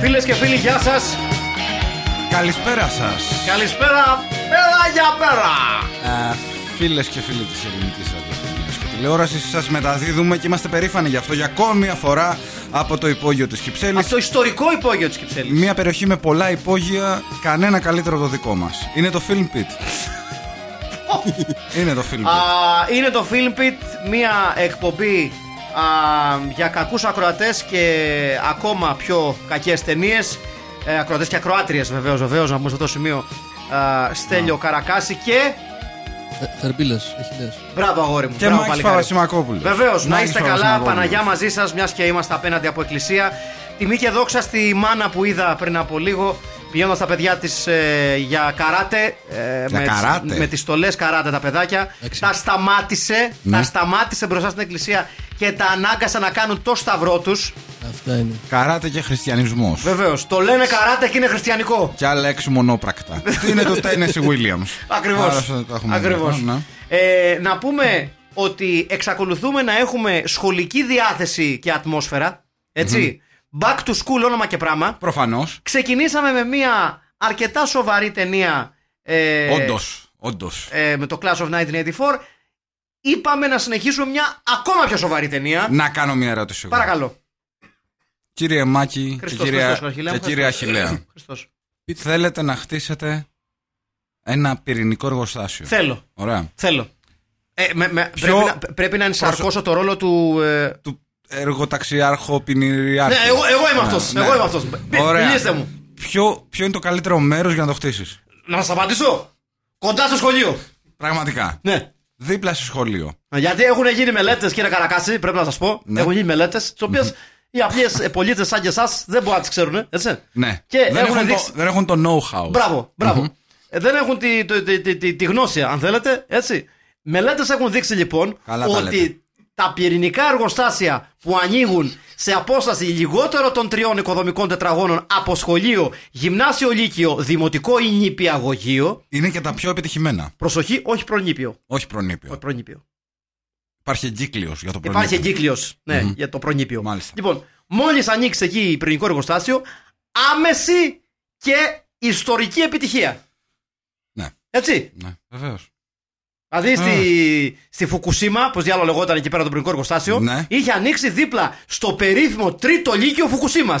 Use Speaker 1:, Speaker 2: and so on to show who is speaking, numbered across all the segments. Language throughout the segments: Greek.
Speaker 1: Φίλες και φίλοι, γεια σας.
Speaker 2: Καλησπέρα σας.
Speaker 1: Καλησπέρα, πέρα για πέρα.
Speaker 2: Α, Φίλες και φίλοι της ελληνικής ραδιοφωνίας και τηλεόρασης σας μεταδίδουμε και είμαστε περήφανοι γι' αυτό για ακόμη μια φορά από το υπόγειο της Κυψέλης.
Speaker 1: Από το ιστορικό υπόγειο της Κυψέλης.
Speaker 2: Μια περιοχή με πολλά υπόγεια, κανένα καλύτερο από το δικό μας. Είναι το Film Pit. Είναι το Film
Speaker 1: Α,
Speaker 2: Pit.
Speaker 1: είναι το Film Pit, μια εκπομπή α, για κακούς ακροατές και ακόμα πιο κακές ταινίες. Ε, ακροατές και ακροάτριες βεβαίως, βεβαίως, να πούμε σε αυτό το σημείο. Α, Στέλιο Καρακάση και...
Speaker 3: Θερμπίλε, έχει λες.
Speaker 1: Μπράβο αγόρι μου.
Speaker 2: Και
Speaker 1: μπράβο,
Speaker 2: Μάκης
Speaker 1: παλικάρι.
Speaker 2: Παπασημακόπουλος.
Speaker 1: Βεβαίως, να
Speaker 2: Μάκης
Speaker 1: είστε καλά.
Speaker 2: Παπασημακόπουλος.
Speaker 1: Παναγιά μαζί σας, μιας και είμαστε απέναντι από εκκλησία. Τιμή και δόξα στη μάνα που είδα πριν από λίγο. Πηγαίνοντα τα παιδιά της για καράτε. ε,
Speaker 2: Για
Speaker 1: με, τις-
Speaker 2: καράτε.
Speaker 1: με τις στολές καράτε τα παιδάκια.
Speaker 3: Εντάξει.
Speaker 1: Τα σταμάτησε.
Speaker 2: Ναι.
Speaker 1: Τα σταμάτησε μπροστά στην εκκλησία και τα ανάγκασα να κάνουν το σταυρό τους.
Speaker 3: Αυτά είναι.
Speaker 2: Καράτε και χριστιανισμός.
Speaker 1: Βεβαίως. Το λένε καράτε και είναι χριστιανικό.
Speaker 2: Και άλλα έξι μονόπρακτα. Είναι το Tennessee Williams.
Speaker 1: Ακριβώς.
Speaker 2: Άρα αυτό το έχουμε
Speaker 1: Ακριβώς.
Speaker 2: δει. Ναι.
Speaker 1: Ε, να πούμε ότι εξακολουθούμε να έχουμε σχολική διάθεση και ατμόσφαιρα. έτσι. Back to school, όνομα και πράγμα.
Speaker 2: Προφανώς.
Speaker 1: Ξεκινήσαμε με μια αρκετά σοβαρή ταινία. Ε,
Speaker 2: Όντως. Όντως.
Speaker 1: ε, με το Class of 1984. Είπαμε να συνεχίσουμε μια ακόμα πιο σοβαρή ταινία.
Speaker 2: Να κάνω μια ερώτηση. εγώ.
Speaker 1: Παρακαλώ.
Speaker 2: Κύριε Μάκη και
Speaker 1: Χριστός,
Speaker 2: κύριε,
Speaker 1: Χριστός, Αρχιλέα
Speaker 2: και
Speaker 1: μου,
Speaker 2: κύριε
Speaker 1: Χριστός.
Speaker 2: Αχιλέα,
Speaker 1: Χριστός.
Speaker 2: θέλετε να χτίσετε ένα πυρηνικό εργοστάσιο.
Speaker 1: Θέλω.
Speaker 2: Ωραία.
Speaker 1: Θέλω. Ε, με- με-
Speaker 2: Ποιο-
Speaker 1: πρέπει, να, πρέπει να ενσαρκώσω το ρόλο του. ε,
Speaker 2: Του εργοταξιάρχο πυρηνιάρχου.
Speaker 1: Ναι, εγώ, εγώ είμαι αυτός.
Speaker 2: ναι.
Speaker 1: Εγώ είμαι αυτός.
Speaker 2: Ωραία.
Speaker 1: Μιλήστε μου.
Speaker 2: Ποιο, ποιο είναι το καλύτερο μέρος για να το χτίσεις.
Speaker 1: Να σας απαντήσω. Κοντά στο σχολείο.
Speaker 2: Πραγματικά.
Speaker 1: Ναι.
Speaker 2: Δίπλα στο σχολείο.
Speaker 1: Γιατί έχουν γίνει μελέτες, κύριε Καρακάση, πρέπει να σας πω.
Speaker 2: Ναι.
Speaker 1: Έχουν γίνει μελέτες, τις οποίες οι απλέ πολίτες σαν και εσάς δεν μπορούν να τις ξέρουν. Έτσι.
Speaker 2: Ναι.
Speaker 1: Και
Speaker 2: δεν,
Speaker 1: έχουν
Speaker 2: έχουν
Speaker 1: δείξει-
Speaker 2: το, δεν έχουν το know-how.
Speaker 1: Μπράβο, μπράβο. Ε, δεν έχουν τη, το- τη, τη, τη, τη γνώση, αν θέλετε. Έτσι. Μελέτες έχουν δείξει λοιπόν
Speaker 2: Καλά τα λέτε.
Speaker 1: ότι τα πυρηνικά εργοστάσια που ανοίγουν σε απόσταση λιγότερο των τριών οικοδομικών τετραγώνων από σχολείο, γυμνάσιο λύκειο, δημοτικό ή νηπιαγωγείο.
Speaker 2: Είναι και τα πιο επιτυχημένα.
Speaker 1: Προσοχή, όχι προνήπιο.
Speaker 2: Όχι προνήπιο.
Speaker 1: Όχι προνήπιο.
Speaker 2: Υπάρχει εγκύκλιος για το προνήπιο.
Speaker 1: Υπάρχει εγκύκλιος ναι, για το προνήπιο.
Speaker 2: Μάλιστα.
Speaker 1: Λοιπόν, μόλις ανοίξει εκεί η πυρηνικό εργοστάσιο, άμεση και ιστορική επιτυχία.
Speaker 2: Ναι.
Speaker 1: Έτσι.
Speaker 2: Ναι, βεβαίως.
Speaker 1: Δηλαδή στη, στη Φουκουσίμα, που διάλογο λεγόταν εκεί πέρα το πυρηνικό εργοστάσιο,
Speaker 2: Ναι.
Speaker 1: είχε ανοίξει δίπλα στο περίφημο τρίτο λύκειο Φουκουσίμας.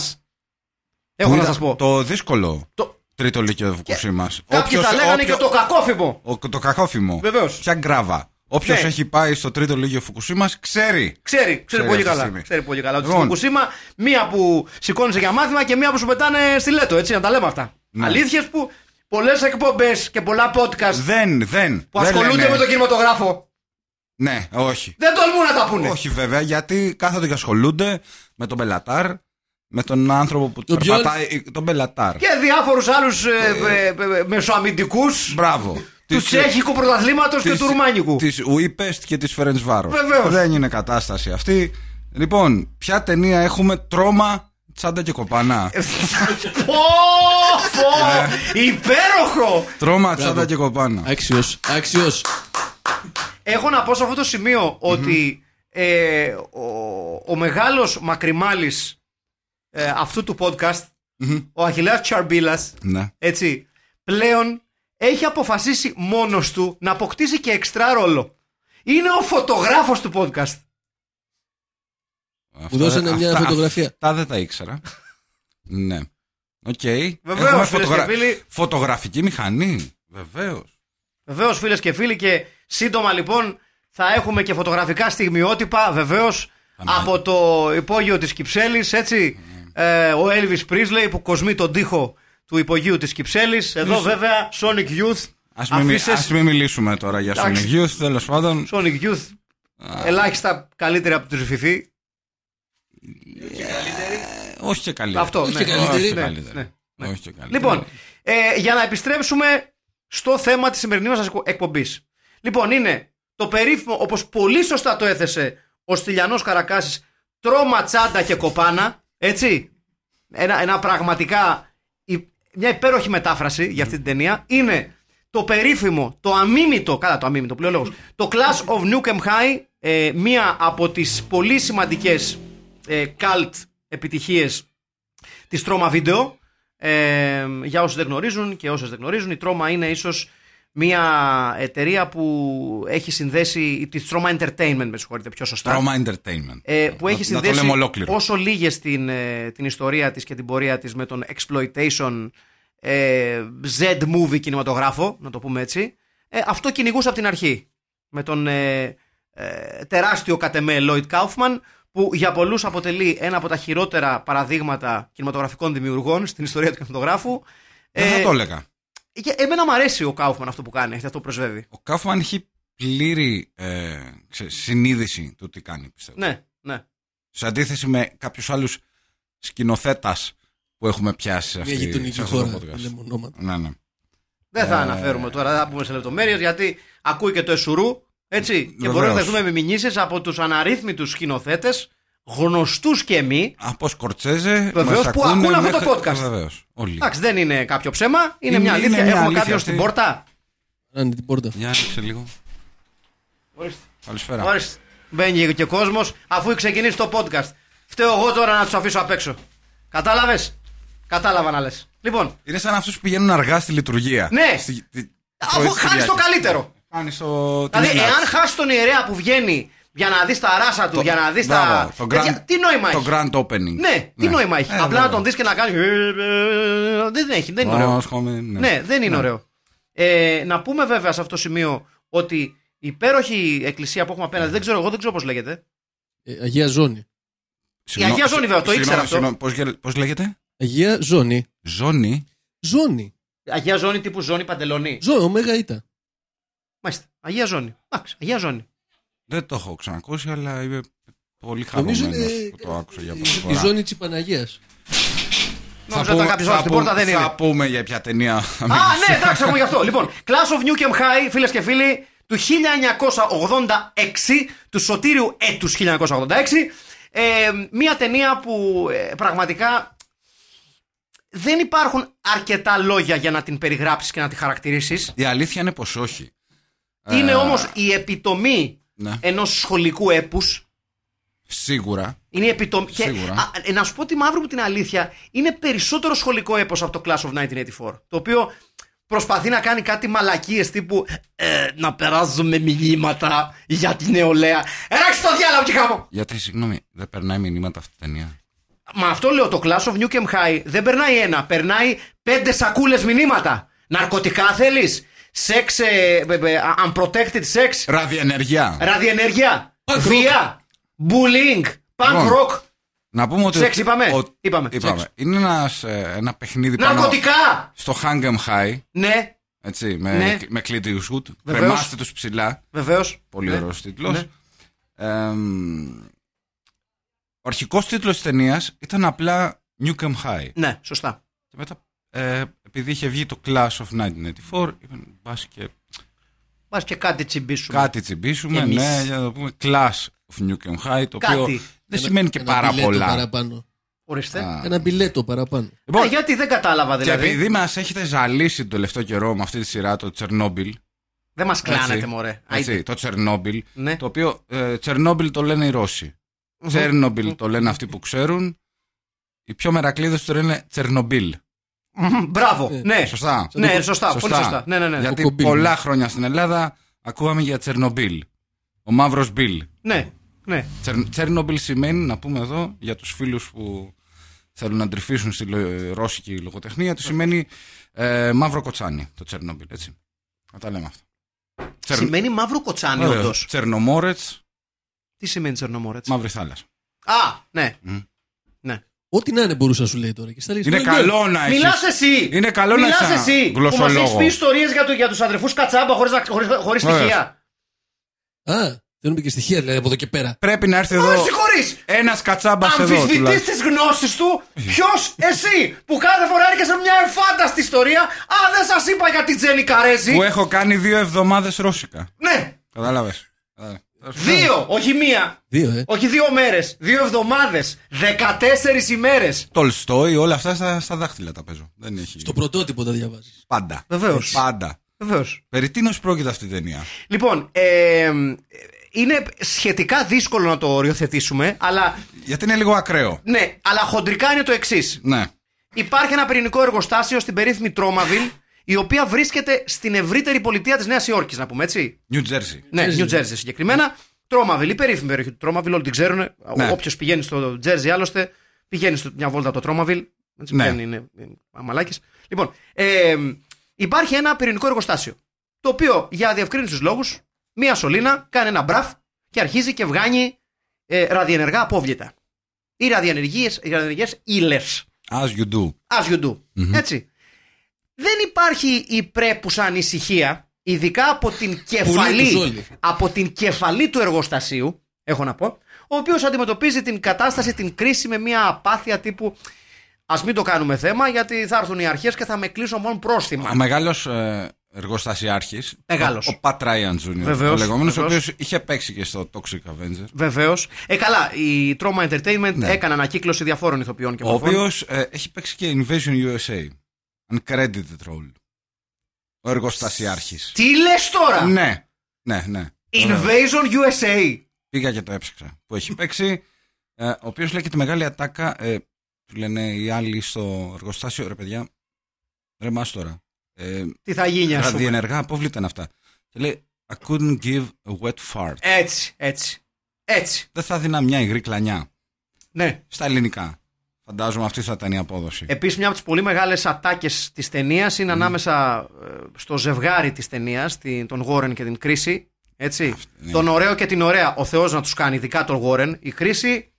Speaker 1: Έχω να σας πω.
Speaker 2: Το δύσκολο
Speaker 1: Το-
Speaker 2: τρίτο λύκειο μα.
Speaker 1: Κάποιοι τα λέγανε και το κακόφημο.
Speaker 2: Ο, το κακόφημο.
Speaker 1: Βεβαίως.
Speaker 2: Ποια γκράβα. Όποιος
Speaker 1: Ναι.
Speaker 2: έχει πάει στο τρίτο λίγιο Φουκουσίμας ξέρει.
Speaker 1: Ξέρει, ξέρει,
Speaker 2: Ξέρει
Speaker 1: πολύ
Speaker 2: αυτή τη
Speaker 1: καλά.
Speaker 2: στιγμή.
Speaker 1: Ξέρει πολύ καλά. Ότι
Speaker 2: Λοιπόν.
Speaker 1: Στην Φουκουσίμα, μία που σηκώνει για μάθημα και μία που σου πετάνε στιλέτο. Έτσι, να τα λέμε αυτά.
Speaker 2: Ναι.
Speaker 1: Αλήθειες που πολλές εκπομπές και πολλά podcast
Speaker 2: Δεν, δεν.
Speaker 1: που
Speaker 2: δεν
Speaker 1: ασχολούνται
Speaker 2: λένε-
Speaker 1: με τον κινηματογράφο
Speaker 2: Ναι, όχι.
Speaker 1: δεν τολμούν να τα πούνε.
Speaker 2: Όχι βέβαια, γιατί κάθονται και ασχολούνται με τον Μπελατάρ, με τον άνθρωπο που
Speaker 3: Τον ποιον?
Speaker 2: περπατάει. ε, Τον Μπελατάρ.
Speaker 1: Και ε, διάφορους άλλους
Speaker 2: Ε.
Speaker 1: μεσοαμυντικούς
Speaker 2: Μπράβο.
Speaker 1: του
Speaker 2: Της-
Speaker 1: τσέχικου πρωταθλήματος και
Speaker 2: της-
Speaker 1: του ρουμάνικου.
Speaker 2: Της Ουίπεστ και της Φερεντσβάρο.
Speaker 1: Βεβαίως.
Speaker 2: Δεν είναι κατάσταση αυτή. Λοιπόν, ποια ταινία έχουμε τρόμα, τσάντα και
Speaker 1: Ε,
Speaker 2: κοπανά.
Speaker 1: Πω, πω,
Speaker 2: Ναι.
Speaker 1: υπέροχο!
Speaker 2: τρόμα, τσάντα και κοπανά.
Speaker 3: Άξιος, άξιος.
Speaker 1: Έχω να πω σε αυτό το σημείο ότι ε, ο, ο μεγάλος μακριμάλης ε, αυτού του podcast, ο Αχιλέας Τσαρμπίλας,
Speaker 2: Ναι.
Speaker 1: έτσι, πλέον έχει αποφασίσει μόνος του να αποκτήσει και εξτρά ρόλο. Είναι ο φωτογράφος του podcast.
Speaker 2: Αυτά
Speaker 3: Μου δώσανε
Speaker 2: δεν-
Speaker 3: μια
Speaker 2: αυτά-
Speaker 3: φωτογραφία.
Speaker 2: Αυτά δεν τα ήξερα. ναι. Οκ.
Speaker 1: Βεβαίως,
Speaker 2: Έχουμε
Speaker 1: φίλες και φίλοι.
Speaker 2: Φωτογραφική μηχανή. Βεβαίως.
Speaker 1: Βεβαίως, φίλες και φίλοι, και σύντομα λοιπόν θα έχουμε και φωτογραφικά στιγμιότυπα, βεβαίως,
Speaker 2: Παναγία.
Speaker 1: από το υπόγειο της Κυψέλης, έτσι. Ε, ο Elvis Presley που κοσμεί τον τοίχο του υπογείου της Κυψέλης. Εδώ βέβαια Sonic Youth.
Speaker 2: Ας μην, μι- ας
Speaker 1: Αφήσει
Speaker 2: μην μιλήσουμε τώρα για
Speaker 1: Εντάξει.
Speaker 2: Sonic Youth, τέλος πάντων.
Speaker 1: Sonic Youth. Ελάχιστα καλύτερη από τους Φιφί.
Speaker 2: Ε, Όχι και καλύτερα.
Speaker 1: Αυτό.
Speaker 3: όχι
Speaker 1: ναι.
Speaker 3: και καλύτερη.
Speaker 1: Ναι,
Speaker 2: καλύτερη.
Speaker 1: ναι.
Speaker 2: Όχι και καλύτερα.
Speaker 1: Λοιπόν, ε, για να επιστρέψουμε στο θέμα της σημερινής μας εκπομπής. Λοιπόν, είναι το περίφημο, όπως πολύ σωστά το έθεσε ο Στυλιανός Καρακάσης, τρόμα τσάντα και κοπάνα. Έτσι. Ένα, ένα πραγματικά. υ- Μια υπέροχη μετάφραση για αυτή την ταινία. Είναι το περίφημο, το αμίμητο. Καλά, το αμίμητο, πλέον λόγος, Το Class of Newcomb High. ε, μία από τις πολύ σημαντικές ε, cult επιτυχίες της Τρόμα Βίντεο. Ε, για όσους δεν γνωρίζουν και όσες δεν γνωρίζουν, η Τρόμα είναι ίσως μια εταιρεία που έχει συνδέσει. της Τρόμα Entertainment, με συγχωρείτε πιο σωστά.
Speaker 2: Trauma Entertainment.
Speaker 1: ε, που έχει
Speaker 2: να, να το
Speaker 1: συνδέσει
Speaker 2: λέμε ολόκληρο.
Speaker 1: όσο λίγες την, ε, την ιστορία της και την πορεία της με τον exploitation ε, Z-movie κινηματογράφο, να το πούμε έτσι. Ε, αυτό κυνηγούσε από την αρχή με τον ε, ε, τεράστιο κατ' εμέ Lloyd Kaufman που για πολλούς αποτελεί ένα από τα χειρότερα παραδείγματα κινηματογραφικών δημιουργών στην ιστορία του κινηματογράφου.
Speaker 2: Δεν θα
Speaker 1: Ε,
Speaker 2: το έλεγα.
Speaker 1: και εμένα μου αρέσει ο Kaufman αυτό που κάνει, αυτό που προσβεύει.
Speaker 2: Ο Κάφμαν έχει πλήρη ε, ξε- συνείδηση του τι κάνει, πιστεύω.
Speaker 1: Ναι, ναι.
Speaker 2: Σε αντίθεση με κάποιους άλλους σκηνοθέτας που έχουμε πιάσει σε
Speaker 3: Μια
Speaker 2: αυτή σε
Speaker 3: γειτονική
Speaker 2: αυτό το
Speaker 3: χώρα.
Speaker 2: podcast.
Speaker 3: Είναι μονόματα.
Speaker 2: Ναι, ναι.
Speaker 1: Δεν
Speaker 2: Ε.
Speaker 1: θα αναφέρουμε τώρα, δεν θα πούμε σε λεπτομέρειες γιατί ακούει και το Εσουρού. Έτσι, και
Speaker 2: Βεβαίως.
Speaker 1: μπορούμε να δεχτούμε μηνύσει από τους αναρρύθμιτους σκηνοθέτες, γνωστούς και εμεί.
Speaker 2: Από Σκορτσέζε.
Speaker 1: Βεβαίως,
Speaker 2: μας
Speaker 1: που ακούνε αυτό το podcast.
Speaker 2: Βεβαίως, όλοι.
Speaker 1: Εντάξει, δεν είναι κάποιο ψέμα, είναι, μια
Speaker 2: Είναι- είναι
Speaker 1: αλήθεια.
Speaker 2: μια
Speaker 1: Έχουμε
Speaker 2: αλήθεια
Speaker 1: κάποιον
Speaker 2: αυτή.
Speaker 1: στην πόρτα.
Speaker 3: Ράνει την πόρτα.
Speaker 2: Για άνοιξε λίγο.
Speaker 1: Ορίστε.
Speaker 2: Καλησπέρα.
Speaker 1: Ορίστε. Μπαίνει και ο κόσμος αφού ξεκινήσει το podcast. Φταίω εγώ τώρα να τους αφήσω απ' έξω. Κατάλαβες. Κατάλαβα να λες. Λοιπόν,
Speaker 2: Είναι σαν αυτούς που πηγαίνουν αργά στη λειτουργία.
Speaker 1: Ναι.
Speaker 2: Στη- τη-
Speaker 1: αφού
Speaker 2: πρωί της
Speaker 1: χάνεις το
Speaker 2: Κυριακής.
Speaker 1: καλύτερο.
Speaker 2: Χάνεις το. την
Speaker 1: Δηλαδή,
Speaker 2: πλάτη.
Speaker 1: εάν χάσεις τον ιερέα που βγαίνει για να δεις τα ράσα του,
Speaker 2: Το-
Speaker 1: για να δεις τα.
Speaker 2: Μπράβο, το
Speaker 1: τέτοια-
Speaker 2: grand-
Speaker 1: Τι νόημα έχει.
Speaker 2: Το grand opening.
Speaker 1: Ναι, τι νόημα έχει.
Speaker 2: Ε,
Speaker 1: Απλά
Speaker 2: βέβαια.
Speaker 1: να τον δεις και να κάνεις. ε, Δεν έχει, δεν είναι
Speaker 2: Νόημα,
Speaker 1: ωραίο.
Speaker 2: σχόμη, ναι.
Speaker 1: Ναι, δεν είναι ωραίο. Ε, να πούμε βέβαια σε αυτό το σημείο ότι η υπέροχη εκκλησία που έχουμε απέναντι, δεν ξέρω, εγώ δεν ξέρω πώς λέγεται.
Speaker 3: Ε, Αγία Ζώνη.
Speaker 2: Συγγνώ-
Speaker 1: Αγία Ζώνη, βέβαια, το
Speaker 2: συγγνώμη,
Speaker 1: ήξερα αυτό.
Speaker 2: συγγνώμη, πώς γε- Πώς λέγεται?
Speaker 3: Αγία Ζώνη.
Speaker 2: Ζώνη.
Speaker 3: Ζώνη.
Speaker 1: Αγία Ζώνη τύπου Ζώνη Παντελονή.
Speaker 3: Ζώνη, ωμέγα ήττα.
Speaker 1: Μάλιστα. Αγία Ζώνη. Εντάξει, Αγία Ζώνη.
Speaker 2: Δεν το έχω ξανακούσει, αλλά είμαι πολύ
Speaker 3: Νομίζω
Speaker 2: χαρούμενο
Speaker 3: είναι
Speaker 2: που το άκουσα για
Speaker 3: η-
Speaker 2: πρώτη φορά.
Speaker 3: η ζώνη της Παναγίας.
Speaker 1: Νόμιζα ότι ήταν κάποιο στην πόρτα, δεν είναι.
Speaker 2: θα πούμε για ποια ταινία.
Speaker 1: Α, ναι, εντάξει, έχουμε γι' αυτό. Λοιπόν, Class of Newcomb High, φίλες και φίλοι, του 1986, του σωτήριου έτους 1986. Ε, μία ταινία που ε, πραγματικά δεν υπάρχουν αρκετά λόγια για να την περιγράψεις και να τη χαρακτηρίσεις.
Speaker 2: Η αλήθεια είναι πως όχι.
Speaker 1: Είναι
Speaker 2: Ε,
Speaker 1: όμως η επιτομή
Speaker 2: Ναι,
Speaker 1: ενός σχολικού έπους.
Speaker 2: σίγουρα.
Speaker 1: Είναι η επιτομή. Και,
Speaker 2: Σίγουρα.
Speaker 1: α, ε, να σου πω τη μαύρη μου την αλήθεια, είναι περισσότερο σχολικό έπος από το Class of 1984. Το οποίο προσπαθεί να κάνει κάτι μαλακίες τύπου ε, να περάζουμε μηνύματα για την νεολαία. Εράξτε το διάλογο και χάμω!
Speaker 2: Γιατί, συγγνώμη, δεν περνάει μηνύματα αυτή η ταινία.
Speaker 1: Μα αυτό λέω, το Class of Newcomb High δεν περνάει ένα, περνάει πέντε σακούλες μηνύματα. Ναρκωτικά θέλεις, σεξ, ε, ε, ε, unprotected sex,
Speaker 2: Ραδιενεργιά.
Speaker 1: ραδιενέργεια,
Speaker 3: Punk rock.
Speaker 1: βία, bullying, punk
Speaker 2: Λοιπόν,
Speaker 1: rock,
Speaker 2: Να πούμε ότι.
Speaker 1: Σεξ είπαμε.
Speaker 2: ο-
Speaker 1: Είπαμε, σεξ.
Speaker 2: Είναι ένας, ε, ένα παιχνίδι πάνω
Speaker 1: ναρκωτικά!
Speaker 2: στο Hangem High.
Speaker 1: Ναι,
Speaker 2: Έτσι, με,
Speaker 1: Ναι.
Speaker 2: με Clint Eastwood.
Speaker 1: Βεβαίως.
Speaker 2: Κρεμάστε τους ψηλά.
Speaker 1: βεβαίως.
Speaker 2: Πολύ
Speaker 1: Ναι.
Speaker 2: ωραίος τίτλο.
Speaker 1: Ναι.
Speaker 2: ο αρχικός τίτλος της ταινίας ήταν απλά Newcomb High.
Speaker 1: Ναι, σωστά.
Speaker 2: Και μετά, ε, επειδή είχε βγει το Class of 1984, είπαν μπας και
Speaker 1: Πα και κάτι τσιμπήσουμε.
Speaker 2: κάτι τσιμπήσουμε.
Speaker 1: Εμείς.
Speaker 2: Ναι, για να το πούμε Class of Newcomb High, το
Speaker 1: Κάτι.
Speaker 2: οποίο δεν σημαίνει και
Speaker 3: Ένα
Speaker 2: πάρα
Speaker 3: μπιλέτο
Speaker 2: πολλά.
Speaker 3: Παραπάνω.
Speaker 1: Ορίστε.
Speaker 2: Α,
Speaker 3: Ένα μπιλέτο παραπάνω.
Speaker 1: Α,
Speaker 2: Λοιπόν,
Speaker 1: γιατί δεν κατάλαβα
Speaker 2: και
Speaker 1: δηλαδή.
Speaker 2: επειδή μας έχετε ζαλίσει τον τελευταίο καιρό με αυτή τη σειρά το Τσερνόμπιλ.
Speaker 1: Δεν μας κλάνετε,
Speaker 2: Έτσι.
Speaker 1: μωρέ. Άιντε.
Speaker 2: Έτσι, το Τσερνόμπιλ.
Speaker 1: Ναι.
Speaker 2: Το οποίο ε, Τσερνόμπιλ το λένε οι Ρώσοι. Τσέρνομπιλ το λένε αυτοί που ξέρουν. Οι πιο μερακλείδες το λένε Τσερνομπίλ.
Speaker 1: Μμμ, Μπράβο.
Speaker 3: Ε,
Speaker 1: Ναι.
Speaker 2: Σωστά.
Speaker 1: Ναι, σωστά. Πολύ σωστά. Ναι, ναι, ναι.
Speaker 2: Γιατί
Speaker 3: Ο Κομπίλ.
Speaker 2: πολλά χρόνια στην Ελλάδα ακούγαμε για Τσερνομπίλ. Ο μαύρος Μπίλ.
Speaker 1: Ναι. ναι.
Speaker 2: Τσερ- Τσερνομπίλ σημαίνει, να πούμε εδώ, για τους φίλους που θέλουν να τρυφήσουν στη λο- ρώσικη λογοτεχνία, το σημαίνει ε, μαύρο κοτσάνι το Τσερνομπίλ. Έτσι. Να τα λέμε αυτό. Τσερ-
Speaker 1: Σημαίνει μαύρο κοτσάνι,
Speaker 2: Βεβαίως.
Speaker 1: όντως.
Speaker 2: Τσερνομόρετς,
Speaker 1: Τι σημαίνει τσερνομόρετ.
Speaker 2: μαύρη θάλασσα.
Speaker 1: Α, ναι.
Speaker 2: Μμ.
Speaker 1: ναι.
Speaker 3: Ό,τι να είναι μπορούσε να σου λέει τώρα. Και στα λέγεις,
Speaker 2: Είναι
Speaker 3: «Ναι,
Speaker 2: καλό να έχεις.
Speaker 1: Μιλάς εσύ!
Speaker 2: Είναι καλό να
Speaker 1: Μιλάς
Speaker 2: είσαι ένα
Speaker 1: εσύ που μας
Speaker 2: γλωσσολόγο.
Speaker 1: έχεις πει ιστορίες για, το, για τους αδερφούς Κατσάμπα χωρίς χωρίς, χωρίς
Speaker 2: Βεβαίως.
Speaker 1: στοιχεία.
Speaker 3: ναι». Α, Θέλουμε και στοιχεία δηλαδή από εδώ και πέρα.
Speaker 2: Πρέπει να έρθει
Speaker 1: Με
Speaker 2: εδώ
Speaker 1: συγχωρείς.
Speaker 2: ένας κατσάμπας εδώ.
Speaker 1: Αμφισβητή
Speaker 2: τουλάχιστον. Ε.
Speaker 1: τη γνώση του, ποιος εσύ που κάθε φορά έρχεσαι με μια εφάνταστη ιστορία. Α, δεν σας είπα για την Τζένι Καρέζη.
Speaker 2: Που ε- έχω κάνει δύο εβδομάδες ρώσικα. Ε,
Speaker 1: Ναι,
Speaker 2: Κατάλαβες.
Speaker 1: δύο, όχι μία.
Speaker 3: Δύο, ε.
Speaker 1: Όχι δύο μέρες, δύο εβδομάδες, 14 ημέρε.
Speaker 2: Τολστόι, όλα αυτά στα, στα δάχτυλα τα παίζω. Δεν έχει.
Speaker 3: Στο πρωτότυπο τα διαβάζεις.
Speaker 2: Πάντα.
Speaker 1: Βεβαίως.
Speaker 2: Πάντα.
Speaker 1: Βεβαίως.
Speaker 2: Περί τίνος πρόκειται αυτή η ταινία.
Speaker 1: Λοιπόν, ε, είναι σχετικά δύσκολο να το οριοθετήσουμε, αλλά
Speaker 2: Γιατί είναι λίγο ακραίο.
Speaker 1: ναι, αλλά χοντρικά είναι το εξής.
Speaker 2: Ναι.
Speaker 1: Υπάρχει ένα πυρηνικό εργοστάσιο στην περίφημη Τρόμαβιλ, η οποία βρίσκεται στην ευρύτερη πολιτεία της Νέας Υόρκης, να πούμε έτσι.
Speaker 2: New Jersey.
Speaker 1: Ναι, New Jersey συγκεκριμένα. Τρόμαβιλ, η περίφημη περιοχή του Τρόμαβιλ, όλοι την ξέρουν.
Speaker 2: Ναι.
Speaker 1: Όποιος πηγαίνει στο Jersey άλλωστε, πηγαίνει στο, μια βόλτα από το Τρόμαβιλ. Έτσι
Speaker 2: Ναι.
Speaker 1: ναι. είναι, είναι αμαλάκης. Λοιπόν, ε, υπάρχει ένα πυρηνικό εργοστάσιο. Το οποίο για διευκρίνητου λόγους, μία σωλήνα κάνει ένα μπραφ και αρχίζει και βγάνει ε, ραδιενεργά απόβλητα. Ή ραδιενεργές, ραδιενεργές ύλες.
Speaker 2: As you do.
Speaker 1: As you do. Έτσι. Δεν υπάρχει η πρέπουσα ανησυχία, ειδικά από την
Speaker 3: τους
Speaker 1: κεφαλή,
Speaker 3: όλοι.
Speaker 1: από την κεφαλή του εργοστασίου, έχω να πω, ο οποίος αντιμετωπίζει την κατάσταση, την κρίση με μια απάθεια τύπου Ας μην το κάνουμε θέμα, γιατί θα έρθουν οι αρχές και θα με κλείσουν μόνο πρόστιμα.
Speaker 2: Ο μεγάλος ε, εργοστασιάρχης.
Speaker 1: Μεγάλος.
Speaker 2: Ο Πατ Ράιαν Τζούνιο.
Speaker 1: Βεβαίως,
Speaker 2: Ο λεγόμενος, ο
Speaker 1: βεβαίως.
Speaker 2: οποίος είχε παίξει και στο Toxic Avenger.
Speaker 1: Βεβαίως. Ε, καλά, η Trauma Entertainment
Speaker 2: Ναι.
Speaker 1: έκανε ανακύκλωση διαφόρων ηθοποιών και
Speaker 2: Ο
Speaker 1: μορφών.
Speaker 2: οποίος έχει παίξει και Invasion USA. Uncredited role. Ο εργοστασιάρχης.
Speaker 1: Τι λες τώρα!
Speaker 2: Ναι. Ναι, ναι. Βεβαίως.
Speaker 1: Invasion USA!
Speaker 2: Πήγα και το έψαξα. Που έχει παίξει. ε, ο οποίος λέει και τη μεγάλη ατάκα. Ε, του λένε οι άλλοι στο εργοστάσιο. Ρε παιδιά. Ρε μας τώρα. Ε,
Speaker 1: Τι θα γίνει, ας πούμε.
Speaker 2: ραδιενεργά απόβλητα είναι αυτά. Και λέει. I couldn't give a wet fart.
Speaker 1: Έτσι, έτσι. Έτσι.
Speaker 2: Δεν θα δίνα μια υγρή κλανιά.
Speaker 1: Ναι.
Speaker 2: Στα ελληνικά. Φαντάζομαι αυτή θα ήταν η απόδοση.
Speaker 1: Επίσης, μια από τις πολύ μεγάλες ατάκες της ταινίας είναι ανάμεσα ε, στο ζευγάρι της ταινίας, τον Γόρεν και την Κρίση. Έτσι.
Speaker 2: ναι.
Speaker 1: Τον ωραίο και την ωραία. Ο Θεός να τους κάνει, ειδικά τον Γόρεν. Η Κρίση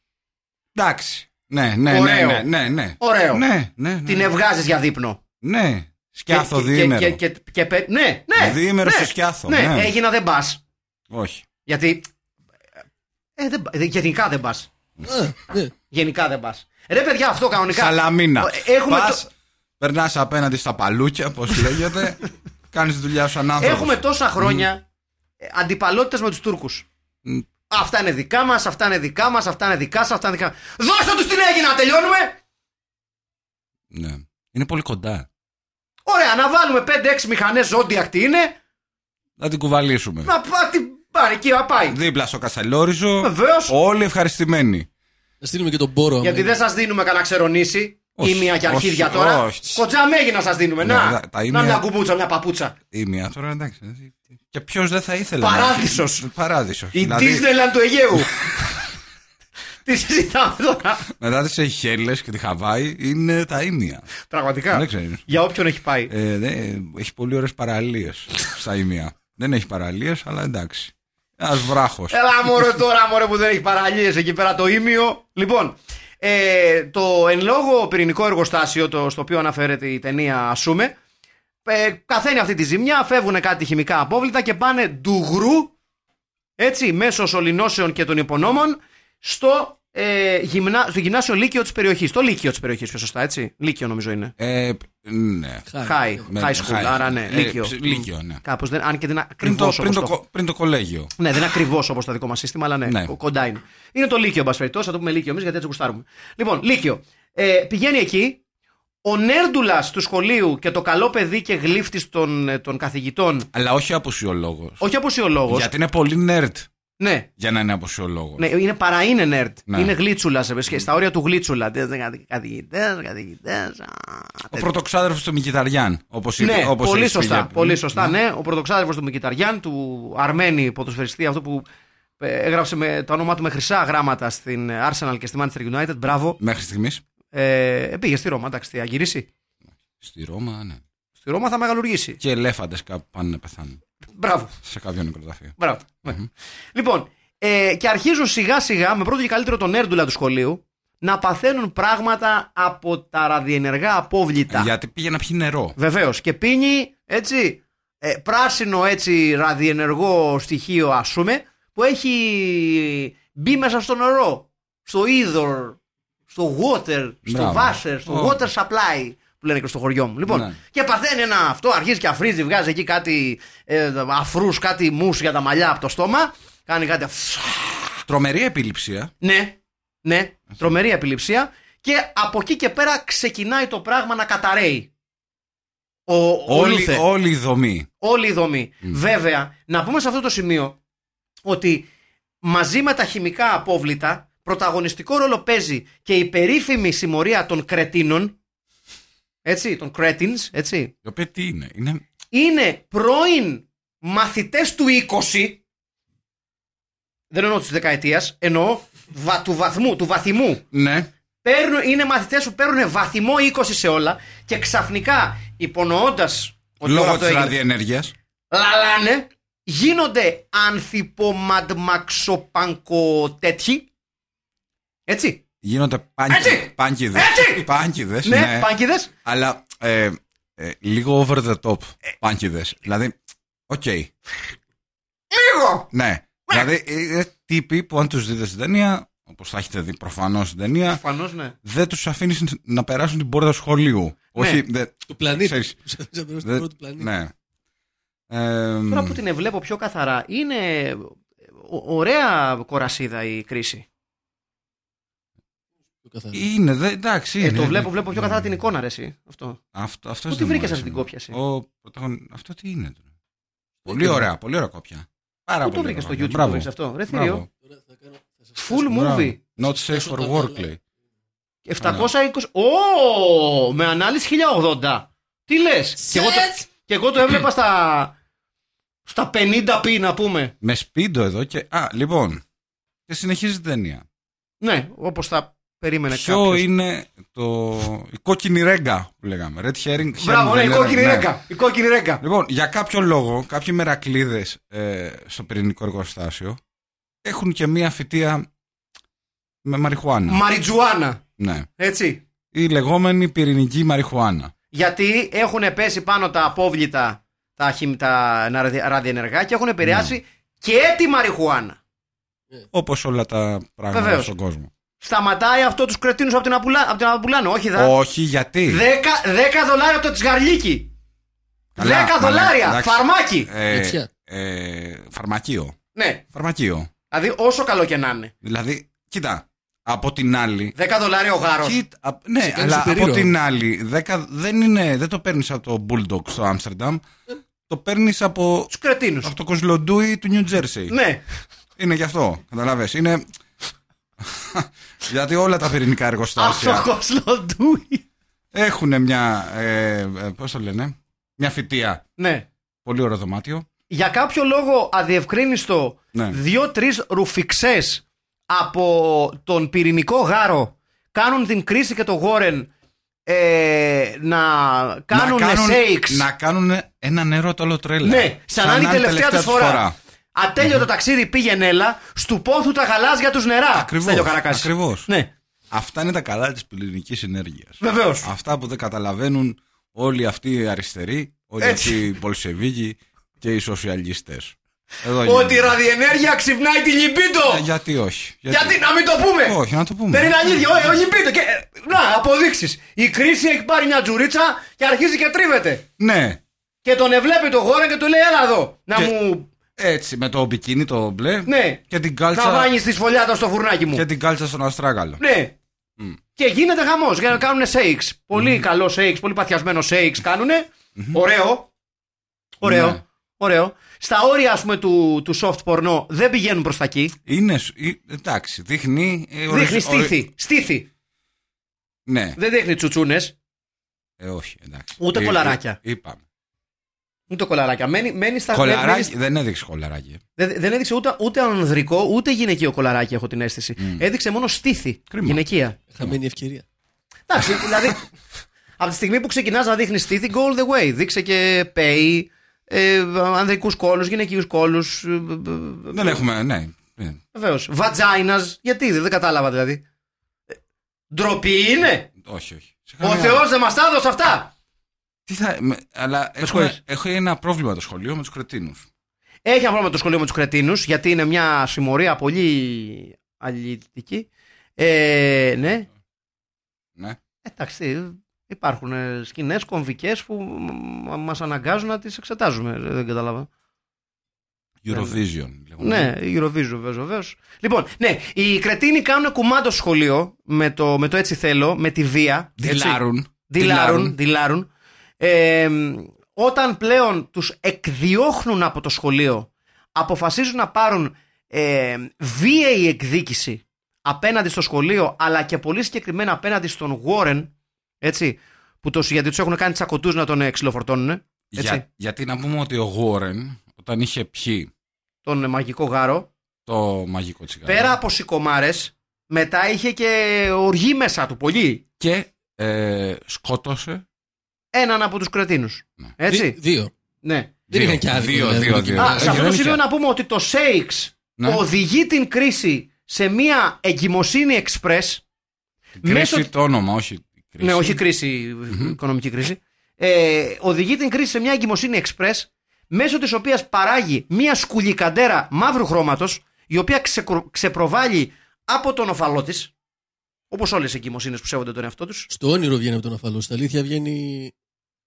Speaker 2: Εντάξει. Ναι, ναι, ναι,
Speaker 1: Ωραίο.
Speaker 2: ναι, ναι, ναι.
Speaker 1: Ωραίο.
Speaker 2: Ναι, ναι, ναι.
Speaker 1: την ευγάζεις για δείπνο.
Speaker 2: Ναι. Σκιάθο διήμερο.
Speaker 1: Και, και, και πε- ναι, ναι.
Speaker 2: Διήμερο
Speaker 1: ναι,
Speaker 2: στο σκιάθο,
Speaker 1: Ναι,
Speaker 2: ναι.
Speaker 1: έγινα δεν πας.
Speaker 2: Όχι.
Speaker 1: Γιατί. Ε, δεν, πα- γενικά δεν πας.
Speaker 3: Α, ναι.
Speaker 1: Γενικά δεν πας. Ρε παιδιά, αυτό κανονικά.
Speaker 2: Σαλαμίνα.
Speaker 1: Ε, Έχουμε,
Speaker 2: Πας,
Speaker 1: τό-
Speaker 2: περνάς απέναντι στα παλούκια, όπως λέγεται. κάνεις τη δουλειά σου σαν άνθρωπος.
Speaker 1: έχουμε τόσα χρόνια αντιπαλότητες με τους Τούρκους.
Speaker 2: Μ,
Speaker 1: Αυτά είναι δικά μας, αυτά είναι δικά μας, αυτά είναι δικά σας, αυτά είναι δικά μας. Δώστε τους την έγινα, τελειώνουμε!
Speaker 2: Ναι. Είναι πολύ κοντά.
Speaker 1: Ωραία, να βάλουμε 5-6 μηχανέ ζόντια τι είναι,
Speaker 2: Να την κουβαλήσουμε.
Speaker 1: να πά- την πάρει εκεί, να πάει.
Speaker 2: Δίπλα στο Κασαλόριζο.
Speaker 1: Βεβαίως.
Speaker 2: Όλοι ευχαριστημένοι.
Speaker 3: Να στείλουμε και τον πόρο. άμα
Speaker 1: Γιατί
Speaker 3: είναι.
Speaker 1: δεν σας δίνουμε κανένα ξερονήσι,
Speaker 2: Όχι,
Speaker 1: ήμια και αρχίδια
Speaker 2: όχι,
Speaker 1: τώρα.
Speaker 2: όχι.
Speaker 1: Κοντζά μέγινα σας δίνουμε,
Speaker 2: Ναι,
Speaker 1: να.
Speaker 2: τα- τα
Speaker 1: να
Speaker 2: ήμια-
Speaker 1: μια κουμπούτσα, μια παπούτσα.
Speaker 2: Η μία τώρα εντάξει. Και ποιος δεν θα ήθελε. να-
Speaker 1: Παράδεισος.
Speaker 2: Παράδεισος.
Speaker 1: Η
Speaker 2: Δηλαδή,
Speaker 1: Disneyland του Αιγαίου. Τι συζητάμε τώρα.
Speaker 2: μετά τις Αιχέλε και τη Χαβάη είναι τα ίμια.
Speaker 1: Πραγματικά.
Speaker 2: Δεν ξέρεις.
Speaker 1: Για όποιον έχει πάει.
Speaker 2: Ε, δε- έχει πολύ ωραίες παραλίες στα ίμια. δεν έχει παραλίες, αλλά εντάξει. Ένας βράχος.
Speaker 1: Έλα μωρέ τώρα μωρέ που δεν έχει παραλίες εκεί πέρα το Ήμιο Λοιπόν ε, το εν λόγω πυρηνικό εργοστάσιο το, στο οποίο αναφέρεται η ταινία Ασούμε ε, καθαίνει αυτή τη ζημιά, φεύγουν κάτι χημικά απόβλητα και πάνε ντουγρού έτσι μέσω σωληνώσεων και των υπονόμων στο, ε, γυμνά, στο γυμνάσιο Λύκειο της περιοχής το Λύκειο της περιοχής πιο σωστά έτσι Λύκειο νομίζω είναι
Speaker 2: Ε, ναι.
Speaker 3: Χάρη.
Speaker 1: High,
Speaker 2: Με-
Speaker 1: high school,
Speaker 2: high.
Speaker 1: άρα ναι,
Speaker 2: Ε,
Speaker 1: Λύκειο.
Speaker 2: ψ- Λύκειο, ναι.
Speaker 1: Κάπως δεν, αν και δεν
Speaker 2: Πριν το,
Speaker 1: ακριβώς
Speaker 2: πριν,
Speaker 1: όπως
Speaker 2: το,
Speaker 1: το-
Speaker 2: κο- πριν το κολέγιο.
Speaker 1: ναι, δεν είναι ακριβώς όπως το δικό μας σύστημα, αλλά ναι,
Speaker 2: Ναι.
Speaker 1: κο- κοντά είναι. Είναι το Λύκειο, εν πάση περιπτώσει, θα το πούμε Λύκειο εμείς γιατί έτσι γουστάρουμε. Λοιπόν, Λύκειο. Ε, πηγαίνει εκεί. Ο νέρντουλας του σχολείου και το καλό παιδί και γλύφτης των, ε, των καθηγητών,
Speaker 2: Αλλά όχι αποσιολόγο.
Speaker 1: όχι αποσιολόγο.
Speaker 2: Γιατί είναι πολύ nerd
Speaker 1: Ναι,
Speaker 2: για να είναι αποσιολόγος.
Speaker 1: ναι, είναι παρά είναι νέρντ.
Speaker 2: Ναι.
Speaker 1: Είναι γλίτσουλας, σε σχέση- στα όρια του γλίτσουλα. Καθηγητέ, καθηγητέ.
Speaker 2: Ο πρωτοξάδερφος του Μικηταριάν. Όπως είπε.
Speaker 1: Ναι,
Speaker 2: όπως
Speaker 1: πολύ
Speaker 2: έχεις πει,
Speaker 1: σωστά.
Speaker 2: για-
Speaker 1: Πολύ σωστά ναι. Ο πρωτοξάδερφος του Μικηταριάν, του Αρμένη ποδοσφαιριστή, αυτό που ε, έγραψε με, το όνομά του με χρυσά γράμματα στην Arsenal και στη Manchester United. Μπράβο.
Speaker 2: Μέχρι στιγμής.
Speaker 1: Ε, πήγε στη Ρώμα, εντάξει, τι, θα γυρίσει.
Speaker 2: Στη Ρώμα, ναι.
Speaker 1: Στη Ρώμα θα μεγαλουργήσει.
Speaker 2: Και ελέφαντες κάπου πάνε να πεθάνουν.
Speaker 1: Μπράβο.
Speaker 2: Σε κάποιο νεκροταφείο.
Speaker 1: μπράβο. Ναι. Λοιπόν, ε, και αρχίζουν σιγά σιγά, με πρώτο και καλύτερο τον έρντουλα του σχολείου, να παθαίνουν πράγματα από τα ραδιενεργά απόβλητα.
Speaker 2: Γιατί πήγε να πιει νερό.
Speaker 1: Βεβαίως. Και πίνει έτσι ε, πράσινο έτσι ραδιενεργό στοιχείο, ας πούμε, που έχει μπει μέσα στο νερό, στο είδωρ, στο water, στο
Speaker 2: Μπράβο.
Speaker 1: washer, στο
Speaker 2: Ω.
Speaker 1: water supply που λένε και στο χωριό μου. Λοιπόν,
Speaker 2: Ναι.
Speaker 1: και παθαίνει ένα αυτό, αρχίζει και αφρίζει, βγάζει εκεί κάτι ε, αφρούς, κάτι μους για τα μαλλιά από το στόμα, κάνει κάτι αφ-
Speaker 2: Τρομερή επίληψη, ε.
Speaker 1: ναι, ναι, τρομερή επιληψία. Και από εκεί και πέρα ξεκινάει το πράγμα να καταραίει. Ο, ο Λούθε.
Speaker 2: Όλη, όλη η δομή.
Speaker 1: Όλη η δομή. Βέβαια, να πούμε σε αυτό το σημείο ότι μαζί με τα χημικά απόβλητα πρωταγωνιστικό ρόλο παίζει και η περίφημη συμμορία των κρετίνων. Έτσι, των cretins, έτσι.
Speaker 2: Η οποία τι είναι, είναι.
Speaker 1: Είναι πρώην μαθητές του 20. Δεν εννοώ της δεκαετίας, εννοώ βα- του βαθμού, του βαθμού.
Speaker 2: Ναι.
Speaker 1: Παίρνουν, είναι μαθητές που παίρνουν βαθμό 20 σε όλα και ξαφνικά υπονοώντας ότι όλο
Speaker 2: Λόγω
Speaker 1: αυτό
Speaker 2: της
Speaker 1: έγινε,
Speaker 2: ραδιενέργειας.
Speaker 1: λαλάνε, γίνονται ανθυπομαντμαξοπανκοτέτοιοι. Έτσι.
Speaker 2: Γίνονται
Speaker 1: Έτσι!
Speaker 2: πάνκι, πάνκιδες.
Speaker 1: Έτσι!
Speaker 2: Πάνκιδες,
Speaker 1: Ναι,
Speaker 2: ναι.
Speaker 1: ναι. παγκίδε.
Speaker 2: Αλλά ε, ε, λίγο over the top
Speaker 1: Ε.
Speaker 2: πάνκιδες. Δηλαδή, οκ.
Speaker 1: Λίγο!
Speaker 2: Ναι. Δηλαδή, ε, ε, τύποι που αν τους δείτε στην ταινία, όπως θα έχετε δει προφανώς στην ταινία,
Speaker 1: Προφανώς ναι.
Speaker 2: δεν τους αφήνεις να περάσουν την πόρτα του σχολείου. Όχι, δε,
Speaker 3: Του πλανήτη.
Speaker 2: Ξέρεις.
Speaker 3: Τους αφήνεις να περάσουν
Speaker 2: δε-
Speaker 3: την πρώτη πλανήτη.
Speaker 2: ναι. Ε,
Speaker 1: Τώρα που την βλέπω πιο καθαρά, είναι ω- ωραία κορασίδα η κρίση.
Speaker 3: Πιο καθαρά.
Speaker 2: Είναι, δε, εντάξει.
Speaker 1: Ε,
Speaker 2: είναι.
Speaker 1: το βλέπω, βλέπω πιο
Speaker 2: Ναι.
Speaker 1: καθαρά την εικόνα, ρε, εσύ. Αυτό.
Speaker 2: Αυτό, αυτός
Speaker 1: Πού τη
Speaker 2: δεν μου
Speaker 1: βρήκες
Speaker 2: άρεσε.
Speaker 1: αυτή την κόπια, εσύ? Ε,
Speaker 2: Ο πρωταγων- Αυτό τι είναι. τώρα. Πολύ
Speaker 3: Ωραία.
Speaker 2: ωραία, πολύ ωραία κόπια. Πάρα
Speaker 1: Πού
Speaker 2: πολύ
Speaker 1: το βρήκες στο
Speaker 2: ωραία
Speaker 1: YouTube
Speaker 2: κόπια.
Speaker 1: το βρήκες αυτό. Ρε
Speaker 2: Μπράβο,
Speaker 1: θηρίο.
Speaker 3: Τώρα θα κάνω- θα σας
Speaker 1: Full
Speaker 3: κάνω-
Speaker 2: μπράβο.
Speaker 1: movie.
Speaker 2: Not safe for work, λέει.
Speaker 1: 720. Ω! Με ανάλυση 1080. Τι λες. Και, εγώ το- και εγώ το έβλεπα στα. Στα 50p να πούμε.
Speaker 2: Με σπίντο εδώ και. Α, λοιπόν. Και συνεχίζει η ταινία.
Speaker 1: Ναι, όπως θα περίμενε
Speaker 2: Ποιο
Speaker 1: Ε, ναι, κάποιος.
Speaker 2: είναι το. η κόκκινη ρέγκα που λέγαμε. Red herring.
Speaker 1: Μπράβο,
Speaker 2: herring,
Speaker 1: ναι, η
Speaker 2: δεν
Speaker 1: κόκκινη
Speaker 2: λέγαμε, ναι.
Speaker 1: ρέγκα. Η κόκκινη ρέγκα.
Speaker 2: Λοιπόν, για κάποιο λόγο, κάποιοι μερακλείδες στο πυρηνικό εργοστάσιο έχουν και μία φυτεία με μαριχουάνα.
Speaker 1: Μαριτζουάνα.
Speaker 2: Ναι.
Speaker 1: Έτσι.
Speaker 2: Η λεγόμενη πυρηνική μαριχουάνα.
Speaker 1: Γιατί έχουν πέσει πάνω τα απόβλητα, τα, χημ- τα ραδι- ραδιενεργά και έχουν επηρεάσει
Speaker 2: Ναι.
Speaker 1: και τη μαριχουάνα.
Speaker 2: Όπως όλα τα πράγματα
Speaker 1: Βεβαίως.
Speaker 2: στον κόσμο.
Speaker 1: Σταματάει αυτό τους κρετίνους από την, απουλα... από την Απουλάνο. Όχι, δα.
Speaker 2: Όχι, γιατί.
Speaker 1: 10, 10 δολάρια το τσιγαρλίκι. 10
Speaker 2: Καλά, μα,
Speaker 1: δολάρια.
Speaker 2: εντάξει.
Speaker 1: Φαρμάκι.
Speaker 2: Ε,
Speaker 3: Τέτοια.
Speaker 2: ε, φαρμακείο.
Speaker 1: Ναι.
Speaker 2: Φαρμακείο.
Speaker 1: Δηλαδή, όσο καλό και να είναι.
Speaker 2: Δηλαδή, κοίτα, από την άλλη.
Speaker 1: 10 δολάρια ο γάρος.
Speaker 2: κοίτα, απ- ναι,
Speaker 3: κάνεις
Speaker 2: αλλά
Speaker 3: σούπερ
Speaker 2: από
Speaker 3: ήρωα.
Speaker 2: την άλλη, δέκα, δεν, είναι, δεν το παίρνεις από το Bulldog στο Άμστερνταμ.
Speaker 1: Ε.
Speaker 2: Το παίρνεις από,
Speaker 1: Τους κρετίνους.
Speaker 2: από το Κοσλοντούι του Νιου Τζέρσι.
Speaker 1: Ναι.
Speaker 2: Είναι γι' αυτό. Καταλάβες. Είναι. Γιατί όλα τα πυρηνικά
Speaker 1: Αυτό
Speaker 2: εργοστάσια
Speaker 1: κοσλοντούι.
Speaker 2: έχουν μια. Ε, ε, πώς το λένε, μια φυτεία.
Speaker 1: Ναι.
Speaker 2: Πολύ ωραίο δωμάτιο.
Speaker 1: Για κάποιο λόγο αδιευκρίνιστο,
Speaker 2: Ναι.
Speaker 1: δύο-τρει ρουφιξές από τον πυρηνικό γάρο κάνουν την κρίση και το γόρεν ε, να κάνουν,
Speaker 2: να κάνουν,
Speaker 1: shakes.
Speaker 2: να κάνουν ένα νερό το όλο τρέλα.
Speaker 1: Ναι, σαν να είναι η τελευταία του
Speaker 2: τους
Speaker 1: φορά. Ατέλειο το ταξίδι πήγαινε έλα, στου πόθου τα γαλάζια τους νερά.
Speaker 2: Ακριβώς,
Speaker 1: Στέλιο Καρακάση.
Speaker 2: ακριβώς.
Speaker 1: Ναι,
Speaker 2: Αυτά είναι τα καλά της πυρηνικής ενέργειας.
Speaker 1: βεβαίως.
Speaker 2: Αυτά που δεν καταλαβαίνουν όλοι αυτοί οι αριστεροί, όλοι
Speaker 1: Έτσι.
Speaker 2: αυτοί οι πολσεβίκοι και οι σοσιαλιστές. Εδώ
Speaker 1: Ότι η
Speaker 2: γίνεται.
Speaker 1: ραδιενέργεια ξυπνάει τη λιμπίντο.
Speaker 2: Ε, Γιατί όχι.
Speaker 1: Γιατί να μην το πούμε.
Speaker 2: Όχι, να το πούμε.
Speaker 1: Δεν είναι αλήθεια, όχι, όχι πείτε. Και, να, αποδείξεις. Η κρίση έχει πάρει μια τζουρίτσα και αρχίζει και τρίβεται.
Speaker 2: Ναι.
Speaker 1: Και τον εβλέπει το χώρο και του λέει: Έλα εδώ. Να
Speaker 2: Και-
Speaker 1: μου.
Speaker 2: Έτσι, με το μπικίνι το μπλε
Speaker 1: Ναι.
Speaker 2: και, την
Speaker 1: Να
Speaker 2: κάλτσα,
Speaker 1: βάνει τη σφολιάτα στο φουρνάκι μου.
Speaker 2: και την κάλτσα στον Αστράγαλο.
Speaker 1: Ναι. Και γίνεται χαμός. Για να κάνουν shakes. Πολύ καλό shakes, πολύ παθιασμένο shakes κάνουνε. Ωραίο. Ωραίο.
Speaker 2: Ναι.
Speaker 1: Ωραίο. Στα όρια, ας πούμε, του, του soft porno δεν πηγαίνουν προς τα εκεί.
Speaker 2: Είναι, σ- ε, εντάξει, δείχνει... ε, ορι-
Speaker 1: Δείχνει
Speaker 2: ορι-
Speaker 1: στήθη. Στήθη.
Speaker 2: Ναι,
Speaker 1: Δεν δείχνει τσουτσούνες.
Speaker 2: ε, όχι, εντάξει.
Speaker 1: Ούτε
Speaker 2: Ε,
Speaker 1: κολαράκια.
Speaker 2: ε, Είπαμε.
Speaker 1: Ούτε κολαράκια. Μένει, μένει στα μένει
Speaker 2: Κολαράκι,
Speaker 1: στα-
Speaker 2: δεν έδειξε κολαράκι.
Speaker 1: Δεν, δεν έδειξε ούτε, ούτε ανδρικό, ούτε γυναικείο κολαράκι, έχω την αίσθηση. Έδειξε μόνο στήθη.
Speaker 2: Κρίμα.
Speaker 1: Γυναικεία.
Speaker 3: Χαμένη ευκαιρία.
Speaker 1: Εντάξει, δηλαδή. από τη στιγμή που ξεκινάς να δείχνεις στήθη, go all the way. Δείξε και pay, ε, ανδρικούς κόλους, γυναικείους κόλους. ε,
Speaker 2: Δεν έχουμε, ναι. Ε,
Speaker 1: Βεβαίως. Βατζάινας. Γιατί δεν, δεν κατάλαβα δηλαδή. Ε, Ντροπή είναι.
Speaker 2: όχι, όχι. Σε
Speaker 1: Ο
Speaker 2: καμία-
Speaker 1: Θεός δεν μας τα έδωσε αυτά.
Speaker 2: Τι θα, με- αλλά έχω,
Speaker 1: συγχωρείς.
Speaker 2: έχω ένα πρόβλημα το σχολείο με τους κρετίνους.
Speaker 1: Έχει ένα πρόβλημα το σχολείο με τους κρετίνους, γιατί είναι μια συμμορία πολύ αλληλητική. Ε, ναι,
Speaker 2: Ναι.
Speaker 1: εντάξει. Υπάρχουν σκηνές κομβικές που μας αναγκάζουν να τις εξετάζουμε. Ε, Δεν καταλαβαίνω.
Speaker 2: Eurovision. λέγονται.
Speaker 1: Ναι, Eurovision βέβαια, βεβαίως. Λοιπόν, ναι, οι Κρετίνοι κάνουν κουμάντο στο σχολείο με το, με το έτσι θέλω, με τη βία. έτσι.
Speaker 2: Δηλάρουν.
Speaker 1: Δηλάρουν. δηλάρουν. Ε, όταν πλέον τους εκδιώχνουν από το σχολείο, αποφασίζουν να πάρουν ε, βίαιη εκδίκηση απέναντι στο σχολείο, αλλά και πολύ συγκεκριμένα απέναντι στον Βόρεν, έτσι, που το, γιατί τους έχουν κάνει τσακωτούς να τον ε, ξυλοφορτώνουν, ε, έτσι,
Speaker 2: Για, γιατί να πούμε ότι ο Γόρεν, όταν είχε πιει
Speaker 1: τον ε, μαγικό γάρο,
Speaker 2: το μαγικό τσιγάρο.
Speaker 1: Πέρα από σικομάρε, μετά είχε και οργή μέσα του πολύ.
Speaker 2: Και ε, σκότωσε.
Speaker 1: Έναν από τους κρετίνους.
Speaker 2: Ναι.
Speaker 1: Έτσι.
Speaker 3: Δι- Δύο.
Speaker 1: Ναι.
Speaker 3: Δεν
Speaker 2: Δύο,
Speaker 3: είχαν κι άλλοι.
Speaker 2: δύο,
Speaker 3: δηλαδή,
Speaker 2: δύο,
Speaker 3: εκεί.
Speaker 2: δύο.
Speaker 1: Α,
Speaker 2: όχι,
Speaker 1: σε αυτό το
Speaker 2: δεν είχε.
Speaker 1: σημείο να πούμε ότι το Σέιξ
Speaker 2: Ε, Ναι.
Speaker 1: οδηγεί την κρίση σε μια εγκυμοσύνη express.
Speaker 2: Κρίση
Speaker 1: Μέσω-
Speaker 2: το όνομα, όχι. Κρίση.
Speaker 1: Ναι, όχι κρίση, οικονομική κρίση. Ε, οδηγεί την κρίση σε μια εγκυμοσύνη express, μέσω της οποίας παράγει μια σκουλικαντέρα μαύρου χρώματος, η οποία ξεκρο- ξεπροβάλλει από τον οφαλό της. Όπως όλες οι εγκυμοσύνες που σέβονται τον εαυτό τους.
Speaker 3: Στο όνειρο βγαίνει από τον αφαλό. Στα αλήθεια βγαίνει.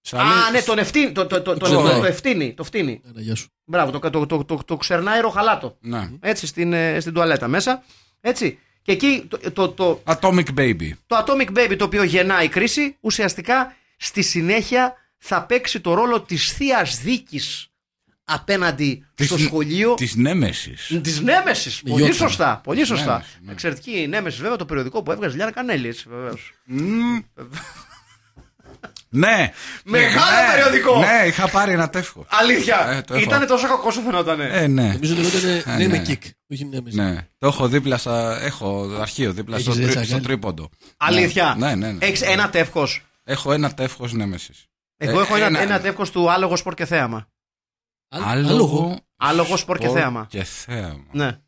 Speaker 2: Σαν
Speaker 1: Α,
Speaker 2: λέει-
Speaker 1: ναι, τον ευθύνη. Το, το, το, το,
Speaker 3: Ξερνάει.
Speaker 1: το, το ευθύνη. Το ευθύνη.
Speaker 3: Άρα, γεια σου.
Speaker 1: Μπράβο, το, το, το, το, το ξερνάει ροχαλάτο.
Speaker 2: Ναι.
Speaker 1: Έτσι, στην, ε, στην τουαλέτα μέσα. Έτσι. Και εκεί το, το, το,
Speaker 2: Atomic Baby.
Speaker 1: το Atomic Baby το οποίο γεννάει η κρίση, ουσιαστικά στη συνέχεια θα παίξει το ρόλο της θείας δίκης απέναντι
Speaker 2: Της-
Speaker 1: στο σχολείο
Speaker 2: Της Νέμεσης.
Speaker 1: Της Νέμεσης.
Speaker 3: Η
Speaker 1: Πολύ
Speaker 3: Ιώτα.
Speaker 1: σωστά. Πολύ σωστά.
Speaker 2: Νέμεσης, ναι.
Speaker 1: Εξαιρετική η Νέμεση, βέβαια, το περιοδικό που έβγαζε Λιάννα Κανέλη. έτσι, βεβαίως.
Speaker 2: Ναι.
Speaker 1: Μεγάλο
Speaker 2: Ναι.
Speaker 1: περιοδικό.
Speaker 2: Ναι, είχα πάρει ένα τεύχο.
Speaker 1: Αλήθεια.
Speaker 2: Ε, το έχω.
Speaker 1: Ήτανε τόσο κακό σου φαινότανε.
Speaker 2: Ε, ναι.
Speaker 3: Νομίζω
Speaker 2: Α,
Speaker 3: λέγεται
Speaker 2: ναι.
Speaker 3: Λέμε Κικ. Όχι Νέμεση.
Speaker 2: Ναι. Το έχω δίπλα στα... Έχω αρχείο δίπλα στο,
Speaker 3: Έχεις
Speaker 2: τρί-
Speaker 3: έτσι
Speaker 2: στο
Speaker 3: αγκάλι.
Speaker 2: τρίποντο.
Speaker 1: Αλήθεια.
Speaker 2: Ναι, ναι, ναι.
Speaker 1: Έχεις ένα τεύχος.
Speaker 2: Έχω ένα τεύχος Νέμεση.
Speaker 1: Εγώ
Speaker 2: Ε,
Speaker 1: έχω ένα,
Speaker 2: ένα-
Speaker 1: ένα τεύχος του άλογο σπορ και θέαμα.
Speaker 3: Α- Άλογο.
Speaker 1: Άλογο σπορ και θέαμα.
Speaker 2: Και θέαμα.
Speaker 1: Ναι.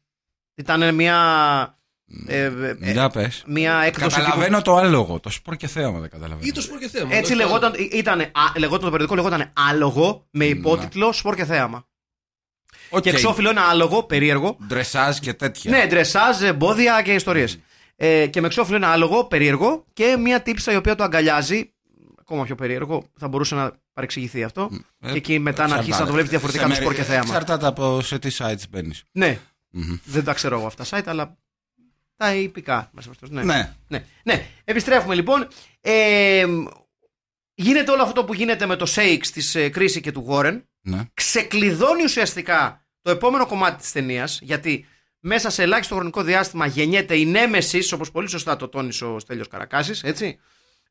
Speaker 1: Ήταν μια. ε, ε, ε,
Speaker 2: Για πες.
Speaker 1: μια έκδοση.
Speaker 2: Καταλαβαίνω το άλογο. Το σπορ και θέαμα δεν καταλαβαίνω.
Speaker 3: Ή το σπορ και θέμα.
Speaker 1: τύπου- Έτσι
Speaker 3: Δεν
Speaker 1: λεγόταν, ήταν, λεγόταν το περιοδικό, λεγόταν άλογο με υπότιτλο σπορ και θέαμα.
Speaker 2: Οκ.
Speaker 1: Και εξώφυλλο ένα άλογο, περίεργο.
Speaker 2: Ντρεσάζ και τέτοια.
Speaker 1: Ναι, ντρεσάζ, εμπόδια και ιστορίες. Ε, και με εξώφυλλο ένα άλογο, περίεργο και μια τύψα η οποία το αγκαλιάζει. Ακόμα πιο περίεργο, θα μπορούσε να παρεξηγηθεί αυτό.
Speaker 2: Ε,
Speaker 1: και εκεί μετά να
Speaker 2: εξαρτάται.
Speaker 1: αρχίσει να το βλέπει διαφορετικά
Speaker 2: Σε
Speaker 1: με σπορ και
Speaker 2: μερικές-
Speaker 1: θέαμα.
Speaker 2: Εξαρτάται από σε τι sites μπαίνεις.
Speaker 1: Ναι. Δεν τα ξέρω εγώ αυτά τα site, αλλά τα υπηκά μέσα στο ναι.
Speaker 2: Ναι.
Speaker 1: ναι. Ναι. Επιστρέφουμε λοιπόν. Ε, γίνεται όλο αυτό που γίνεται με το Σέιξ της ε, κρίση και του Γόρεν.
Speaker 2: Ναι.
Speaker 1: Ξεκλειδώνει ουσιαστικά το επόμενο κομμάτι της ταινίας, γιατί μέσα σε ελάχιστο χρονικό διάστημα γεννιέται η Νέμεσης, όπως πολύ σωστά το τόνισε ο Στέλιος Καρακάσης έτσι.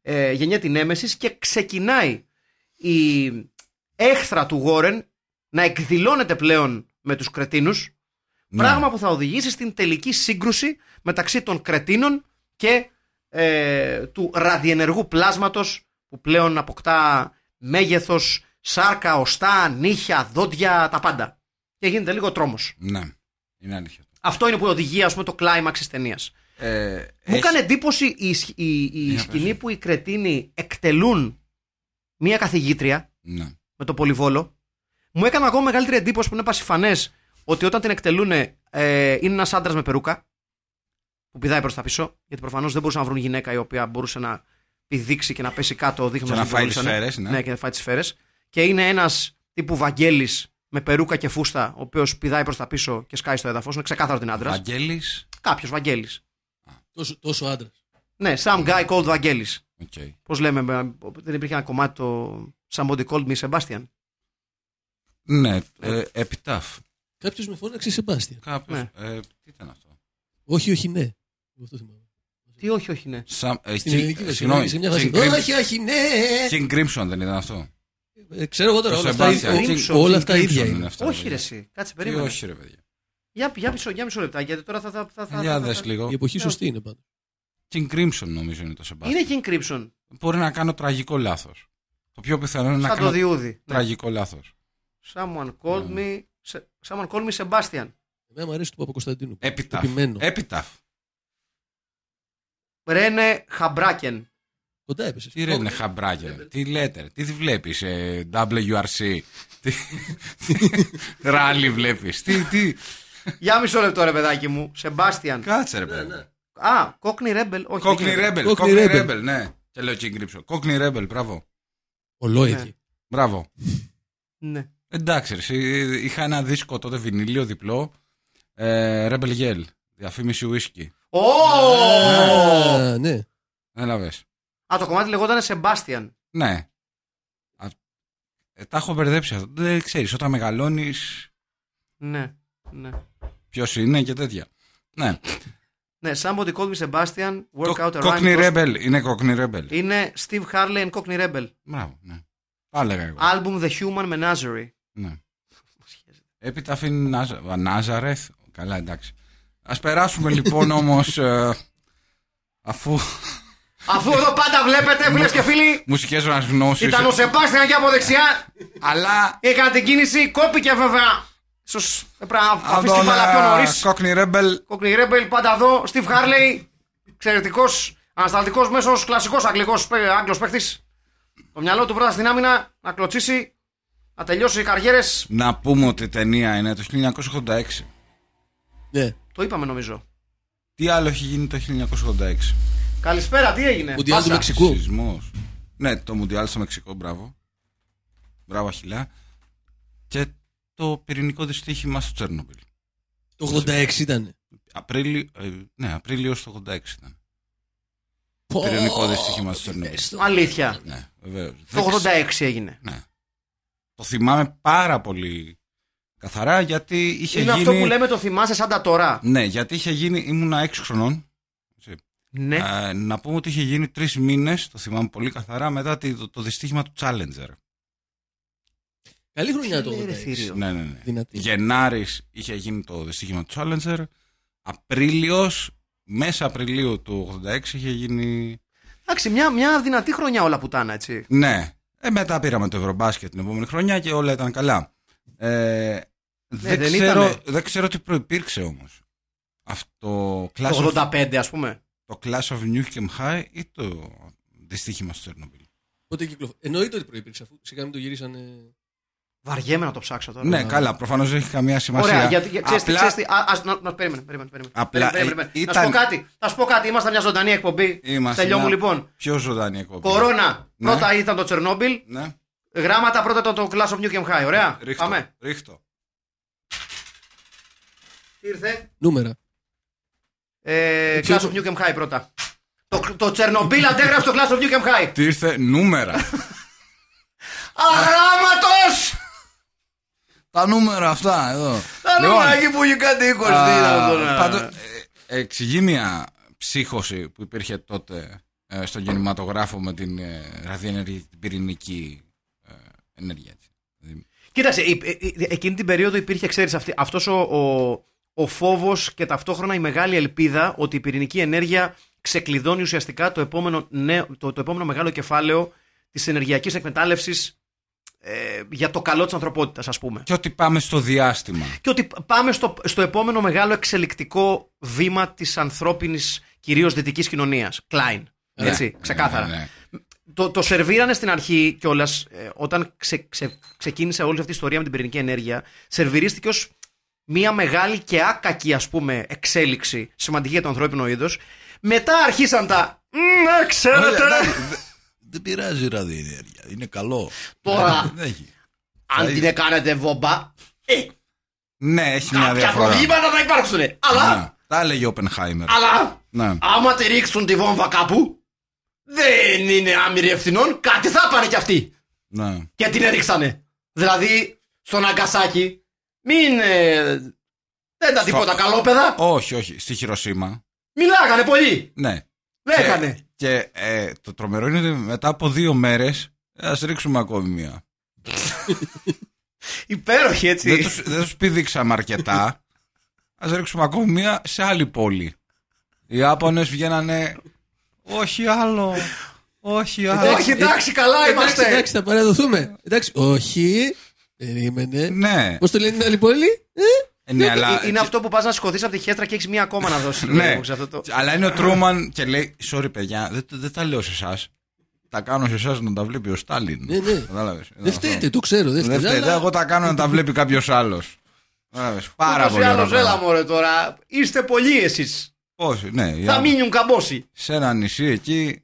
Speaker 1: Ε, γεννιέται η Νέμεσης και ξεκινάει η έχθρα του Γόρεν να εκδηλώνεται πλέον με τους κρετίνους
Speaker 2: ναι.
Speaker 1: Πράγμα που θα οδηγήσει στην τελική σύγκρουση μεταξύ των κρετίνων και ε, του ραδιενεργού πλάσματος που πλέον αποκτά μέγεθος, σάρκα, οστά, νύχια, δόντια, τα πάντα. Και γίνεται λίγο τρόμος.
Speaker 2: Ναι. Είναι αλήθεια.
Speaker 1: Αυτό είναι που οδηγεί ας πούμε το κλάιμαξ της ταινίας.
Speaker 2: Ε,
Speaker 1: Μου έκανε εντύπωση η, σκ- η, η
Speaker 2: Για
Speaker 1: σκηνή που οι κρετίνοι εκτελούν μία καθηγήτρια
Speaker 2: Ναι.
Speaker 1: με το πολυβόλο. Μου έκανε ακόμα μεγαλύτερη εντύπωση που είναι πασιφανές ότι όταν την εκτελούν ε, είναι ένας άντρας με περούκα που πηδάει προς τα πίσω. Γιατί προφανώς δεν μπορούσαν να βρουν γυναίκα η οποία μπορούσε να πηδήξει και να πέσει κάτω δείχνοντας
Speaker 2: Και να φάει τις σφαίρες, ναι.
Speaker 1: ναι, και να φάει τις σφαίρες. Και είναι ένας τύπου Βαγγέλης με περούκα και φούστα, ο οποίος πηδάει προς τα πίσω και σκάει στο έδαφος. Είναι ξεκάθαρος την άντρας.
Speaker 2: Βαγγέλης.
Speaker 1: Κάποιος Βαγγέλης.
Speaker 3: Τόσο- Τόσο άντρας.
Speaker 1: Ναι, some guy called Βαγγέλης.
Speaker 2: Οκ.
Speaker 1: Πώς λέμε, με- δεν υπήρχε ένα κομμάτι το Somebody called me Sebastian.
Speaker 2: Ναι. Ε, επιτάφ.
Speaker 3: Κάποιος με φώναξε Σεμπάστια.
Speaker 2: Κάποιος.
Speaker 1: Ναι.
Speaker 2: Ε, τι ήταν αυτό.
Speaker 3: Όχι, όχι, ναι. Εγώ Αυτό θυμάμαι.
Speaker 1: Τι, όχι, όχι, ναι.
Speaker 2: Σαν, ε,
Speaker 3: Στην
Speaker 2: King-
Speaker 3: ελληνική
Speaker 2: συγγνώμη.
Speaker 3: βασιλεία. Σε μια
Speaker 2: King
Speaker 3: φάση.
Speaker 2: Crimson-
Speaker 3: Όχι, όχι, ναι.
Speaker 2: King Crimson δεν ήταν αυτό.
Speaker 3: Ε, Ξέρω εγώ τώρα.
Speaker 2: Το
Speaker 3: όλα αυτά-
Speaker 2: Sebastian,
Speaker 3: όλα-
Speaker 2: King-
Speaker 3: Όλα
Speaker 2: King
Speaker 3: αυτά
Speaker 2: Crimson
Speaker 3: ίδια
Speaker 2: είναι
Speaker 3: είναι.
Speaker 2: αυτά,
Speaker 1: Όχι,
Speaker 2: παιδιά.
Speaker 1: ρε, εσύ. Κάτσε,
Speaker 2: Τι
Speaker 1: περίμενε.
Speaker 2: όχι, ρε παιδιά.
Speaker 1: Για, για, μισό, για μισό λεπτά, γιατί τώρα θα. θα, θα, θα,
Speaker 2: Για
Speaker 1: θα-
Speaker 2: δες
Speaker 1: θα-
Speaker 2: λίγο.
Speaker 3: Η εποχή σωστή είναι πάντα.
Speaker 2: King Crimson νομίζω είναι το Sebastian.
Speaker 1: Είναι King Crimson.
Speaker 2: Μπορεί να κάνω τραγικό λάθος. Το πιο πιθανό είναι να
Speaker 1: Σαν
Speaker 2: κάνω
Speaker 1: το διούδι. Ναι.
Speaker 2: τραγικό λάθος.
Speaker 1: Someone called me. Se- Someone called me Sebastian.
Speaker 3: Εμένα μου αρέσει του Παπακοσταντίνου.
Speaker 2: Έπιταφ.
Speaker 3: Επιμένω.
Speaker 2: Έπιταφ.
Speaker 1: Ρένε Χαμπράκεν.
Speaker 3: Κοντά έπεσε.
Speaker 2: Τι ρε ναι. είναι χαμπράκια,
Speaker 3: Ναι,
Speaker 2: ρε. τι λέτε, ρε. τι βλέπεις, ε, WRC, τι ράλι βλέπεις, τι, τι,
Speaker 1: Για μισό λεπτό, ρε παιδάκι μου. Σεμπάστιαν.
Speaker 2: κάτσε
Speaker 3: Ναι,
Speaker 2: ρε παιδί.
Speaker 1: Α, κόκκινη ρέμπελ. Όχι,
Speaker 2: Κόκκινη
Speaker 1: δεν είναι.
Speaker 2: Rebel,
Speaker 3: Cockney
Speaker 2: Cockney
Speaker 3: Rebel.
Speaker 2: Rebel, ναι. Και λέω και εγκρύψω. Cockney Rebel, μπράβο.
Speaker 1: Ναι.
Speaker 3: Ολόιδη.
Speaker 2: Μπράβο.
Speaker 1: Ναι.
Speaker 2: Εντάξει, ρε, εσύ, είχα ένα δίσκο τότε βινίλιο διπλό. Ε, Rebel Yell. Διαφήμιση whisky.
Speaker 1: Ω!
Speaker 3: Α, Ναι.
Speaker 2: Έλαβε.
Speaker 1: Α, το κομμάτι λεγόταν Σεμπάστιαν.
Speaker 2: Ναι. Α, ε, τα έχω μπερδέψει αυτό. Δεν ξέρεις, όταν μεγαλώνεις,
Speaker 1: Ναι. ναι.
Speaker 2: ποιος είναι και τέτοια. Ναι.
Speaker 1: Ναι, somebody called me Sebastian, work out a
Speaker 2: Cockney
Speaker 1: rhyme.
Speaker 2: Rebel. Είναι Cockney Rebel.
Speaker 1: Είναι Steve Harley and Cockney Rebel.
Speaker 2: Μπράβο, ναι. Πάλι έλεγα εγώ.
Speaker 1: Album The Human Menagerie.
Speaker 2: Ναι. Έπειτα αφήνει Νάζα- Νάζαρεθ. Καλά, εντάξει. Ας περάσουμε λοιπόν όμως. αφού
Speaker 1: Αφού εδώ πάντα βλέπετε,
Speaker 2: Ναι.
Speaker 1: φίλες και φίλοι,
Speaker 2: μουσικές μας γνώσεις.
Speaker 1: ήταν ο Σεμπάστιαν και από δεξιά.
Speaker 2: Αλλά.
Speaker 1: Έκανε την κίνηση, κόπηκε βέβαια. σω πρέπει να αφήσει την μπάλα πιο
Speaker 2: Αδόνα,
Speaker 1: νωρί.
Speaker 2: Cockney Rebel.
Speaker 1: Cockney Rebel, πάντα εδώ. Steve Harley, εξαιρετικός ανασταλτικός μέσος, κλασικός Άγγλο παίχτη. Το μυαλό του πρώτα στην άμυνα, να κλωτσίσει, να τελειώσει οι καριέρες.
Speaker 2: Να πούμε ότι η ταινία είναι το 1986.
Speaker 3: Ναι.
Speaker 1: Το είπαμε νομίζω.
Speaker 2: Τι άλλο έχει γίνει το 1986.
Speaker 1: Καλησπέρα, τι
Speaker 2: Ε,
Speaker 1: έγινε.
Speaker 3: Μουντιάλ του
Speaker 1: Πάσα.
Speaker 3: Μεξικού.
Speaker 2: Σεισμός. Ναι, το Μουντιάλ στο Μεξικό, μπράβο. Μπράβο, Αχιλά. Και το πυρηνικό δυστύχημα στο Τσέρνομπιλ.
Speaker 3: Το 86 ήταν.
Speaker 2: Απρίλιο, ε, ναι, Απρίλιο το 86 ήταν. Πυρηνικό δυστύχημα στο
Speaker 3: Ε,
Speaker 2: Τσέρνομπιλ.
Speaker 1: Αλήθεια.
Speaker 2: Ναι, βεβαίως.
Speaker 1: Το 86 έγινε.
Speaker 2: Ναι. Το θυμάμαι πάρα πολύ καθαρά γιατί είχε
Speaker 1: Είναι
Speaker 2: γίνει.
Speaker 1: αυτό που λέμε το θυμάσαι σαν τα τώρα.
Speaker 2: Ναι, γιατί είχε γίνει. Ήμουνα 6 χρονών. έτσι.
Speaker 1: Ναι.
Speaker 2: Ε, να πούμε ότι είχε γίνει τρεις μήνες, το θυμάμαι πολύ καθαρά, μετά τη- το, το δυστύχημα του Challenger.
Speaker 3: Καλή χρονιά το
Speaker 1: Τι λέει, ρε,
Speaker 3: 86.
Speaker 1: θηρίο.
Speaker 2: Ναι, ναι, ναι.
Speaker 3: Δυνατή.
Speaker 2: Γενάρης είχε γίνει το δυστύχημα του Challenger. Απρίλιος, μέσα Απριλίου του 86 είχε γίνει.
Speaker 1: Εντάξει, μια, μια δυνατή χρονιά όλα πουτάνα, έτσι.
Speaker 2: Ναι. Ε, μετά πήραμε το Ευρωμπάσκετ την επόμενη χρονιά και όλα ήταν καλά. Ε, δεν,
Speaker 1: Ναι, δεν
Speaker 2: ξέρω,
Speaker 1: ήτανε.
Speaker 2: δεν ξέρω τι προπήρξε όμως. Αυτό clash
Speaker 1: Το
Speaker 2: of,
Speaker 1: 85, ας πούμε.
Speaker 2: το Clash of Newcomb High ή το δυστύχημα στο Τσέρνομπιλ.
Speaker 3: Οπότε κυκλοφορεί. Εννοείται ότι προϋπήρξε αφού σιγά μην το γυρίσανε.
Speaker 1: Βαριέμαι να το ψάξω τώρα.
Speaker 2: Ναι, καλά, προφανώς δεν έχει καμία σημασία.
Speaker 1: Ε, Ωραία, γιατί ξέρεις τι.
Speaker 2: Απλά-
Speaker 1: Ξέρεις, τι, α, ας, να, να, περίμενε, περίμενε. περίμενε.
Speaker 2: Απλά,
Speaker 1: περίμενε,
Speaker 2: ε,
Speaker 1: περίμενε. Να
Speaker 2: ήταν-
Speaker 1: σου πω κάτι. Θα σου πω κάτι. Ήμασταν μια ζωντανή εκπομπή.
Speaker 2: Είμαστε
Speaker 1: Στελιό μου
Speaker 2: μια-
Speaker 1: λοιπόν.
Speaker 2: Ποιο ζωντανή εκπομπή.
Speaker 1: Κορώνα.
Speaker 2: Ναι.
Speaker 1: Πρώτα ήταν το Τσερνόμπιλ.
Speaker 2: Ναι.
Speaker 1: Γράμματα πρώτα ήταν το Clash of Newcomb High. Ωραία.
Speaker 2: Ρίχτω.
Speaker 1: Πάμε.
Speaker 2: Ρίχτω.
Speaker 1: Ήρθε.
Speaker 3: Νούμερα.
Speaker 1: Ε,
Speaker 3: Ποιο-
Speaker 1: Clash of Newcomb High πρώτα. Το, το Τσερνομπίλ αντέγραψε το Clash of Newcomb High.
Speaker 2: Τι ήρθε νούμερα.
Speaker 1: Αγράμματος!
Speaker 2: Τα νούμερα αυτά εδώ.
Speaker 1: Τα
Speaker 2: Λοιπόν,
Speaker 1: νούμερα εκεί που είχε κάτι 20. τι
Speaker 2: α,
Speaker 1: ήταν αυτό, ναι. να-
Speaker 2: πάντω, ε, Εξηγεί μια ψύχωση που υπήρχε τότε ε, στον κινηματογράφο με την ε, ραδιενέργεια και την πυρηνική ε, ενέργεια. έτσι. Δηλαδή,
Speaker 1: Κοίταξε, η- ε- ε- εκείνη την περίοδο υπήρχε, ξέρεις, αυτός ο, ο, ο φόβος και ταυτόχρονα η μεγάλη ελπίδα ότι η πυρηνική ενέργεια ξεκλειδώνει ουσιαστικά το επόμενο, νέο, το, το επόμενο μεγάλο κεφάλαιο της ενεργειακής εκμετάλλευσης ε, για το καλό της ανθρωπότητας, ας πούμε.
Speaker 2: Και ότι πάμε στο διάστημα.
Speaker 1: Και ότι πάμε στο, στο επόμενο μεγάλο εξελικτικό βήμα της ανθρώπινης, κυρίως δυτικής κοινωνίας. Κλάιν.
Speaker 3: Ναι.
Speaker 1: Ε, Έτσι, ξεκάθαρα.
Speaker 2: Ναι, ναι, ναι.
Speaker 1: Το, το σερβίρανε στην αρχή κιόλας, όταν ξε, ξε, ξεκίνησε όλη αυτή η ιστορία με την πυρηνική ενέργεια, σερβιρίστηκε ως μια μεγάλη και άκακη ας πούμε εξέλιξη σημαντική για το ανθρώπινο είδος. Μετά αρχίσαν τα. «Μμ, Ναι, ξέρετε.
Speaker 2: Δεν πειράζει η ραδιενέργεια. Είναι καλό.
Speaker 1: Τώρα,
Speaker 2: Δεν έχει.
Speaker 1: αν την κάνετε βόμπα, ε,
Speaker 2: Ναι, έχει μια
Speaker 1: κάποια
Speaker 2: διαφορά.
Speaker 1: προβλήματα θα υπάρξουν. Αλλά,
Speaker 2: Ναι, Τα έλεγε ο Oppenheimer.
Speaker 1: αλλά,
Speaker 2: Ναι.
Speaker 1: άμα τη ρίξουν τη βόμβα κάπου, δεν είναι άμυροι ευθυνών, κάτι θα πάνε κι αυτοί.
Speaker 2: ναι.
Speaker 1: και την έριξανε. Δηλαδή, στον Αγκασάκι, μην. ε, δεν ήταν τίποτα καλόπεδα.
Speaker 2: Όχι, όχι. Στη Χειροσύμα.
Speaker 1: Μιλάγανε πολύ.
Speaker 2: Ναι.
Speaker 1: Λέγανε.
Speaker 2: Και ε, το τρομερό είναι ότι μετά από δύο μέρες. Ας ρίξουμε ακόμη μία.
Speaker 1: Υπέροχη έτσι.
Speaker 2: Δεν τους, δεν τους πήδηξαμε αρκετά. Ας ρίξουμε ακόμη μία σε άλλη πόλη. Οι Άπωνες βγαίνανε... Όχι άλλο. Όχι άλλο.
Speaker 1: Όχι, Ε, εντάξει, καλά
Speaker 3: Εντάξει,
Speaker 1: είμαστε.
Speaker 3: εντάξει, θα παραδοθούμε. Εντάξει, όχι. Περίμενε.
Speaker 2: Ναι.
Speaker 3: Πώς το λένε την άλλη πόλη, ε?
Speaker 2: ναι, αλλά...
Speaker 1: Ε, Είναι αυτό που πας να σηκωθείς από τη χέτρα και έχεις μία ακόμα να δώσεις.
Speaker 2: Ναι.
Speaker 1: ξέρω αυτό το-
Speaker 2: Αλλά είναι ο Τρούμαν και λέει: Sorry, παιδιά, δεν, δεν τα λέω σε εσάς. τα κάνω σε εσάς να τα βλέπει ο Στάλιν.
Speaker 3: Ναι, ναι.
Speaker 2: Κατάλαβες.
Speaker 3: Δεν φταίτε, το ξέρω.
Speaker 2: Δεν
Speaker 3: Δεν φταίτε.
Speaker 2: φταίτε,
Speaker 3: αλλά-
Speaker 2: εγώ τα κάνω να τα βλέπει κάποιος άλλος. Πάρα
Speaker 1: Ούτως ή
Speaker 2: πολύ. ναι.
Speaker 1: άλλως,
Speaker 2: ωραίο
Speaker 1: έλα
Speaker 2: πράγμα.
Speaker 1: μωρέ τώρα. Είστε πολλοί εσείς.
Speaker 2: Όχι, ναι. οι
Speaker 1: Θα
Speaker 2: Ιάπωνες.
Speaker 1: μείνουν καμπόσοι.
Speaker 2: σε ένα νησί εκεί.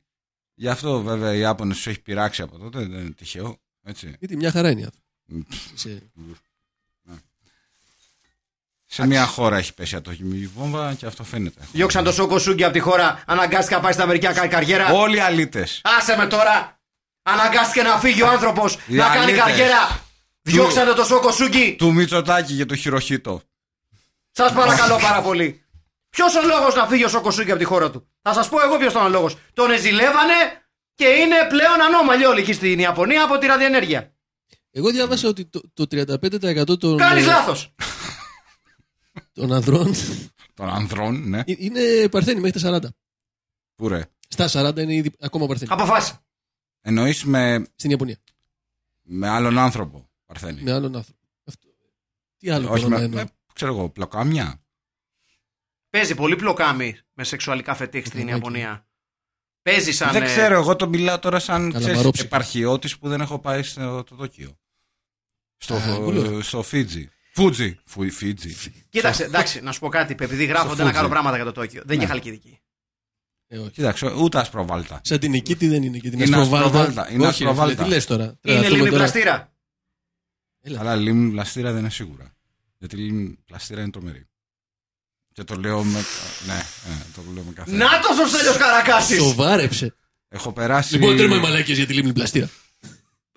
Speaker 2: Γι' αυτό βέβαια οι Ιάπωνες τους έχει πειράξει από τότε, δεν είναι τυχαίο. Έτσι.
Speaker 3: Γιατί μια χαρά είναι. οι άνθρωποι.
Speaker 2: Μμ.
Speaker 3: Είσαι-
Speaker 2: Σε μια χώρα έχει πέσει ατομική βόμβα και αυτό φαίνεται.
Speaker 1: Διώξαν το Σόκο Σούγκη από τη χώρα. Αναγκάστηκε να πάει στην Αμερική να κάνει καριέρα.
Speaker 2: Όλοι οι αλήτες.
Speaker 1: Άσε με τώρα. Αναγκάστηκε να φύγει ο άνθρωπο
Speaker 2: Οι
Speaker 1: να κάνει
Speaker 2: αλήτες.
Speaker 1: καριέρα. Διώξανε το Σόκο Σούγκη.
Speaker 2: Του Μητσοτάκη και του Χειροχήτο.
Speaker 1: Σας παρακαλώ πάρα πολύ. Ποιος ο λόγος να φύγει ο Σοκοσούκη από τη χώρα του. Θα σας πω εγώ ποιος ήταν ο λόγος. Τον εζηλεύανε και είναι πλέον ανώμαλοι όλοι εκεί στην Ιαπωνία από τη ραδιενέργεια.
Speaker 2: Ναι.
Speaker 3: Εγώ διάβασα ότι το, το 35% των,
Speaker 1: Κάνεις
Speaker 3: ε,
Speaker 1: λάθο.
Speaker 3: των ανδρών
Speaker 2: Των ανδρών, ναι.
Speaker 3: ε, είναι παρθένοι μέχρι τα 40.
Speaker 2: Πού ρε.
Speaker 3: Στα 40 είναι ήδη ακόμα παρθένοι.
Speaker 1: Αποφάσισε.
Speaker 2: Εννοείς με,
Speaker 3: Στην Ιαπωνία.
Speaker 2: με άλλον άνθρωπο, Παρθένη.
Speaker 3: Με άλλον άνθρωπο. Αυτό. Τι άλλο
Speaker 2: Όχι
Speaker 3: μπορώ
Speaker 2: με.
Speaker 3: να εννοώ.
Speaker 2: με- ξέρω εγώ, πλακάμια.
Speaker 1: Παίζει πολύ πλοκάμι με σεξουαλικά φετίχ στην
Speaker 3: Μητσοτάκη.
Speaker 1: Ιαπωνία. Παίζει σαν.
Speaker 2: Ναι, Δεν
Speaker 1: ε,
Speaker 2: ξέρω, εγώ το μιλάω τώρα σαν ξέρεις,
Speaker 3: Καλαμαρόψυχα.
Speaker 2: επαρχιώτης που δεν έχω πάει στο το Τόκιο. Στο,
Speaker 3: Α, πολύ.
Speaker 2: στο Φίτζι. Φούτζι. Φου- Φίτζι.
Speaker 1: Κοίταξε, εντάξει, να σου πω κάτι. Επειδή γράφονται να
Speaker 2: Φούτζι. Ναι.
Speaker 1: κάνω πράγματα για το Τόκιο. Δεν είναι χαλκιδική.
Speaker 3: Ε, όχι.
Speaker 2: Κοίταξε, ούτε ασπροβάλτα.
Speaker 3: Σαν την Νικήτη δεν είναι και την
Speaker 2: Είναι
Speaker 3: Ασπροβάλτα.
Speaker 2: ασπροβάλτα, είναι
Speaker 3: Όχι, ρε φίλε,
Speaker 2: ασπροβάλτα.
Speaker 3: τι λες τώρα.
Speaker 2: Ε,
Speaker 1: Είναι
Speaker 3: Τρελαθούμε
Speaker 1: λίμνη
Speaker 3: τώρα.
Speaker 1: πλαστήρα.
Speaker 2: Αλλά λίμνη πλαστήρα δεν είναι σίγουρα. Γιατί λίμνη πλαστήρα είναι τρομερή. Και το λέω με. ναι, ναι, το λέω με καθένα.
Speaker 1: Να το Στέλιος Καρακάσης.
Speaker 3: Σοβάρεψε.
Speaker 2: Έχω περάσει.
Speaker 3: Λοιπόν, τέρμα οι μαλάκες για τη λίμνη πλαστήρα.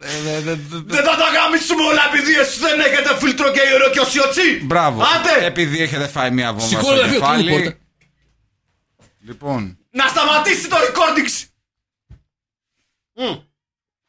Speaker 2: Ε, δε- δε- δε- δε-
Speaker 1: Δεν θα τα γάμισουμε όλα επειδή εσείς δεν έχετε φίλτρο και ιερό και οσιοτσί.
Speaker 2: Μπράβο. Ε,
Speaker 1: Άντε!
Speaker 2: Επειδή έχετε φάει μια βόμβα
Speaker 3: Σηκώνω
Speaker 2: στο
Speaker 3: να φύγω, κλείνω
Speaker 2: κεφάλι.
Speaker 3: πόρτα.
Speaker 2: Λοιπόν,
Speaker 1: Να σταματήσει το recording!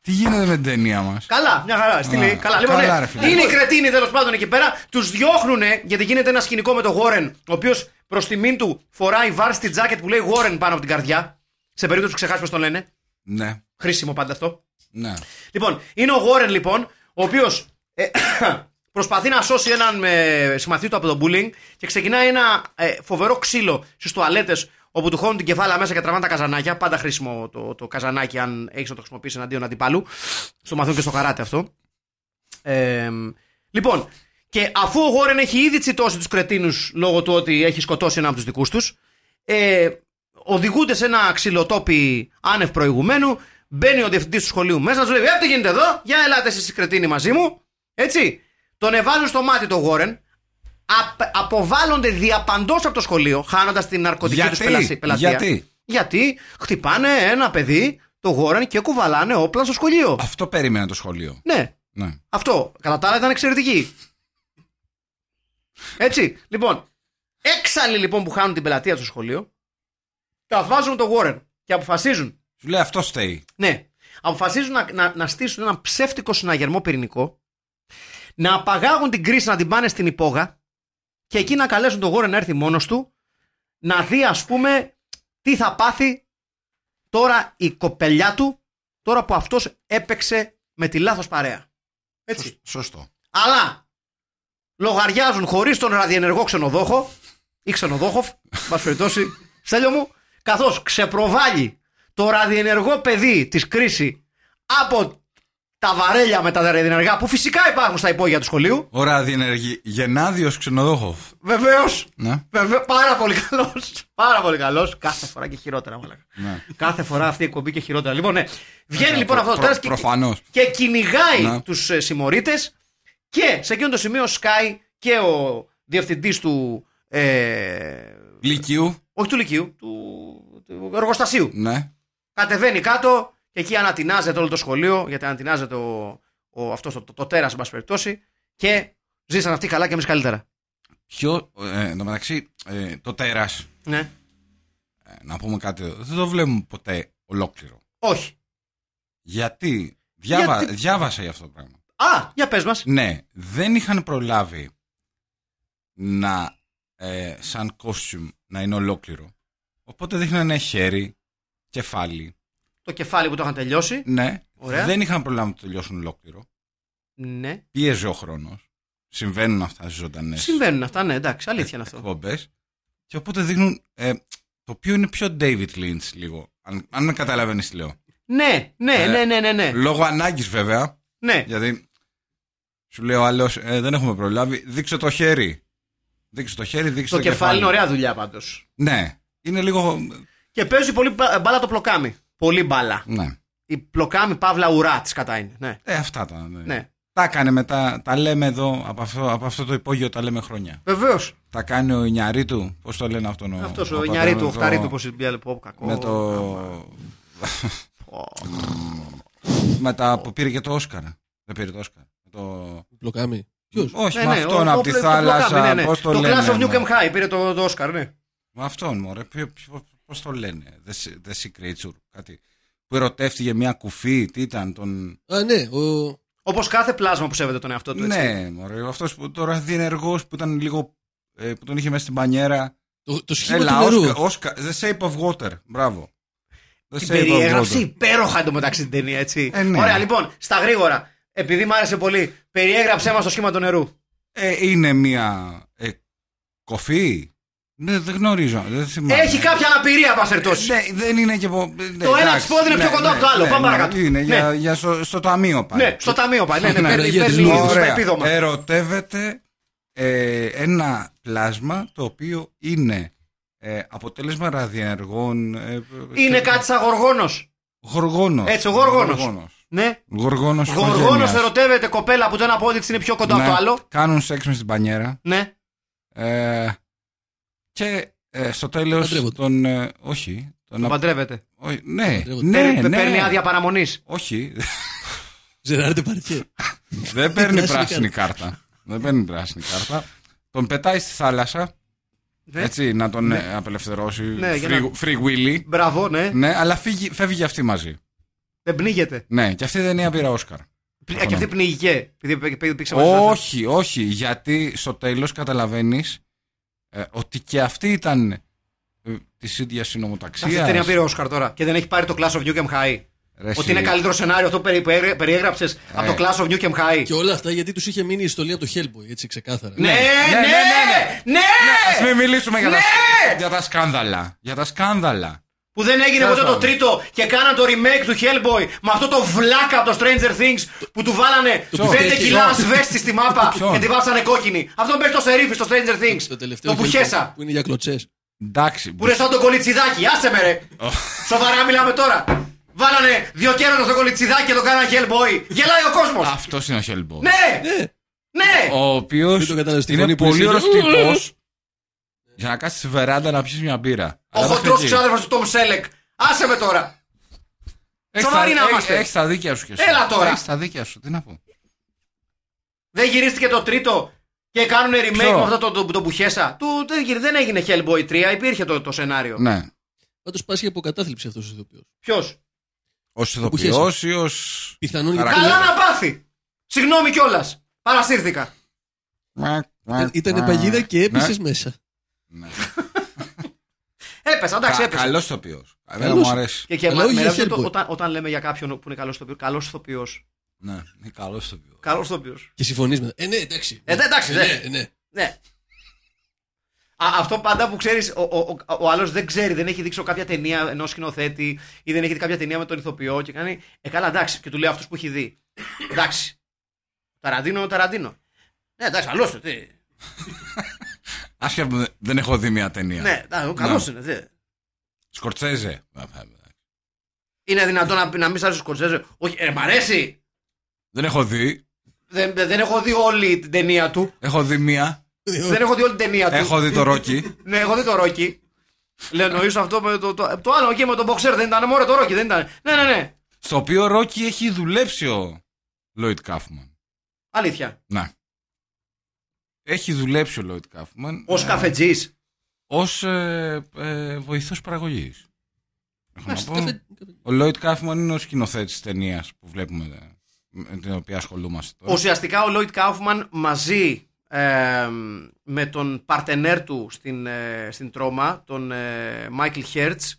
Speaker 2: τι γίνεται με την ταινία μας.
Speaker 1: Καλά, μια χαρά. Στη λέει.
Speaker 2: Α,
Speaker 1: Καλά, λοιπόν,
Speaker 2: καλά,
Speaker 1: ναι.
Speaker 2: ρε φίλε.
Speaker 1: είναι οι κρετίνοι τέλος πάντων εκεί πέρα. Τους διώχνουν γιατί γίνεται ένα σκηνικό με τον Γόρεν, ο οποίος προς τιμήν του φοράει βάρστη τζάκετ που λέει Γόρεν πάνω από την καρδιά. Σε περίπτωση που ξεχάσεις πώς τον λένε.
Speaker 2: Ναι,
Speaker 1: Χρήσιμο πάντα αυτό.
Speaker 2: ναι.
Speaker 1: Λοιπόν, είναι ο Γόρεν λοιπόν, ο οποίος προσπαθεί να σώσει έναν ε, συμμαθή του από το bullying και ξεκινάει ένα ε, φοβερό ξύλο στις τουαλέτες όπου του χώνουν την κεφάλα μέσα και τραβάνε τα καζανάκια. Πάντα χρήσιμο το, το καζανάκι, αν έχεις να το χρησιμοποιήσεις εναντίον αντιπάλου. Στο μαθούν και στο καράτε αυτό. Ε, λοιπόν, και αφού ο Γόρεν έχει ήδη τσιτώσει τους κρετίνους λόγω του ότι έχει σκοτώσει έναν από τους δικούς τους, ε, οδηγούνται σε ένα ξυλοτόπι άνευ προηγουμένου. Μπαίνει ο διευθυντής του σχολείου μέσα, του λέει: «Ε, τι γίνεται εδώ, για ελάτε εσείς οι κρετίνοι μαζί μου. Έτσι. Τον εβάζουν στο μάτι το Γόρεν. Απ- αποβάλλονται διαπαντός από το σχολείο, χάνοντας την ναρκωτική του
Speaker 2: Γιατί,
Speaker 1: πελατεία.
Speaker 2: γιατί.
Speaker 1: Γιατί χτυπάνε ένα παιδί, το Γόρεν, και κουβαλάνε όπλα στο σχολείο.
Speaker 2: Αυτό περίμενε το σχολείο.
Speaker 1: Ναι,
Speaker 2: Ναι.
Speaker 1: αυτό. Κατά τα άλλα ήταν εξαιρετική. Έτσι. Λοιπόν, έξαλλοι λοιπόν που χάνουν την πελατεία στο σχολείο, τα βάζουν τον Warren και αποφασίζουν.
Speaker 2: Σου λέει αυτό στέει.
Speaker 1: Ναι, αποφασίζουν να, να, να στήσουν ένα ψεύτικο συναγερμό πυρηνικό, να απαγάγουν την κρίση, να την πάνε στην υπόγα και εκεί να καλέσουν τον Warren να έρθει μόνος του, να δει ας πούμε τι θα πάθει τώρα η κοπελιά του, τώρα που αυτός έπαιξε με τη λάθος παρέα. Έτσι.
Speaker 2: Σωστό.
Speaker 1: Αλλά λογαριάζουν χωρίς τον ραδιενεργό ξενοδόχο ή ξενοδόχοφ, μα περιπτώσει, στέλιο μου, καθώς ξεπροβάλλει το ραδιενεργό παιδί της κρίση από τα βαρέλια με τα ραδιενεργά που φυσικά υπάρχουν στα υπόγεια του σχολείου.
Speaker 2: Ωραία, διενεργή. Γενάδιο ξενοδόχοφ.
Speaker 1: Βεβαίως.
Speaker 2: Ναι.
Speaker 1: πάρα πολύ καλός. Πάρα πολύ καλός. Κάθε φορά και χειρότερα, μαλάκα.
Speaker 2: Ναι.
Speaker 1: Κάθε φορά αυτή η εκπομπή και χειρότερα. Λοιπόν, ναι. Βγαίνει λοιπόν αυτό το
Speaker 2: προ,
Speaker 1: τέρα
Speaker 2: προ, Προφανώς.
Speaker 1: και κυνηγάει
Speaker 2: Να.
Speaker 1: τους του συμμορίτες. Και σε εκείνο το σημείο σκάει και ο διευθυντής του. Ε,
Speaker 2: Λυκειού.
Speaker 1: όχι του Λυκείου, του, του εργοστασίου.
Speaker 2: Ναι.
Speaker 1: Κατεβαίνει κάτω και εκεί ανατινάζεται όλο το σχολείο, γιατί ανατινάζεται ο, ο, αυτός το, το, το τέρας, εν πάση περιπτώσει, και ζήσαν αυτοί καλά και εμείς καλύτερα.
Speaker 2: Ποιο. Ε, εν τω μεταξύ, ε, το τέρας.
Speaker 1: Ναι.
Speaker 2: να πούμε κάτι. εδώ, Δεν το βλέπουμε ποτέ ολόκληρο.
Speaker 1: Όχι.
Speaker 2: Γιατί. Διάβα,
Speaker 1: Γιατί-
Speaker 2: Διάβασα για αυτό το πράγμα.
Speaker 1: Α, για πες μας.
Speaker 2: Ναι, δεν είχαν προλάβει να ε, σαν costume να είναι ολόκληρο. Οπότε δείχνανε χέρι, κεφάλι.
Speaker 1: Το κεφάλι που το είχαν τελειώσει.
Speaker 2: Ναι,
Speaker 1: Ωραία.
Speaker 2: δεν είχαν προλάβει να το τελειώσουν ολόκληρο.
Speaker 1: Ναι.
Speaker 2: Πίεζε ο χρόνος. Συμβαίνουν αυτά στις ζωντανές
Speaker 1: Συμβαίνουν αυτά, ναι, εντάξει, αλήθεια είναι αυτό.
Speaker 2: εκπομπές. Και οπότε δείχνουν. ε, το οποίο είναι πιο David Lynch λίγο. Αν, αν με καταλαβαίνεις τι λέω.
Speaker 1: Ναι, ναι,
Speaker 2: Ε,
Speaker 1: ναι, ναι, ναι. ναι.
Speaker 2: Λόγω ανάγκης βέβαια.
Speaker 1: ναι.
Speaker 2: Γιατί σου λέει ο άλλος, ε, δεν έχουμε προλάβει. Δείξε το χέρι. Δείξε το χέρι, δείξε το,
Speaker 1: Το κεφάλι είναι ωραία δουλειά πάντως.
Speaker 2: Ναι. Είναι λίγο.
Speaker 1: Και παίζει πολύ μπα- μπάλα το πλοκάμι. Πολύ μπάλα.
Speaker 2: Ναι.
Speaker 1: Η πλοκάμι παύλα ουρά τη κατά είναι. Ναι,
Speaker 2: Ε, αυτά τα.
Speaker 1: ναι.
Speaker 2: Τα έκανε μετά. Τα λέμε εδώ. Από αυτό, από αυτό το υπόγειο τα λέμε χρόνια.
Speaker 1: Βεβαίως.
Speaker 2: Τα κάνει ο Ινιαρή του. Πώς το λένε αυτόν.
Speaker 1: Αυτός ο
Speaker 2: πατέρα
Speaker 1: νιαρή
Speaker 2: με
Speaker 1: του, ο
Speaker 2: το-
Speaker 1: χταρή του, όπω είπε. Πω, κακό.
Speaker 2: Με το. Μετά που πήρε και το Όσκαρ. ε. Δεν πήρε το Όσκαρ. Το...
Speaker 3: Πλοκάμι. Ποιος.
Speaker 2: Όχι,
Speaker 1: Ναι,
Speaker 2: με
Speaker 1: ναι,
Speaker 2: αυτόν
Speaker 1: ο-
Speaker 2: από
Speaker 1: ο-
Speaker 2: τη
Speaker 1: το
Speaker 2: θάλασσα.
Speaker 1: πλοκάμι, ναι, ναι.
Speaker 2: Πώς το,
Speaker 1: Το
Speaker 2: λένε.
Speaker 1: Clash of
Speaker 2: ναι.
Speaker 1: Newcomb High πήρε το το Όσκαρ, ναι.
Speaker 2: Με αυτόν, μωρέ. Πώς το λένε. The, Se- the Secret Creature. Κάτι. Που ερωτεύτηκε μια κουφή. Τι ήταν. Τον...
Speaker 3: Α, ναι. Ο...
Speaker 1: Όπως κάθε πλάσμα που σέβεται τον εαυτό του. έτσι.
Speaker 2: Ναι, μωρέ. Αυτός που τώρα διενεργός που ήταν λίγο. ε, που τον είχε μέσα στην πανιέρα.
Speaker 3: Το, το σχήμα
Speaker 2: Έλα,
Speaker 3: του νερού.
Speaker 2: Όσκα, Όσκα, The Shape of Water. Μπράβο. The
Speaker 1: Την
Speaker 2: Shape of
Speaker 1: περιέγραψε
Speaker 2: Water.
Speaker 1: υπέροχα εντωμεταξύ την ταινία, έτσι.
Speaker 2: Ε, ναι.
Speaker 1: Ωραία, λοιπόν, στα γρήγορα. Επειδή μου άρεσε πολύ, περιέγραψέ μας το σχήμα του νερού.
Speaker 2: Ε, είναι μια ε, κοφή. Ναι, δεν γνωρίζω. Δεν θυμάμαι.
Speaker 1: Έχει κάποια αναπηρία, πα περιπτώσει.
Speaker 2: Ναι, δεν είναι και. πο- ναι,
Speaker 1: Το ένα
Speaker 2: εντάξει,
Speaker 1: ψηφόδι είναι πιο κοντά από το άλλο. Πάμε παρακάτω.
Speaker 2: Είναι για,
Speaker 1: Ναι.
Speaker 2: για στο, στο ταμείο πάλι.
Speaker 1: Ναι, στο ταμείο πάει. Ναι, ναι,
Speaker 2: Ναι,
Speaker 1: παίρνει-
Speaker 3: Παναγία της
Speaker 1: παίρνει
Speaker 3: Λούρδης.
Speaker 1: στο
Speaker 2: Ωραία. Ε,
Speaker 1: επίδομα.
Speaker 2: Ερωτεύεται ε, ένα πλάσμα το οποίο είναι ε, αποτέλεσμα ραδιενεργών. Ε,
Speaker 1: Είναι κάτι σαν γοργόνος.
Speaker 2: Γοργόνος.
Speaker 1: Έτσι, ο γοργόνος. Ναι.
Speaker 2: Γοργόνος.
Speaker 1: Γοργόνο ερωτεύεται κοπέλα που το ένα πόδι της είναι πιο κοντά από το άλλο.
Speaker 2: Ναι. Κάνουν σεξ μες στην πανιέρα.
Speaker 1: Ναι.
Speaker 2: Ε, και ε, στο τέλος.
Speaker 3: Παντρεύονται.
Speaker 2: Τον. ε, όχι. Τον
Speaker 1: Το
Speaker 2: α-
Speaker 1: παντρεύεται.
Speaker 2: όχι, ναι,
Speaker 3: Παντρεύονται.
Speaker 2: ναι,
Speaker 1: Παίρνει-
Speaker 2: ναι.
Speaker 1: Παίρνει άδεια παραμονής.
Speaker 2: Όχι.
Speaker 3: Ζεράρντε Παρτιέ.
Speaker 2: Δεν παίρνει
Speaker 3: Πράσινη
Speaker 2: πράσινη κάρτα. Δεν παίρνει πράσινη κάρτα. Τον πετάει στη θάλασσα. Έτσι, να τον ε, απελευθερώσει.
Speaker 1: Ναι, για
Speaker 2: free,
Speaker 1: να-
Speaker 2: free Willy.
Speaker 1: Μπράβο, ναι.
Speaker 2: Ναι, αλλά φύγει, φεύγει και αυτή μαζί.
Speaker 1: Δεν πνίγεται.
Speaker 2: Ναι, και αυτή δεν είναι πήρα Όσκαρ.
Speaker 1: Πλη- ε, Και αυτή πνίγηκε. Επειδή πέ- πέ- πήξε μαζί τα-
Speaker 2: Όχι, όχι, γιατί στο τέλος καταλαβαίνεις ότι και αυτή ήταν ε, της
Speaker 1: Αυτή την ταινία
Speaker 2: ίδια
Speaker 1: πήρε
Speaker 2: συνομοταξία.
Speaker 1: ο Όσκαρ τώρα και δεν έχει πάρει το Clash of Newcomb High. Ότι είναι
Speaker 2: καλή.
Speaker 1: καλύτερο σενάριο αυτό που περι- που περιέγραψε από
Speaker 2: Ε.
Speaker 1: το Clash of Newcomb High.
Speaker 3: Και όλα αυτά γιατί τους είχε μείνει η στολή από το Hellboy, έτσι ξεκάθαρα.
Speaker 1: Ναι, ναι,
Speaker 2: ναι, ναι,
Speaker 1: ναι, ναι!
Speaker 2: Ας μην μιλήσουμε για, τα,
Speaker 1: Ναι!
Speaker 2: για τα σκάνδαλα. Για τα σκάνδαλα.
Speaker 1: Που δεν έγινε ποτέ το
Speaker 2: Τέλος
Speaker 1: τρίτο και κάναν το remake του Hellboy με αυτό το βλάκα από το Stranger Things που του βάλανε 5
Speaker 3: Ποιο?
Speaker 1: κιλά
Speaker 3: Ποιο?
Speaker 1: ασβέστη στη μάπα
Speaker 2: Ποιο?
Speaker 1: και τη βάψανε κόκκινη. Αυτό παίζει το σερίφι στο Stranger
Speaker 3: Το
Speaker 1: Things.
Speaker 3: τελευταίο
Speaker 1: Το
Speaker 3: Hellboy
Speaker 1: πουχέσα.
Speaker 3: που είναι για κλωτσές.
Speaker 2: Εντάξει.
Speaker 1: Που είναι σαν το κολιτσιδάκι. Άσε με ρε. Σοβαρά μιλάμε τώρα. Βάλανε δύο κέρατα στο κολιτσιδάκι και το κάνανε Hellboy. Γελάει ο κόσμος.
Speaker 2: Αυτός είναι ο Χέλμπορ.
Speaker 1: Ναι!
Speaker 3: Ναι.
Speaker 1: Ναι!
Speaker 2: Ο οποίος
Speaker 3: Δεν το κατάλαβες τη
Speaker 2: είναι
Speaker 3: φωνή που
Speaker 2: πολύ
Speaker 3: είσαι.
Speaker 2: ωραίο τύπος για να κάτσεις στη βεράντα να πιεις μια μπύρα.
Speaker 1: Ναι! Ο χοντρό ξάδερφος του Τόμ Σέλεκ. Άσε με τώρα. Σοβαροί να είμαστε.
Speaker 2: Έχεις τα δίκια σου και εσύ.
Speaker 1: Έλα τώρα.
Speaker 2: Έχεις τα δίκια σου, τι να πω.
Speaker 1: Δεν γυρίστηκε το τρίτο και κάνουν remake
Speaker 2: Ποιο?
Speaker 1: με αυτό το, το, το μπουχέσα. Του, δεν, γυρι- δεν έγινε Hellboy 3, υπήρχε το, το σενάριο.
Speaker 2: Ναι.
Speaker 3: Πάντως πάσχει από κατάθλιψη αυτός ο ηθοποιό.
Speaker 1: Ποιος.
Speaker 2: Ως ηθοποιό ή ως.
Speaker 3: Πιθανόν γιατί.
Speaker 2: Καλά
Speaker 1: Καλά να πάθει. Συγγνώμη κιόλας. Παρασύρθηκα.
Speaker 3: Ήταν παγίδα
Speaker 2: Ναι.
Speaker 3: και έπεσε μέσα.
Speaker 1: Έπεσα, εντάξει, έπεσα.
Speaker 2: Καλός ηθοποιός. Ε, Δεν
Speaker 3: Καλός.
Speaker 2: μου αρέσει.
Speaker 1: Και, και
Speaker 3: Καλό
Speaker 1: μα- με
Speaker 3: για
Speaker 1: ρεύει το-
Speaker 3: Hellboy.
Speaker 1: όταν, όταν λέμε για κάποιον που είναι καλός ηθοποιός, καλός ηθοποιός.
Speaker 2: Ναι, είναι καλός ηθοποιός.
Speaker 1: Καλός ηθοποιός.
Speaker 3: Και συμφωνείς μετά. Ε, ναι, εντάξει.
Speaker 1: Ε, ναι, εντάξει, ναι.
Speaker 3: ναι, ναι.
Speaker 1: Ναι. Α, αυτό πάντα που ξέρεις, ο, ο, ο, ο άλλος δεν ξέρει, δεν έχει δείξει κάποια ταινία ενός σκηνοθέτη ή δεν έχει δει κάποια ταινία με τον ηθοποιό και κάνει. Ε, καλά, εντάξει. Και του λέει αυτό που έχει δει. Εντάξει. Ταραντίνο, ταραντίνο. Ναι, εντάξει, καλό είναι. τι.
Speaker 2: Άσχα που δεν έχω δει μια ταινία.
Speaker 1: Ναι, καλό είναι. τι.
Speaker 2: Σκορτσέζε. Ε,
Speaker 1: Είναι δυνατόν να, να μην σ' αρέσει ο Σκορσέζε. Όχι, ε, μ' αρέσει.
Speaker 2: Δεν έχω δει.
Speaker 1: Δεν, δεν έχω δει όλη την ταινία του.
Speaker 2: Έχω δει μία.
Speaker 1: δεν έχω δει όλη την ταινία του.
Speaker 2: Έχω δει το Ρόκι.
Speaker 1: Ναι, έχω δει το Ρόκι. Λέω, εννοείς αυτό με το, το, το άλλο εκεί με τον Μποξέρ δεν ήταν. Μωρέ, το Ρόκι δεν ήταν. Ναι, ναι, ναι.
Speaker 2: Στο οποίο Ρόκι έχει δουλέψει ο Λόιτ Κάφμαν.
Speaker 1: Αλήθεια.
Speaker 2: Ναι. Έχει δουλέψει ο Λόιτ Κάφμαν.
Speaker 1: Ως καφετζής.
Speaker 2: ως ε, ε, βοηθός παραγωγής. Έχω να
Speaker 3: Ας,
Speaker 2: πω.
Speaker 3: καφέ-
Speaker 2: Ο Λόιτ Κάφμαν είναι ο σκηνοθέτης ταινίας που βλέπουμε, ε, με την οποία ασχολούμαστε τώρα.
Speaker 1: Ουσιαστικά ο Λόιτ Κάουφμαν μαζί ε, με τον παρτενέρ του στην, ε, στην τρόμα, τον ε, Michael Hertz,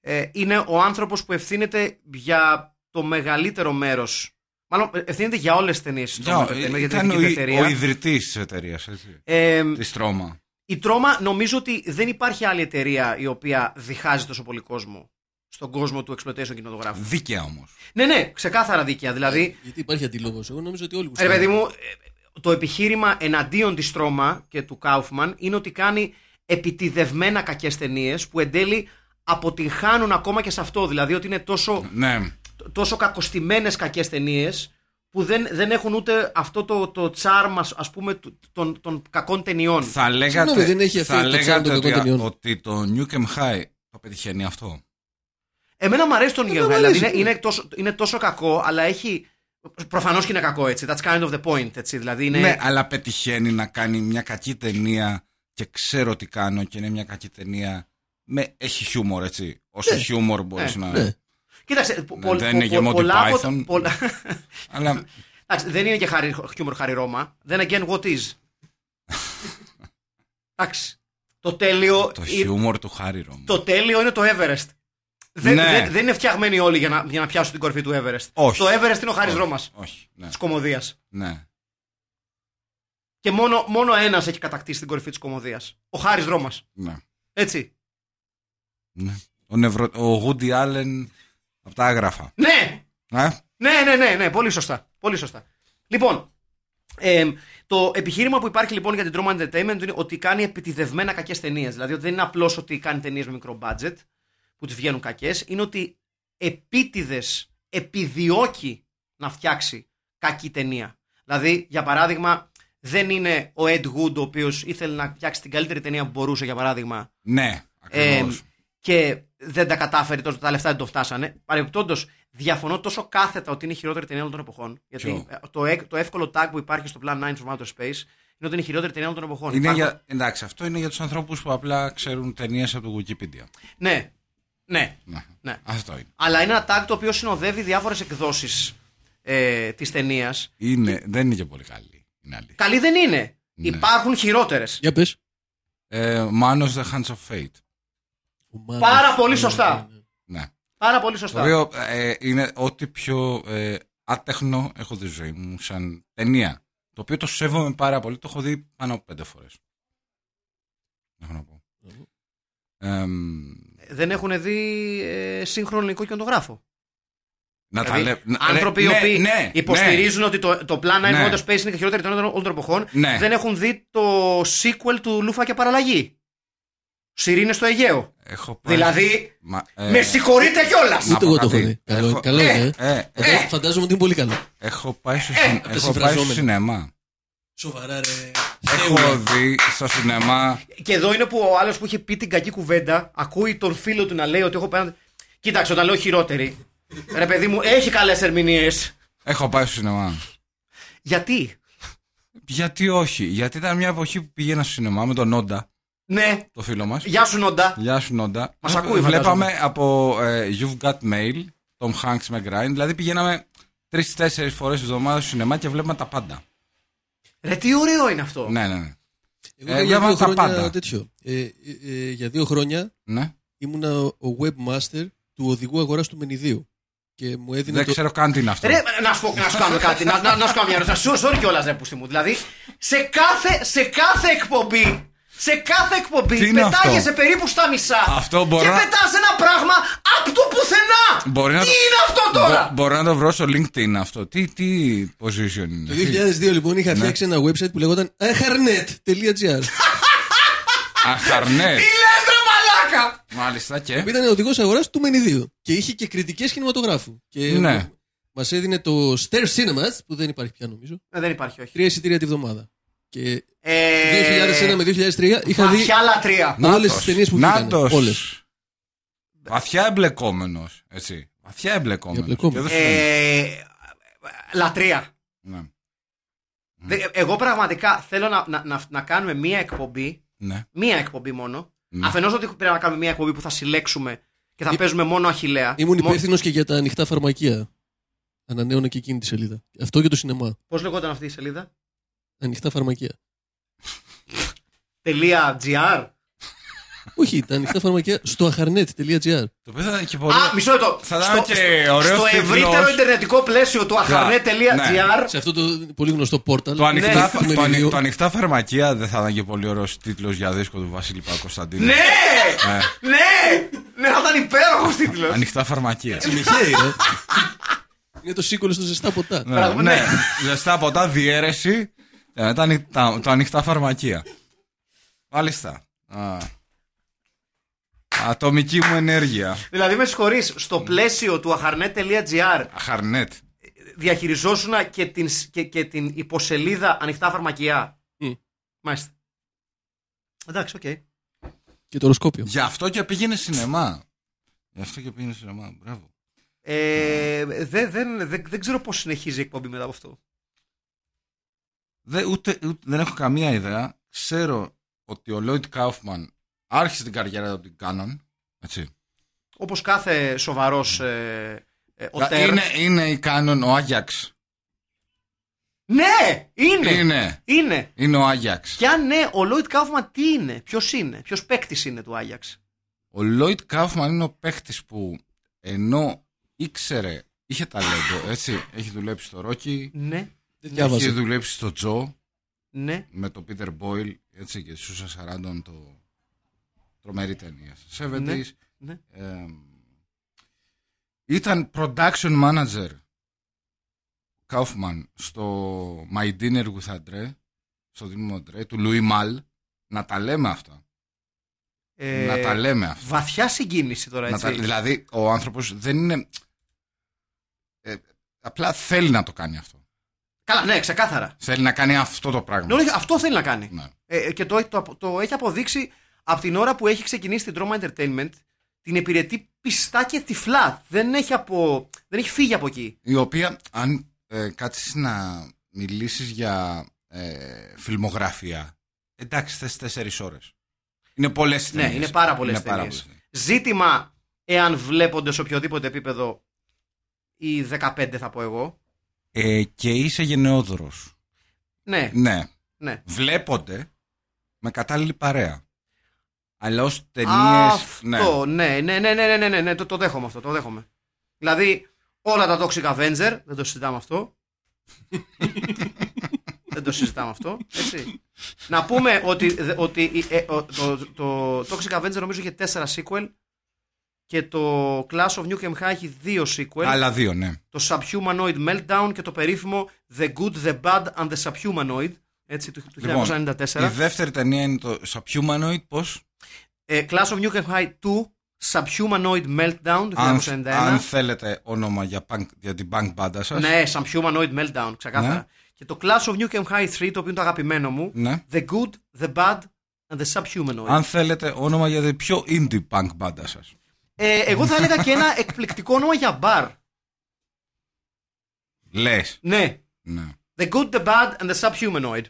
Speaker 1: ε, είναι ο άνθρωπος που ευθύνεται για το μεγαλύτερο μέρος. Μάλλον ε, ευθύνεται για όλες τις ταινίες της Τρόμα,
Speaker 2: Για- ε,
Speaker 1: για την
Speaker 2: ήταν ο,
Speaker 1: ελληνική
Speaker 2: ο
Speaker 1: εταιρεία.
Speaker 2: ιδρυτής της εταιρείας, έτσι,
Speaker 1: Ε,
Speaker 2: της Τρόμα.
Speaker 1: η Τρόμα νομίζω ότι δεν υπάρχει άλλη εταιρεία η οποία διχάζει τόσο πολύ κόσμο. στον κόσμο του exploitation κινηματογράφου.
Speaker 2: Δίκαια όμως.
Speaker 1: Ναι, ναι, ξεκάθαρα δίκαια. Δηλαδή,
Speaker 3: Γιατί υπάρχει αντίλογος. Εγώ νομίζω ότι όλοι
Speaker 1: Ρε
Speaker 3: γουστάρουν.
Speaker 1: παιδί μου, ε, το επιχείρημα εναντίον της Στρώμα και του Κάουφμαν είναι ότι κάνει επιτιδευμένα κακές ταινίες που εν τέλει αποτυγχάνουν ακόμα και σε αυτό. Δηλαδή ότι είναι τόσο,
Speaker 2: Ναι.
Speaker 1: τόσο κακοστημένες κακές ταινίες που δεν, δεν έχουν ούτε αυτό το, το τσάρμα ας πούμε του- των, των κακών ταινιών.
Speaker 2: Θα λέγατε,
Speaker 3: Συγγνώμη, δεν έχει αυτή
Speaker 2: θα
Speaker 3: το τσάρμα
Speaker 2: λέγατε
Speaker 3: των
Speaker 2: ότι,
Speaker 3: κακών ταινιών.
Speaker 2: ότι το Newcomb High το πετυχαίνει αυτό.
Speaker 1: Εμένα μου αρέσει το New
Speaker 3: μ'
Speaker 1: δηλαδή
Speaker 3: αρέσει.
Speaker 1: είναι, είναι, τόσο, είναι τόσο κακό αλλά έχει... Προφανώς και είναι κακό έτσι, that's kind of the point έτσι, δηλαδή είναι...
Speaker 2: Ναι. αλλά πετυχαίνει να κάνει μια κακή ταινία και ξέρω τι κάνω και είναι μια κακή ταινία. Με, έχει χιούμορ, έτσι. Όσο χιούμορ μπορείς
Speaker 1: Ναι.
Speaker 2: να.
Speaker 3: Ναι.
Speaker 1: Κοίταξε, πο-
Speaker 2: Ναι,
Speaker 1: πο-
Speaker 2: δεν
Speaker 1: πο-
Speaker 2: είναι
Speaker 1: πο-
Speaker 2: γεμότη
Speaker 1: πολλά από τα-
Speaker 2: Python.
Speaker 1: πολλά-
Speaker 2: Αλλά
Speaker 1: Εντάξει, δεν είναι και χάρι, χιούμορ χαριρώμα. Δεν again what is. Εντάξει. Το τέλειο,
Speaker 2: το
Speaker 1: ε,
Speaker 2: χιούμορ του Χάρη Ρώμα.
Speaker 1: το τέλειο είναι το Everest. Δεν,
Speaker 2: Ναι.
Speaker 1: δεν, δεν είναι φτιαγμένοι όλοι για να, για να πιάσουν την κορφή του Everest.
Speaker 2: Όχι.
Speaker 1: Το Everest είναι ο Χάρης Ρώμας
Speaker 2: Όχι. Ναι.
Speaker 1: της κομμωδίας.
Speaker 2: ναι.
Speaker 1: Και μόνο, μόνο ένας έχει κατακτήσει την κορυφή της κομμωδίας. Ο Χάρης Ρώμας.
Speaker 2: ναι.
Speaker 1: Έτσι.
Speaker 2: ναι. Ο, νευρο... ο Woody Allen από τα άγραφα.
Speaker 1: Ναι!
Speaker 2: Ε?
Speaker 1: Ναι, ναι, ναι, ναι, πολύ σωστά. Πολύ σωστά. Λοιπόν, εμ, το επιχείρημα που υπάρχει λοιπόν για την Troma Entertainment είναι ότι κάνει επιτιδευμένα κακές ταινίες. Δηλαδή ότι δεν είναι απλώς ότι κάνει ταινίες με μικρό budget που τη βγαίνουν κακές, είναι ότι επίτηδες επιδιώκει να φτιάξει κακή ταινία. Δηλαδή, για παράδειγμα, δεν είναι ο Ed Wood ο οποίος ήθελε να φτιάξει την καλύτερη ταινία που μπορούσε, για παράδειγμα,
Speaker 2: Ναι, ακριβώς.
Speaker 1: ε, και δεν τα κατάφερε τόσο, τα λεφτά δεν το φτάσανε. Παρεμπιπτόντως, διαφωνώ τόσο κάθετα ότι είναι η χειρότερη ταινία όλων των εποχών. Γιατί
Speaker 2: Ποιο?
Speaker 1: ε, το, εκ- το εύκολο tag που υπάρχει στο Plan 9 from Outer Space είναι ότι είναι η χειρότερη ταινία όλων των εποχών.
Speaker 2: είναι
Speaker 1: Υπάρχουν-
Speaker 2: για... Εντάξει, αυτό είναι για τους ανθρώπους που απλά ξέρουν ταινίες από το Wikipedia.
Speaker 1: Ναι, ναι.
Speaker 2: Ναι.
Speaker 1: Ναι.
Speaker 2: Αυτό είναι.
Speaker 1: Αλλά είναι ένα tag το οποίο συνοδεύει διάφορες εκδόσεις ε, της ταινίας.
Speaker 2: είναι. Δεν είναι και πολύ καλή. Είναι αλήθεια.
Speaker 1: Καλή δεν είναι.
Speaker 2: Ναι.
Speaker 1: Υπάρχουν χειρότερες.
Speaker 3: Για πες.
Speaker 2: Ε, Manos the Hands of Fate.
Speaker 1: Πάρα πολύ σωστά.
Speaker 2: Ναι.
Speaker 1: Πάρα πολύ
Speaker 2: Το
Speaker 1: σωστά.
Speaker 2: οποίο ε, είναι ό,τι πιο ε, άτεχνο έχω δει στη ζωή μου σαν ταινία. Το οποίο το σέβομαι πάρα πολύ. Το έχω δει πάνω από πέντε φορές. Έχω να πω. Εμ,
Speaker 1: Δεν έχουν δει ε, σύγχρονο ελληνικό κινηματογράφο.
Speaker 2: να τα
Speaker 1: Δηλαδή,
Speaker 2: λέ- να-
Speaker 1: άνθρωποι
Speaker 2: ναι,
Speaker 1: οι οποίοι
Speaker 2: ναι, ναι,
Speaker 1: υποστηρίζουν ότι το, το Plan 9
Speaker 2: Ναι.
Speaker 1: Outer Space είναι η χειρότερη των όλων των εποχών
Speaker 2: Ναι.
Speaker 1: δεν έχουν δει το sequel του Λούφα και Παραλλαγή. Σιρήνε στο Αιγαίο.
Speaker 2: Έχω πάει-
Speaker 1: Δηλαδή,
Speaker 2: Μα, ε,
Speaker 1: με συγχωρείτε κιόλας!
Speaker 2: Να
Speaker 3: Ούτε
Speaker 2: πω
Speaker 3: εγώ το έχω
Speaker 2: κάτι.
Speaker 3: δει. Καλό
Speaker 2: Έχω-
Speaker 3: είναι, καλό είναι. ε.
Speaker 2: ε, ε,
Speaker 1: Ε.
Speaker 3: Φαντάζομαι ότι είναι πολύ καλό.
Speaker 2: έχω πάει στο, συν- έχω
Speaker 3: τα
Speaker 2: πάει στο
Speaker 3: συμφραζόμενα.
Speaker 2: σινεμά.
Speaker 3: Σοβαρά, ρε.
Speaker 2: Έχω δει στο σινεμά.
Speaker 1: Και εδώ είναι που ο άλλος που είχε πει την κακή κουβέντα ακούει τον φίλο του να λέει ότι έχω πέραν. Κοίταξε, όταν λέω χειρότερη. Ρε παιδί μου, έχει καλές ερμηνείες.
Speaker 2: Έχω πάει στο σινεμά.
Speaker 1: Γιατί?
Speaker 2: Γιατί όχι, γιατί ήταν μια εποχή που πήγαινα στο σινεμά με τον Όντα,
Speaker 1: Ναι,
Speaker 2: το φίλο μας.
Speaker 1: γεια σου Νόντα.
Speaker 2: Γεια σου, Νόντα. Ε,
Speaker 1: Μας ακούει,
Speaker 2: Βλέπαμε από ε, You've Got Mail, Tom Hanks με Grind. Δηλαδή πηγαίναμε τρει-τέσσερι φορέ τη εβδομάδα στο σινεμά και βλέπαμε τα πάντα.
Speaker 1: Ρε τι ωραίο είναι αυτό.
Speaker 2: Ναι, ναι, ναι.
Speaker 3: Εγώ
Speaker 2: Ε, για
Speaker 3: είχα για δύο
Speaker 2: τα
Speaker 3: χρόνια
Speaker 2: πάντα.
Speaker 3: τέτοιο. Ε, ε, ε, για δύο χρόνια
Speaker 2: ναι.
Speaker 3: ήμουνα ο webmaster του οδηγού αγοράς του Μενιδίου. Και μου έδινε
Speaker 2: Δεν
Speaker 3: το.
Speaker 2: ξέρω καν τι είναι αυτό.
Speaker 1: Ρε, να σου, πω- να σου κάνω κάτι, να, να, να σου κάνω μια ερώτηση. Να Σου sorry κιόλας, ρε πούστη μου. Δηλαδή, σε κάθε, σε κάθε εκπομπή, σε κάθε εκπομπή
Speaker 2: Τι είναι
Speaker 1: πετάγεσαι
Speaker 2: αυτό?
Speaker 1: περίπου στα μισά.
Speaker 2: Αυτό μπορώ
Speaker 1: Και
Speaker 2: να-
Speaker 1: πετάς ένα πράγμα από το πουθενά.
Speaker 2: Μπορεί να
Speaker 1: Τι
Speaker 2: το-
Speaker 1: είναι αυτό τώρα.
Speaker 2: Μπο- μπορώ να το βρω στο LinkedIn αυτό. Τι, τι position
Speaker 3: Το
Speaker 2: είναι. Τι-
Speaker 3: 2002 λοιπόν είχα
Speaker 2: Ναι.
Speaker 3: φτιάξει ένα website που λεγόταν aharnet.gr.
Speaker 2: Αχαρνέ.
Speaker 1: Τι λες, ρε μαλάκα.
Speaker 2: Μάλιστα και.
Speaker 3: Που ήταν οδηγός αγοράς του Μενιδίου. Και είχε και κριτικές κινηματογράφου. Και
Speaker 2: Ναι.
Speaker 3: μας έδινε το Stair Cinemas, που δεν υπάρχει πια νομίζω,
Speaker 1: Ε, δεν υπάρχει, όχι.
Speaker 3: τρία εισιτήρια τη βδομάδα. Και
Speaker 1: Ε,
Speaker 3: 2001 με 2003 είχα δει
Speaker 1: Βαθιά λατρεία.
Speaker 3: Όλες
Speaker 2: Νάτος.
Speaker 3: τις ταινίες που
Speaker 2: Νάτος.
Speaker 3: βγήκανε, όλες.
Speaker 2: Βαθιά εμπλεκόμενος. Έτσι. Βαθιά εμπλεκόμενος.
Speaker 3: Εμπλεκόμενος.
Speaker 1: Ε, λατρεία.
Speaker 2: Ναι.
Speaker 1: Δε- Εγώ πραγματικά θέλω να, να, να, να κάνουμε μία εκπομπή
Speaker 2: ναι.
Speaker 1: μία εκπομπή μόνο.
Speaker 2: Ναι.
Speaker 1: Αφενός ότι πρέπει να κάνουμε μία εκπομπή που θα συλλέξουμε και θα παίζουμε μόνο αχηλέα.
Speaker 3: Ήμουν υπεύθυνος και για τα ανοιχτά φαρμακεία. Ανανέωνα και εκείνη τη σελίδα. Αυτό και το σινεμά.
Speaker 1: Πώς λεγόταν αυτή η σελίδα?
Speaker 3: Ανοιχτά φαρμακεία.
Speaker 1: .gr
Speaker 3: Όχι, τα ανοιχτά φαρμακεία στο aharnet.gr.
Speaker 2: Το οποίο θα ήταν και πολύ.
Speaker 1: Α, μισό λεπτό.
Speaker 2: Θα ήταν και ωραίο
Speaker 1: στο
Speaker 2: θρυλός.
Speaker 1: ευρύτερο ιντερνετικό πλαίσιο του
Speaker 2: Ναι.
Speaker 1: αχαρνέ.gr
Speaker 3: Σε αυτό το πολύ γνωστό πόρταλ.
Speaker 2: Το ανοιχτά,
Speaker 1: Ναι.
Speaker 2: φα- το, ανοι- το ανοιχτά φαρμακεία δεν θα ήταν και πολύ ωραίος τίτλος για δίσκο του Βασίλη Παπακοσταντίνου.
Speaker 1: Ναι! Ναι! Ναι, θα ήταν υπέροχος τίτλος.
Speaker 2: Ανοιχτά φαρμακεία.
Speaker 3: Συνεχίζει, ε. Είναι το sequel στο ζεστά ποτά.
Speaker 2: ναι,
Speaker 1: Πραγματικά.
Speaker 2: ναι. ζεστά ποτά, διέρεση. Και μετά ανοι- Ε, τα- το ανοιχτά φαρμακεία. Μάλιστα. Α. Ατομική μου ενέργεια.
Speaker 1: Δηλαδή, με συγχωρείς, στο πλαίσιο του αχαρνέ.gr
Speaker 2: Αχαρνέτ.
Speaker 1: διαχειριζόσουν και την, σ- και, και την υποσελίδα ανοιχτά φαρμακεία.
Speaker 3: Μμ.
Speaker 1: Μάλιστα. Εντάξει, οκ.
Speaker 3: Και το οροσκόπιο.
Speaker 2: Γι' αυτό και πήγαινε σινεμά. Γι' αυτό και πήγαινε σινεμά. Μπράβο.
Speaker 1: Ε, δεν, δεν, δεν, δεν ξέρω πώς συνεχίζει η εκπομπή μετά από αυτό.
Speaker 2: Δε, ούτε, ούτε- δεν έχω καμία ιδέα. Ξέρω ότι ο Λόιτ Κάουφμαν άρχισε την καριέρα του από την Κάνον. Έτσι.
Speaker 1: Όπως κάθε σοβαρός ε, ε, ο Τέρ.
Speaker 2: Είναι, είναι η Κάνον ο Άγιαξ.
Speaker 1: Ναι! Είναι! Είναι!
Speaker 2: Είναι. Είναι ο Άγιαξ.
Speaker 1: Και αν ναι, ο Λόιτ Κάουφμαν τι είναι, ποιος είναι, ποιος παίκτης είναι του Άγιαξ.
Speaker 2: Ο Λόιτ Κάουφμαν είναι ο παίχτη που ενώ ήξερε, είχε ταλέντο, έτσι. Έχει δουλέψει στο Ρόκι,
Speaker 1: Ναι,
Speaker 3: Δεν
Speaker 2: έχει
Speaker 3: διάβαζα.
Speaker 2: δουλέψει στο Τζο
Speaker 1: ναι.
Speaker 2: με τον Πίτερ Μπόιλ, έτσι και Σούσα Σαράντον, το τρομερή ταινία. 70s.
Speaker 1: ναι.
Speaker 2: Ε, ήταν production manager Kaufman στο My Dinner with Andre, στο δίδυμο Andre, του Λουί Μαλ. Να τα λέμε αυτά.
Speaker 1: Ε,
Speaker 2: να τα λέμε αυτά.
Speaker 1: Βαθιά συγκίνηση τώρα,
Speaker 2: Να
Speaker 1: έτσι.
Speaker 2: τα- δηλαδή, ο άνθρωπος δεν είναι. ε, απλά θέλει να το κάνει αυτό.
Speaker 1: Καλά, ναι, ξεκάθαρα.
Speaker 2: Θέλει να κάνει αυτό το πράγμα.
Speaker 1: Ναι, όχι, αυτό θέλει να κάνει.
Speaker 2: Ναι.
Speaker 1: Ε, και το, το, το έχει αποδείξει από την ώρα που έχει ξεκινήσει την Drama Entertainment. Την υπηρετεί πιστά και τυφλά. Δεν έχει, από, δεν έχει φύγει από εκεί.
Speaker 2: Η οποία, αν ε, κάτσεις να μιλήσεις για ε, φιλμογραφία, εντάξει, θες τέσσερις ώρες. Είναι πολλές οι
Speaker 1: Ναι,
Speaker 2: ταινίες.
Speaker 1: είναι πάρα πολλές
Speaker 2: Είναι πάρα
Speaker 1: ταινίες.
Speaker 2: πολλές
Speaker 1: Ζήτημα εάν βλέπονται σε οποιοδήποτε επίπεδο οι 15 θα πω εγώ.
Speaker 2: Ε, και είσαι γενναιόδωρος.
Speaker 1: Ναι,
Speaker 2: Ναι.
Speaker 1: ναι.
Speaker 2: Βλέπονται με κατάλληλη παρέα. Αλλά ως ταινίες... ναι.
Speaker 1: Αυτό, ναι, ναι, ναι, ναι, ναι, ναι, ναι, ναι, το, το δέχομαι αυτό, το δέχομαι. Δηλαδή, όλα τα Toxic Avenger, δεν το συζητάμε αυτό. δεν το συζητάμε αυτό, έτσι. Να πούμε ότι, ότι η- ε, ο- το, το, Toxic Avenger νομίζω είχε 4 sequel και το Clash of Newcomb High έχει 2 sequel.
Speaker 2: Άλλα δύο, ναι.
Speaker 1: Το Subhumanoid Meltdown και το περίφημο The Good, The Bad and The Subhumanoid. Έτσι, του, του
Speaker 2: Λοιπόν,
Speaker 1: 1994.
Speaker 2: Η δεύτερη ταινία είναι το Subhumanoid, πώς?
Speaker 1: Ε, Clash of Nukem High 2 Subhumanoid Meltdown του 1991.
Speaker 2: Αν, αν θέλετε όνομα για, punk, για την punk μπάντα σας.
Speaker 1: ναι, Subhumanoid Meltdown, ξεκάθαρα.
Speaker 2: Ναι.
Speaker 1: Και το Clash of Nukem High 3, το οποίο είναι το αγαπημένο μου.
Speaker 2: Ναι.
Speaker 1: The Good, The Bad and The Subhumanoid.
Speaker 2: Αν θέλετε όνομα για την πιο indie punk μπάντα σας.
Speaker 1: Ε, εγώ θα έλεγα και ένα εκπληκτικό όνομα για μπαρ.
Speaker 2: Λες.
Speaker 1: Ναι.
Speaker 2: Ναι.
Speaker 1: The Good, The Bad and The Subhumanoid.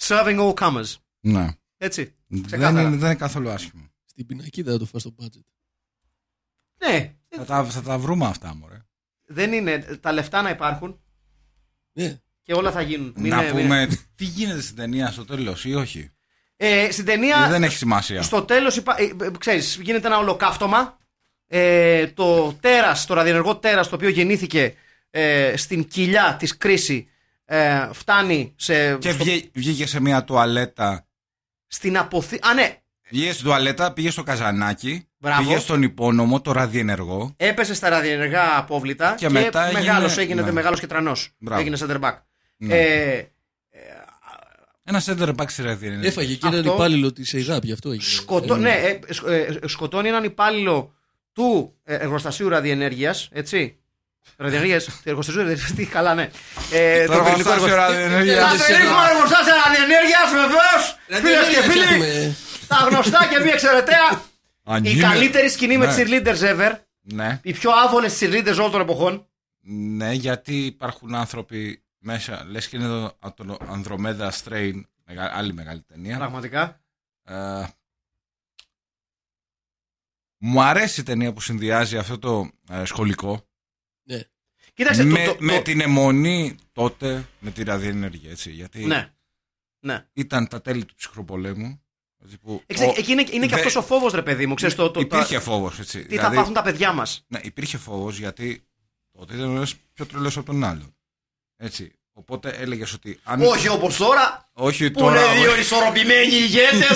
Speaker 1: Serving all comers.
Speaker 2: ναι.
Speaker 1: Έτσι.
Speaker 2: Δεν,
Speaker 1: Ξεκάθαρα.
Speaker 2: είναι, δεν είναι καθόλου άσχημο.
Speaker 3: Στην πινακίδα θα το φας στο budget.
Speaker 1: Ναι.
Speaker 2: Θα τα, θα τα βρούμε αυτά, μωρέ.
Speaker 1: Δεν είναι τα λεφτά να υπάρχουν
Speaker 3: Ναι.
Speaker 1: και όλα θα γίνουν. Μην
Speaker 2: να
Speaker 1: είναι- μην είναι-
Speaker 2: πούμε τι γίνεται στην ταινία στο τέλος ή όχι.
Speaker 1: Ε, στην
Speaker 2: Ή
Speaker 1: ταινία
Speaker 2: δεν έχει σημασία.
Speaker 1: Στο τέλος, υπα... ε, ε, ξέρεις, γίνεται ένα ολοκαύτωμα. Ε, το τέρας, το ραδιενεργό τέρας, το οποίο γεννήθηκε ε, στην κοιλιά της κρίση, ε, φτάνει σε,
Speaker 2: Και
Speaker 1: στο-
Speaker 2: βγε- βγήκε σε μια τουαλέτα.
Speaker 1: στην αποθή. Α, ναι,
Speaker 2: Βγήκε στην τουαλέτα, πήγε στο καζανάκι.
Speaker 1: Μπράβο.
Speaker 2: Πήγε στον υπόνομο, το ραδιενεργό.
Speaker 1: έπεσε στα ραδιενεργά απόβλητα
Speaker 2: Και μετά έγινε-
Speaker 1: μεγάλος έγινε
Speaker 2: ναι.
Speaker 1: μεγάλος και τρανός.
Speaker 2: Μπράβο.
Speaker 1: Έγινε center back.
Speaker 2: Ναι.
Speaker 1: Ε,
Speaker 2: Ένα center back στη ραδιενεργή.
Speaker 3: Έφαγε και
Speaker 1: Αυτό-
Speaker 3: έναν υπάλληλο της ΕΙΔΑΠ, γι' αυτό έγινε.
Speaker 1: σκοτώ... ναι, ε, ε, σκο- ε, ε, σκοτώνει έναν υπάλληλο του ε, εργοστασίου ραδιενέργειας, έτσι. Ραδιενέργειας, εργοστασίου ραδιενέργειας, τι καλά, ναι. Ε,
Speaker 2: Το
Speaker 1: πυρηνικό
Speaker 2: εργοστάσιο
Speaker 1: εργοστάσιο-
Speaker 2: ραδιενεργία.
Speaker 1: Τα περίφημα εργοστάσια ανενέργεια, βεβαίω! Ε, Φίλε
Speaker 3: Ε,
Speaker 1: και φίλοι,
Speaker 3: Έχουμε-
Speaker 1: τα γνωστά και μη εξαιρετέα. Η
Speaker 2: Αγγίλιο.
Speaker 1: καλύτερη σκηνή με
Speaker 2: Ναι.
Speaker 1: cheerleaders ever.
Speaker 2: Ναι.
Speaker 1: Οι πιο άβολες cheerleaders όλων των εποχών.
Speaker 2: Ναι, γιατί υπάρχουν άνθρωποι μέσα. Λες και είναι το, από το Ανδρομέδα Strain, μεγα- άλλη μεγάλη ταινία.
Speaker 1: Πραγματικά.
Speaker 2: Ε, μου αρέσει η ταινία που συνδυάζει αυτό το ε, σχολικό
Speaker 3: Ναι.
Speaker 1: Κοίταξε το-
Speaker 2: με,
Speaker 1: το.
Speaker 2: με
Speaker 1: το-
Speaker 2: την αιμονή τότε με τη ραδιενέργεια. Έτσι, γιατί
Speaker 1: Ναι. Ναι.
Speaker 2: ήταν τα τέλη του ψυχροπολέμου. έτσι, που
Speaker 1: Εξε-
Speaker 2: ο-
Speaker 1: Εκεί είναι, είναι και
Speaker 2: δε-
Speaker 1: αυτός ο φόβος, ρε παιδί μου. Ξέρεις, το, το, τα-
Speaker 2: υπήρχε δηλαδή- φόβο. Τι
Speaker 1: τι θα πάθουν τα παιδιά μας.
Speaker 2: Ναι, υπήρχε φόβος γιατί τότε ήταν ο ένας πιο τρελός από τον άλλον. Έτσι. Οπότε έλεγες ότι. Αν...
Speaker 1: Όχι όπως τώρα,
Speaker 2: Όχι
Speaker 1: που είναι
Speaker 2: τώρα.
Speaker 1: δύο ισορροπημένοι ηγέτε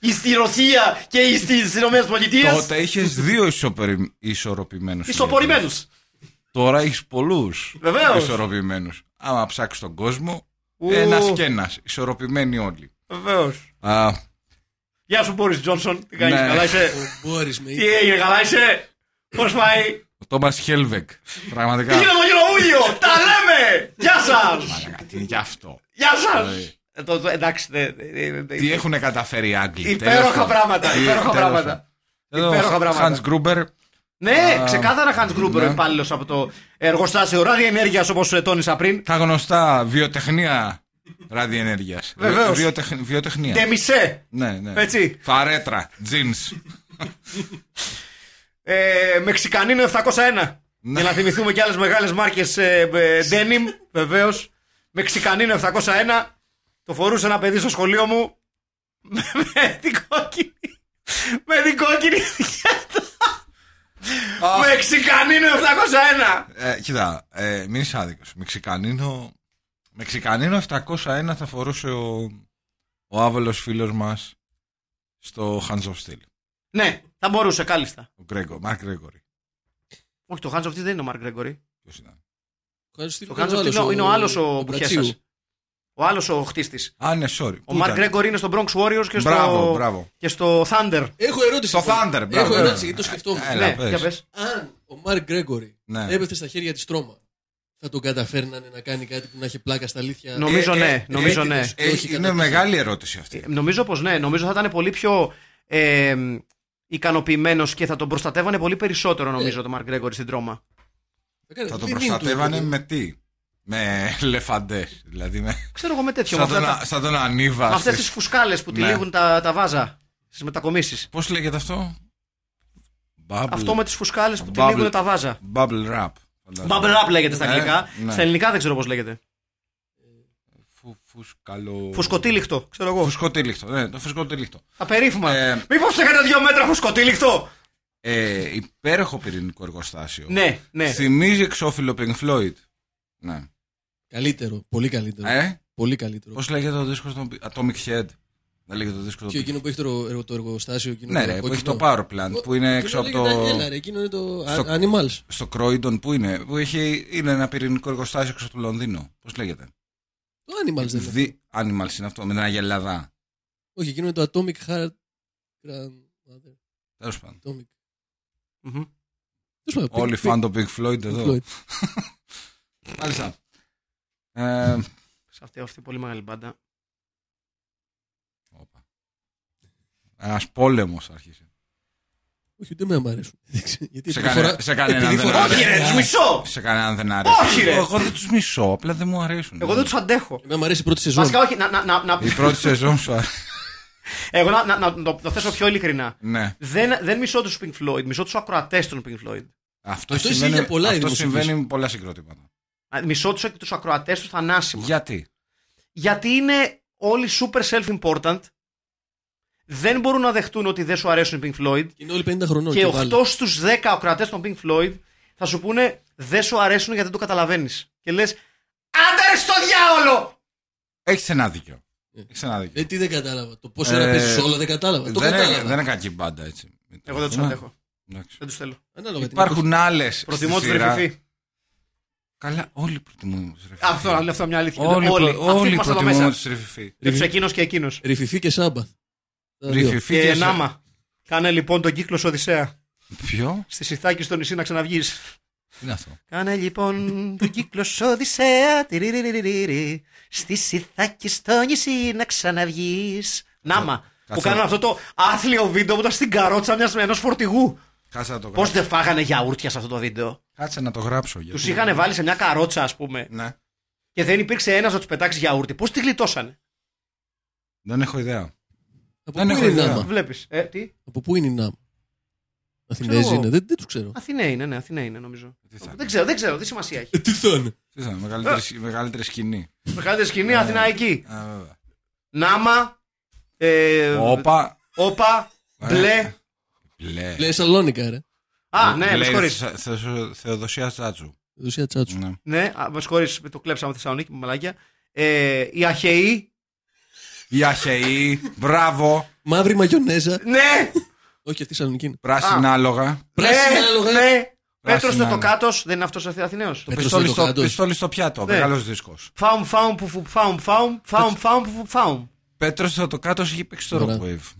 Speaker 1: ή στη Ρωσία και ή στι Ηνωμένες Πολιτείες.
Speaker 2: Τότε είχες δύο ισοπερι... ισορροπημένους.
Speaker 1: Ισοπορημένους.
Speaker 2: Τώρα έχεις πολλούς
Speaker 1: Βεβαίως.
Speaker 2: ισορροπημένους. Άμα ψάξεις τον κόσμο,
Speaker 1: Ου.
Speaker 2: ένας και ένας. Ισορροπημένοι όλοι.
Speaker 1: Βεβαίως.
Speaker 2: Α,
Speaker 1: Γεια σου, Μπόρις Τζόνσον. Τι κάνεις,
Speaker 2: Ναι.
Speaker 1: καλά είσαι.
Speaker 3: ε, Μπόρις με
Speaker 1: Τι έγινε, καλά είσαι. Πώς πάει.
Speaker 2: ο Τόμας Χέλβεκ. Πραγματικά.
Speaker 1: Τι γίνεται το γενοβούλιο. Τα λέμε. Γεια σας.
Speaker 2: Μαλάκα, Τι είναι γι' αυτό.
Speaker 1: Γεια σας.
Speaker 2: Ε.
Speaker 1: Εντάξει, ναι, ναι, ναι,
Speaker 2: Τι έχουν καταφέρει οι Άγγλοι. Ε,
Speaker 1: Υπέροχα πράγματα. Υπέροχα πράγματα. Υπέροχα πράγματα.
Speaker 2: Χάντ Γκρούμπερ.
Speaker 1: Ναι, ξεκάθαρα Hans Gruber
Speaker 2: Ναι.
Speaker 1: ο υπάλληλος από το εργοστάσιο ραδιενέργεια όπω τόνισα πριν.
Speaker 2: Τα γνωστά βιοτεχνία ραδιενέργεια.
Speaker 1: Βεβαίως.
Speaker 2: Βιοτεχνία.
Speaker 1: Ντεμισέ.
Speaker 2: Ναι, ναι.
Speaker 1: Έτσι.
Speaker 2: Φαρέτρα, jeans.
Speaker 1: Ε, Μεξικανίνο 701. Για να θυμηθούμε και άλλες μεγάλες μάρκες ε, denim, βεβαίω. Μεξικανίνο 701. Το φορούσε ένα παιδί στο σχολείο μου. με- Με την κόκκινη. Με την κόκκινη ετικέτα.
Speaker 2: Αχ.
Speaker 1: Μεξικανίνο 701.
Speaker 2: Ε, κοίτα, ε, μην είσαι άδικος. Μεξικανίνο. Μεξικανίνο 701 θα φορούσε ο, ο άβελο φίλος μας στο Hands of Steel.
Speaker 1: Ναι, θα μπορούσε κάλλιστα.
Speaker 2: Ο Γκρέγκο, Μαρκ Γκρέγκορη.
Speaker 1: Όχι, το Hans of Steel δεν είναι ο Μαρκ Γκρέγκορη.
Speaker 2: Ποιος ήταν.
Speaker 1: Το Hans of Steel είναι ο άλλος ο Μπουχέσας. Ο άλλος ο χτίστης.
Speaker 2: Α, ναι, sorry.
Speaker 1: Ο Μαρκ Γκρέγκορη είναι στο Bronx Warriors και
Speaker 2: Μπράβο,
Speaker 1: στο,
Speaker 2: μπράβο.
Speaker 1: και στο Thunder.
Speaker 3: Έχω ερώτηση.
Speaker 2: Στο
Speaker 3: λοιπόν.
Speaker 2: Thunder, μπράβο.
Speaker 3: Έχω
Speaker 2: ναι.
Speaker 3: ερώτηση γιατί το σκεφτόμουν.
Speaker 2: Έλα,
Speaker 1: ναι,
Speaker 2: πες.
Speaker 1: για πες. Ε,
Speaker 3: Αν ο Μαρκ Γκρέγκορη
Speaker 2: Ναι.
Speaker 3: έπεφτε στα χέρια της Τρόμα, θα τον καταφέρνανε να κάνει κάτι που να έχει πλάκα στα αλήθεια.
Speaker 1: Νομίζω
Speaker 2: Ε,
Speaker 1: ναι,
Speaker 2: ε,
Speaker 1: νομίζω
Speaker 3: ε,
Speaker 1: ναι.
Speaker 3: ε,
Speaker 2: Ε,
Speaker 3: Όχι,
Speaker 2: είναι
Speaker 3: κατά-
Speaker 2: μεγάλη ερώτηση αυτή.
Speaker 1: Ε, Νομίζω πως ναι. Νομίζω θα ήταν πολύ πιο ε, ικανοποιημένος και θα τον προστατεύανε πολύ περισσότερο, νομίζω, το Μαρκ Γκρέγκορη στην τρόμα.
Speaker 3: έκανε
Speaker 2: Θα
Speaker 3: το
Speaker 2: τον
Speaker 3: Ε, δίνει του,
Speaker 2: προστατεύανε
Speaker 3: έκανε.
Speaker 2: με τι. Με λεφαντέ. Δηλαδή με.
Speaker 1: Ξέρω εγώ με τέτοιο.
Speaker 2: Σαν τον, Ναι.
Speaker 1: με
Speaker 2: α- σαν τον Ανίβα.
Speaker 1: αυτέ τις φουσκάλες που τυλίγουν τα, τα βάζα στις μετακομίσεις.
Speaker 2: Πώς λέγεται αυτό. Bubble,
Speaker 1: Αυτό με τις φουσκάλες που
Speaker 2: Bubble.
Speaker 1: τυλίγουν τα βάζα.
Speaker 2: Bubble wrap. φαντάζομαι.
Speaker 1: Bubble up λέγεται στα
Speaker 2: Ναι,
Speaker 1: αγγλικά.
Speaker 2: ναι.
Speaker 1: Στα ελληνικά δεν ξέρω πώς λέγεται.
Speaker 2: Φου, φουσκαλο...
Speaker 1: Φουσκοτήλιχτο, ξέρω εγώ.
Speaker 2: Φουσκοτήλιχτο, ναι, το φουσκοτήλιχτο.
Speaker 1: Απερίφημα.
Speaker 2: Ε,
Speaker 1: Μήπως είχατε δύο μέτρα φουσκοτήλιχτο.
Speaker 2: Ε, υπέροχο πυρηνικό εργοστάσιο.
Speaker 1: Ναι, ναι.
Speaker 2: Θυμίζει εξώφυλλο Pink Floyd. Ναι.
Speaker 3: Καλύτερο, πολύ καλύτερο.
Speaker 2: Ε,
Speaker 3: Πολύ καλύτερο.
Speaker 2: Πώς λέγεται το δίσκο στο Atomic Head. Δεν λέγεται το δίσκο
Speaker 3: Και
Speaker 2: στο.
Speaker 3: εκείνο που έχει το, εργο- το εργοστάσιο. Εκείνο
Speaker 2: Ναι,
Speaker 3: το
Speaker 2: ρε, που έχει
Speaker 3: κόκκινο.
Speaker 2: το Power Plant που είναι έξω από
Speaker 3: Εκείνο
Speaker 2: το.
Speaker 3: λέγεται- Έλα, ρε, εκείνο είναι το
Speaker 2: Στο-
Speaker 3: Α- Animals.
Speaker 2: Στο Croydon που είναι. Που έχει, είναι ένα πυρηνικό εργοστάσιο έξω από το Λονδίνο. Πώς λέγεται.
Speaker 3: Το Animals δεν είναι.
Speaker 2: Δι... Animals είναι αυτό, με την αγελαδά.
Speaker 3: Όχι, εκείνο είναι το Atomic Heart. Grandmother.
Speaker 2: Τέλος πάντων.
Speaker 3: Atomic.
Speaker 1: Μμμ.
Speaker 3: Τέλος πάντων,
Speaker 2: Όλοι
Speaker 3: Pink-
Speaker 2: φαν το Pink Floyd
Speaker 3: Pink
Speaker 2: εδώ.
Speaker 3: Floyd.
Speaker 2: Μάλιστα. Ε,
Speaker 1: Σε αυτή, αυτή η πολύ μεγάλη μπάντα.
Speaker 2: Ένα πόλεμο αρχίσει.
Speaker 3: Όχι, ούτε εμένα μ' αρέσουν. Γιατί
Speaker 2: Σε
Speaker 3: επειδή
Speaker 2: κάνε-
Speaker 3: φορά-
Speaker 2: σε κανέναν
Speaker 3: επειδή
Speaker 2: δεν
Speaker 3: φορά-
Speaker 2: αρέσει.
Speaker 1: Όχι, ρε, τους μισώ!
Speaker 2: Σε κανέναν δεν αρέσει.
Speaker 1: Όχι, ρε.
Speaker 2: Εγώ δεν τους μισώ, απλά δεν μου αρέσουν.
Speaker 1: Εγώ δεν τους αντέχω.
Speaker 3: Εμένα μου αρέσει η πρώτη σεζόν.
Speaker 1: Βασικά, όχι, να, να, να, να-
Speaker 2: Η πρώτη σεζόν σου αρέσει.
Speaker 1: εγώ να, να, να το, το θέσω πιο ειλικρινά.
Speaker 2: Ναι.
Speaker 1: Δεν, δεν μισώ τους Pink Floyd, μισώ τους ακροατές των Pink Floyd.
Speaker 2: Αυτό,
Speaker 3: Αυτός ισχύει
Speaker 2: συμβαίνει,
Speaker 3: για πολλά
Speaker 2: αυτό
Speaker 3: είδη μουσικής.
Speaker 2: συμβαίνει με πολλά συγκρότηματα.
Speaker 1: Α, Μισώ του τους ακροατές τους θανάσιμα.
Speaker 2: Γιατί.
Speaker 1: Γιατί είναι όλοι super self-important. Δεν μπορούν να δεχτούν ότι δεν σου αρέσουν οι Pink Floyd.
Speaker 3: Είναι όλοι 50 χρονών.
Speaker 1: και
Speaker 3: βάλε.
Speaker 1: 8 στου 10 ακροατές των Pink Floyd θα σου πούνε δεν σου αρέσουν γιατί δεν το καταλαβαίνεις. Και λες, άντε ρε στο διάολο!
Speaker 2: Έχεις ένα δίκιο.
Speaker 3: Ε.
Speaker 2: Έχεις ένα δίκιο.
Speaker 3: Ε, τι δεν κατάλαβα. Το πόσο
Speaker 2: Ε,
Speaker 3: ώρα παίζεις όλα δεν κατάλαβα. Το
Speaker 2: δεν, είναι,
Speaker 3: κατάλαβα.
Speaker 2: δεν είναι κακή μπάντα έτσι.
Speaker 1: Εγώ δεν τους
Speaker 2: Ναι.
Speaker 1: αντέχω.
Speaker 2: Εντάξει.
Speaker 1: Δεν τους θέλω.
Speaker 3: Ανάλογα την εποχή.
Speaker 2: Υπάρχουν άλλε.
Speaker 1: Προτιμώ του βρεφηφί.
Speaker 2: Καλά, όλοι προτιμούν τους ρεφιφί.
Speaker 1: Αυτό αλλά αυτό είναι μια αλήθεια.
Speaker 2: Όλοι,
Speaker 1: Όλοι.
Speaker 2: προ-
Speaker 1: Αυτοί
Speaker 2: όλοι
Speaker 1: που ήμασταν εδώ
Speaker 2: προτιμούν
Speaker 1: μέσα.
Speaker 2: τους ρεφιφί.
Speaker 1: Και του εκείνο και εκείνος.
Speaker 3: Ρηφιφί και Σάμπαθ. Τα Ε, δύο.
Speaker 2: Ρεφιφί
Speaker 1: Και
Speaker 2: και
Speaker 1: Νάμα. Κάνε λοιπόν τον κύκλο σου Οδυσσέα.
Speaker 2: Ποιο?
Speaker 1: Στη Σιθάκη στο νησί να ξαναβγείς.
Speaker 2: Τι είναι αυτό.
Speaker 1: Κάνε λοιπόν τον κύκλο σου Οδυσσέα. τυριριριριρι. Στη Σιθάκη στο νησί να ξαναβγεί. Νάμα. Που
Speaker 2: Κάτσε.
Speaker 1: κάνουν αυτό το άθλιο βίντεο που ήταν στην καρότσα μιας ενό φορτηγού.
Speaker 2: Κάτσε να το
Speaker 1: Πώς
Speaker 2: γράψω.
Speaker 1: δεν φάγανε γιαούρτια σε αυτό το βίντεο.
Speaker 2: Κάτσε να το γράψω. γιατί-
Speaker 1: Τους είχαν βάλει σε μια καρότσα, ας πούμε,
Speaker 2: Ναι.
Speaker 1: και δεν υπήρξε ένας να τους πετάξει γιαούρτι. Πώς τη γλιτώσανε.
Speaker 2: Δεν έχω ιδέα.
Speaker 3: Από
Speaker 2: Δεν
Speaker 3: πού
Speaker 2: έχω
Speaker 3: είναι η
Speaker 2: ιδέα.
Speaker 3: Νάμα.
Speaker 1: Βλέπεις. Ε, τι.
Speaker 3: Από πού είναι η Νάμα. Αθηνέζοι
Speaker 1: εγώ.
Speaker 3: είναι. Δεν, δεν τους ξέρω.
Speaker 1: Αθηναίοι είναι, ναι, Αθηναίοι είναι νομίζω.
Speaker 2: Τι θα
Speaker 1: Δεν ξέρω, δεν ξέρω, τι σημασία έχει.
Speaker 3: Ε, τι θα είναι.
Speaker 2: Τι θα είναι, μεγαλύτερη, μεγαλύτερη σκηνή.
Speaker 1: Μεγαλύτερη σκηνή, Αθηναϊκή.
Speaker 2: Α, βέβαια.
Speaker 1: Νάμα. Ε,
Speaker 2: Όπα.
Speaker 1: όπα.
Speaker 2: Ε.
Speaker 1: Μπλε.
Speaker 2: Μπλε.
Speaker 3: Λέει «Ε, Σαλόνικα, ρε. Ε,
Speaker 1: Α, ναι, με
Speaker 2: Λέει
Speaker 1: συγχωρείς.
Speaker 2: Θε- Θε- Θεοδοσία Τσάτσου.
Speaker 3: Δουσία Τσάτσου.
Speaker 2: Ναι.
Speaker 1: Ναι, α, με συγχωρείς, το κλέψαμε Θεσσαλονίκη, με μαλάκια. Ε, οι Αχαιοί.
Speaker 2: οι αχαιοί, μπράβο,
Speaker 3: Μαύρη μαγιονέζα.
Speaker 1: Ναι!
Speaker 3: Όχι, αυτή η σαλονική
Speaker 1: Ε,
Speaker 3: είναι.
Speaker 2: πράσινα άλογα.
Speaker 3: Πράσινα
Speaker 1: ναι,
Speaker 3: άλογα.
Speaker 1: Ναι! Πέτρο
Speaker 2: Πράσινα
Speaker 1: στο κάτω, δεν είναι αυτός ο Αθηναίο.
Speaker 3: Πέτρος
Speaker 2: Πιστόλι στο,
Speaker 3: Θεοτοκράτος.
Speaker 2: πιστόλι στο πιάτο,
Speaker 1: Ναι.
Speaker 2: μεγάλος δίσκος.
Speaker 1: Φάουμ, φάουμ, που φου- φάουμ, φάουμ, φάουμ, φάουμ, που φου- φάουμ.
Speaker 2: Πέτρος Θεοτοκράτο είχε παίξει το
Speaker 3: Ωραία.
Speaker 2: Rockwave.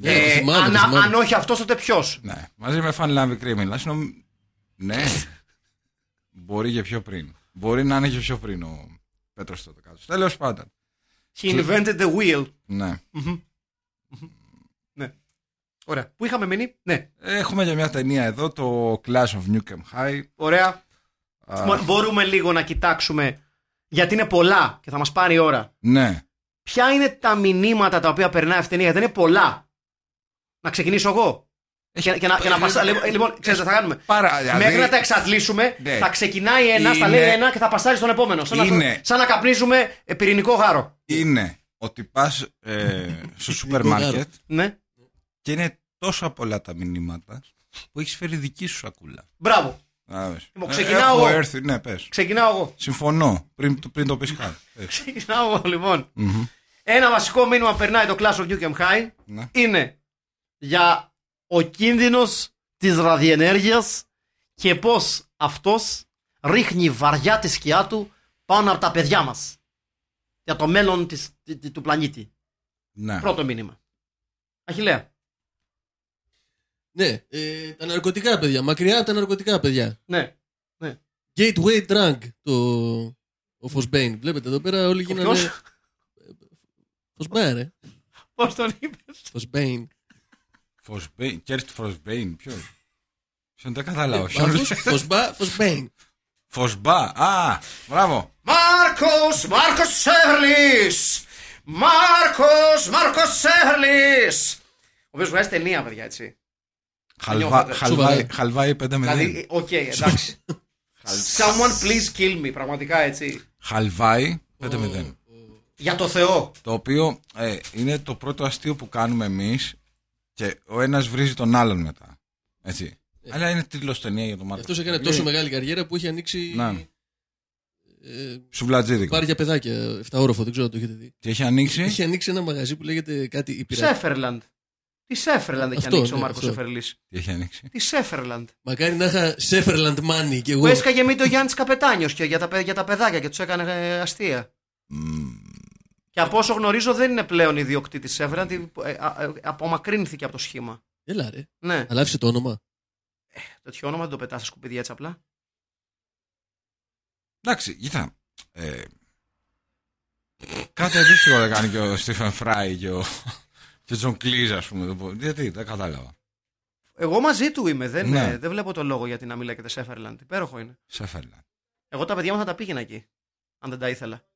Speaker 3: Ναι, το
Speaker 1: Ε,
Speaker 3: θυμάμαι,
Speaker 1: αν-
Speaker 3: το θυμάμαι.
Speaker 1: Αν όχι αυτός, τότε ποιος.
Speaker 2: Ναι, μαζί με Fan Love Criminal. Συνομ... Ναι. Μπορεί και πιο πριν. Μπορεί να είναι και πιο πριν ο Πέτρος Θεοτοκράτο. Τέλος πάντων.
Speaker 1: He invented the wheel.
Speaker 2: Ναι.
Speaker 1: Ωραία. Πού είχαμε μείνει, ναι.
Speaker 2: Έχουμε για μια ταινία εδώ, το Clash of Newcomb High.
Speaker 1: Ωραία.
Speaker 2: Α,
Speaker 1: Μο- Μπορούμε λίγο να κοιτάξουμε. Γιατί είναι πολλά και θα μας πάρει η ώρα.
Speaker 2: ναι.
Speaker 1: Ποια είναι τα μηνύματα τα οποία περνάει αυτή η ταινία, δεν είναι πολλά. Να ξεκινήσω εγώ. Και, και να, και να πασα- λοιπόν, λοιπόν, ξέρεις τι θα κάνουμε.
Speaker 2: Πάρα,
Speaker 1: Μέχρι να τα
Speaker 2: δηλαδή,
Speaker 1: εξαντλήσουμε,
Speaker 2: Ναι.
Speaker 1: θα ξεκινάει ένα, θα
Speaker 2: Είναι-
Speaker 1: λέει ένα και θα πασάρει στον επόμενο. Σαν,
Speaker 2: Είναι.
Speaker 1: να, σαν να καπνίζουμε ε, πυρηνικό γάρο.
Speaker 2: είναι ότι πας ε, στο σούπερ μάρκετ
Speaker 1: Ναι.
Speaker 2: και είναι τόσα πολλά τα μηνύματα που έχεις φέρει δική σου σακούλα.
Speaker 1: Μπράβο.
Speaker 2: Κατάλαβες.
Speaker 1: Λοιπόν,
Speaker 2: Ε,
Speaker 1: ξεκινάω
Speaker 2: Έχω
Speaker 1: εγώ.
Speaker 2: έρθει, ναι, πες.
Speaker 1: Ξεκινάω εγώ.
Speaker 2: Συμφωνώ. Πριν, το- πριν το πεις κάτι. Πες.
Speaker 1: Ξεκινάω εγώ λοιπόν.
Speaker 2: Μμμ.
Speaker 1: Ένα βασικό μήνυμα περνάει το Clash of Newcomb High
Speaker 2: Ναι.
Speaker 1: είναι για ο κίνδυνος της ραδιενέργειας και πως αυτός ρίχνει βαριά τη σκιά του πάνω από τα παιδιά μας για το μέλλον της, τη- τη- του πλανήτη.
Speaker 2: Ναι.
Speaker 1: Πρώτο μήνυμα. Αχιλέα.
Speaker 3: Ναι, ε, τα ναρκωτικά, παιδιά. Μακριά από τα ναρκωτικά, παιδιά.
Speaker 1: Ναι.
Speaker 3: Gateway drug το. Ο Φωσμπέιν. Βλέπετε εδώ πέρα όλοι γίνανε.
Speaker 1: Ποιος?
Speaker 3: Φωσμπέιν, ρε.
Speaker 1: Πώς τον είπες.
Speaker 3: Φωσμπέιν.
Speaker 2: Φωσμπέιν, Κέρτ Φωσμπέιν, ποιο. Ποιον δεν καταλάβω.
Speaker 3: Μάλλον Φωσμπά, Φωσμπέιν.
Speaker 2: Φωσμπά, α, μπράβο.
Speaker 1: Μάρκος, Μάρκος Σέρλι! Μάρκος, Μάρκος Σέρλι! Ο οποίος βγάζει ταινία, παιδιά, έτσι.
Speaker 2: Χαλβά,
Speaker 1: Νιώθατε.
Speaker 2: χαλβάει, χαλβάει πέντε με
Speaker 1: Δηλαδή,
Speaker 2: δύο.
Speaker 1: οκ, εντάξει. Someone please kill me, πραγματικά έτσι.
Speaker 2: Χαλβάει πέντε με δύο.
Speaker 1: Για το Θεό.
Speaker 2: Το οποίο ε, είναι το πρώτο αστείο που κάνουμε εμείς και ο ένας βρίζει τον άλλον μετά. Έτσι. Αλλά είναι τίτλος ταινία για το μάτι.
Speaker 3: Αυτό Ε. έκανε τόσο μεγάλη καριέρα που είχε ανοίξει.
Speaker 2: Ναι.
Speaker 3: Ε,
Speaker 2: Σουβλατζίδικο.
Speaker 3: πάρει για παιδάκια 7 όροφο, δεν ξέρω αν το έχετε δει.
Speaker 2: Και έχει ανοίξει.
Speaker 3: Είχε ανοίξει ένα μαγαζί που λέγεται κάτι η πειρα-
Speaker 1: Σέφερλαντ. Τι Σέφερλαντ έχει
Speaker 3: Αυτό,
Speaker 1: ανοίξει ο
Speaker 3: ναι,
Speaker 1: Μάρκος
Speaker 3: αυτό.
Speaker 1: Σεφερλής.
Speaker 2: Τι έχει ανοίξει.
Speaker 1: Τι Σέφερλαντ.
Speaker 3: Μακάρι να είχα Σέφερλαντ Μάνι και
Speaker 1: Που
Speaker 3: εγώ.
Speaker 1: έσκαγε μύτη ο Γιάννης Καπετάνιος και για τα, παι- για τα παιδάκια και τους έκανε ε, αστεία. Και από όσο γνωρίζω δεν είναι πλέον ιδιοκτήτης Σέφερλαντ. ε, ε, ε, Απομακρύνθηκε από το σχήμα.
Speaker 3: Έλα ρε.
Speaker 1: Ναι.
Speaker 3: Αλλά άφησε το όνομα.
Speaker 1: Τέτοιο όνομα δεν το πετάς στα σκουπίδια έτσι απλά.
Speaker 2: Εντάξει, κοίτα. Ε, κάτι αντίστοιχο θα κάνει και ο Στίφεν Φράι και ο, και ο Τζον Κλίζ, ας πούμε. Δεν μπο- Γιατί, δεν κατάλαβα.
Speaker 1: Εγώ μαζί του είμαι. Δεν,
Speaker 2: Ναι.
Speaker 1: ε, δεν βλέπω το λόγο γιατί να μην λέγεται Σέφερλαντ. Υπέροχο είναι.
Speaker 2: Σε φέρνα.
Speaker 1: Εγώ τα παιδιά μου θα τα πήγαινα εκεί. Αν δεν τα ήθελα.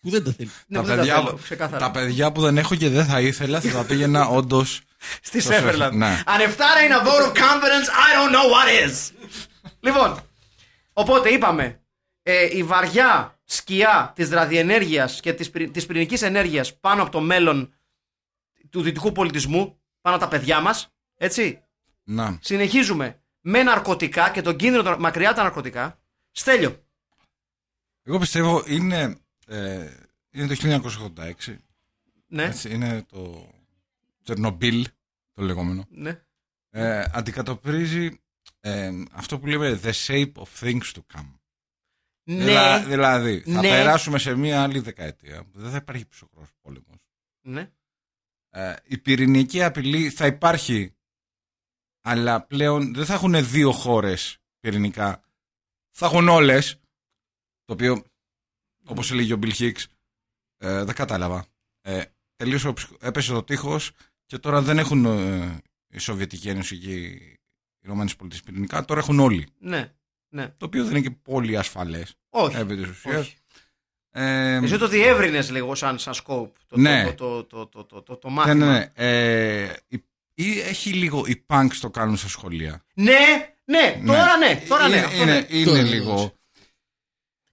Speaker 3: Που δεν τα θέλει.
Speaker 1: Ναι, που δεν
Speaker 2: παιδιά,
Speaker 1: τα
Speaker 2: που-
Speaker 1: θέλω, ξεκάθαρα.
Speaker 2: τα παιδιά που δεν έχω και δεν θα ήθελα θα τα πήγαινα όντως.
Speaker 1: Στη
Speaker 2: στο Σέφερλαντ.
Speaker 1: Σέφερλαντ.
Speaker 2: Ναι.
Speaker 1: Αν εφτάρα είναι a vote of confidence, I don't know what is. λοιπόν, οπότε είπαμε, ε, η βαριά σκιά της ραδιενέργειας και της, πυρη- της πυρηνικής ενέργειας πάνω από το μέλλον του δυτικού πολιτισμού, πάνω από τα παιδιά μας, έτσι,
Speaker 2: Να.
Speaker 1: συνεχίζουμε με ναρκωτικά και τον κίνδυνο των- μακριά από τα ναρκωτικά. Στέλιο.
Speaker 2: Εγώ πιστεύω είναι, ε, είναι το 1986.
Speaker 1: Ναι,
Speaker 2: Έτσι, είναι το Τσερνομπίλ, το λεγόμενο.
Speaker 1: ναι.
Speaker 2: Ε, αντικατοπτρίζει ε, αυτό που λέμε the shape of things to come.
Speaker 1: Ναι,
Speaker 2: Δηλα- δηλαδή, θα
Speaker 1: Ναι.
Speaker 2: περάσουμε σε μία άλλη δεκαετία που δεν θα υπάρχει ψυχρός πόλεμος.
Speaker 1: ναι.
Speaker 2: Ε, η πυρηνική απειλή θα υπάρχει, αλλά πλέον δεν θα έχουν δύο χώρες πυρηνικά. Θα έχουν όλες. Το οποίο, όπως έλεγε ο Bill Hicks, ε, δεν κατάλαβα. Ε, τελείωσε ο ψυχ- έπεσε το τείχος και τώρα δεν έχουν ε, η Σοβιετική Ένωση και οι Ηνωμένες Πολιτείες πυρηνικά. Τώρα έχουν όλοι.
Speaker 1: ναι, ναι.
Speaker 2: Το οποίο δεν είναι και πολύ ασφαλές.
Speaker 1: Όχι.
Speaker 2: Επί της ουσίας.
Speaker 1: όχι.
Speaker 2: Ε,
Speaker 1: Εσύ το διεύρυνες λίγο σαν, σαν scope. Το,
Speaker 2: Ναι.
Speaker 1: το, το, το, το, το, το
Speaker 2: Ναι,
Speaker 1: μάθημα.
Speaker 2: ναι, ναι. Ε, η- ή έχει λίγο. Οι punks το κάνουν στα σχολεία.
Speaker 1: Ναι, ναι, τώρα ναι. Τώρα ναι,
Speaker 2: είναι,
Speaker 1: αυτό
Speaker 2: είναι,
Speaker 1: ναι.
Speaker 2: είναι
Speaker 3: Τώρα, εντάξει.
Speaker 2: λίγο.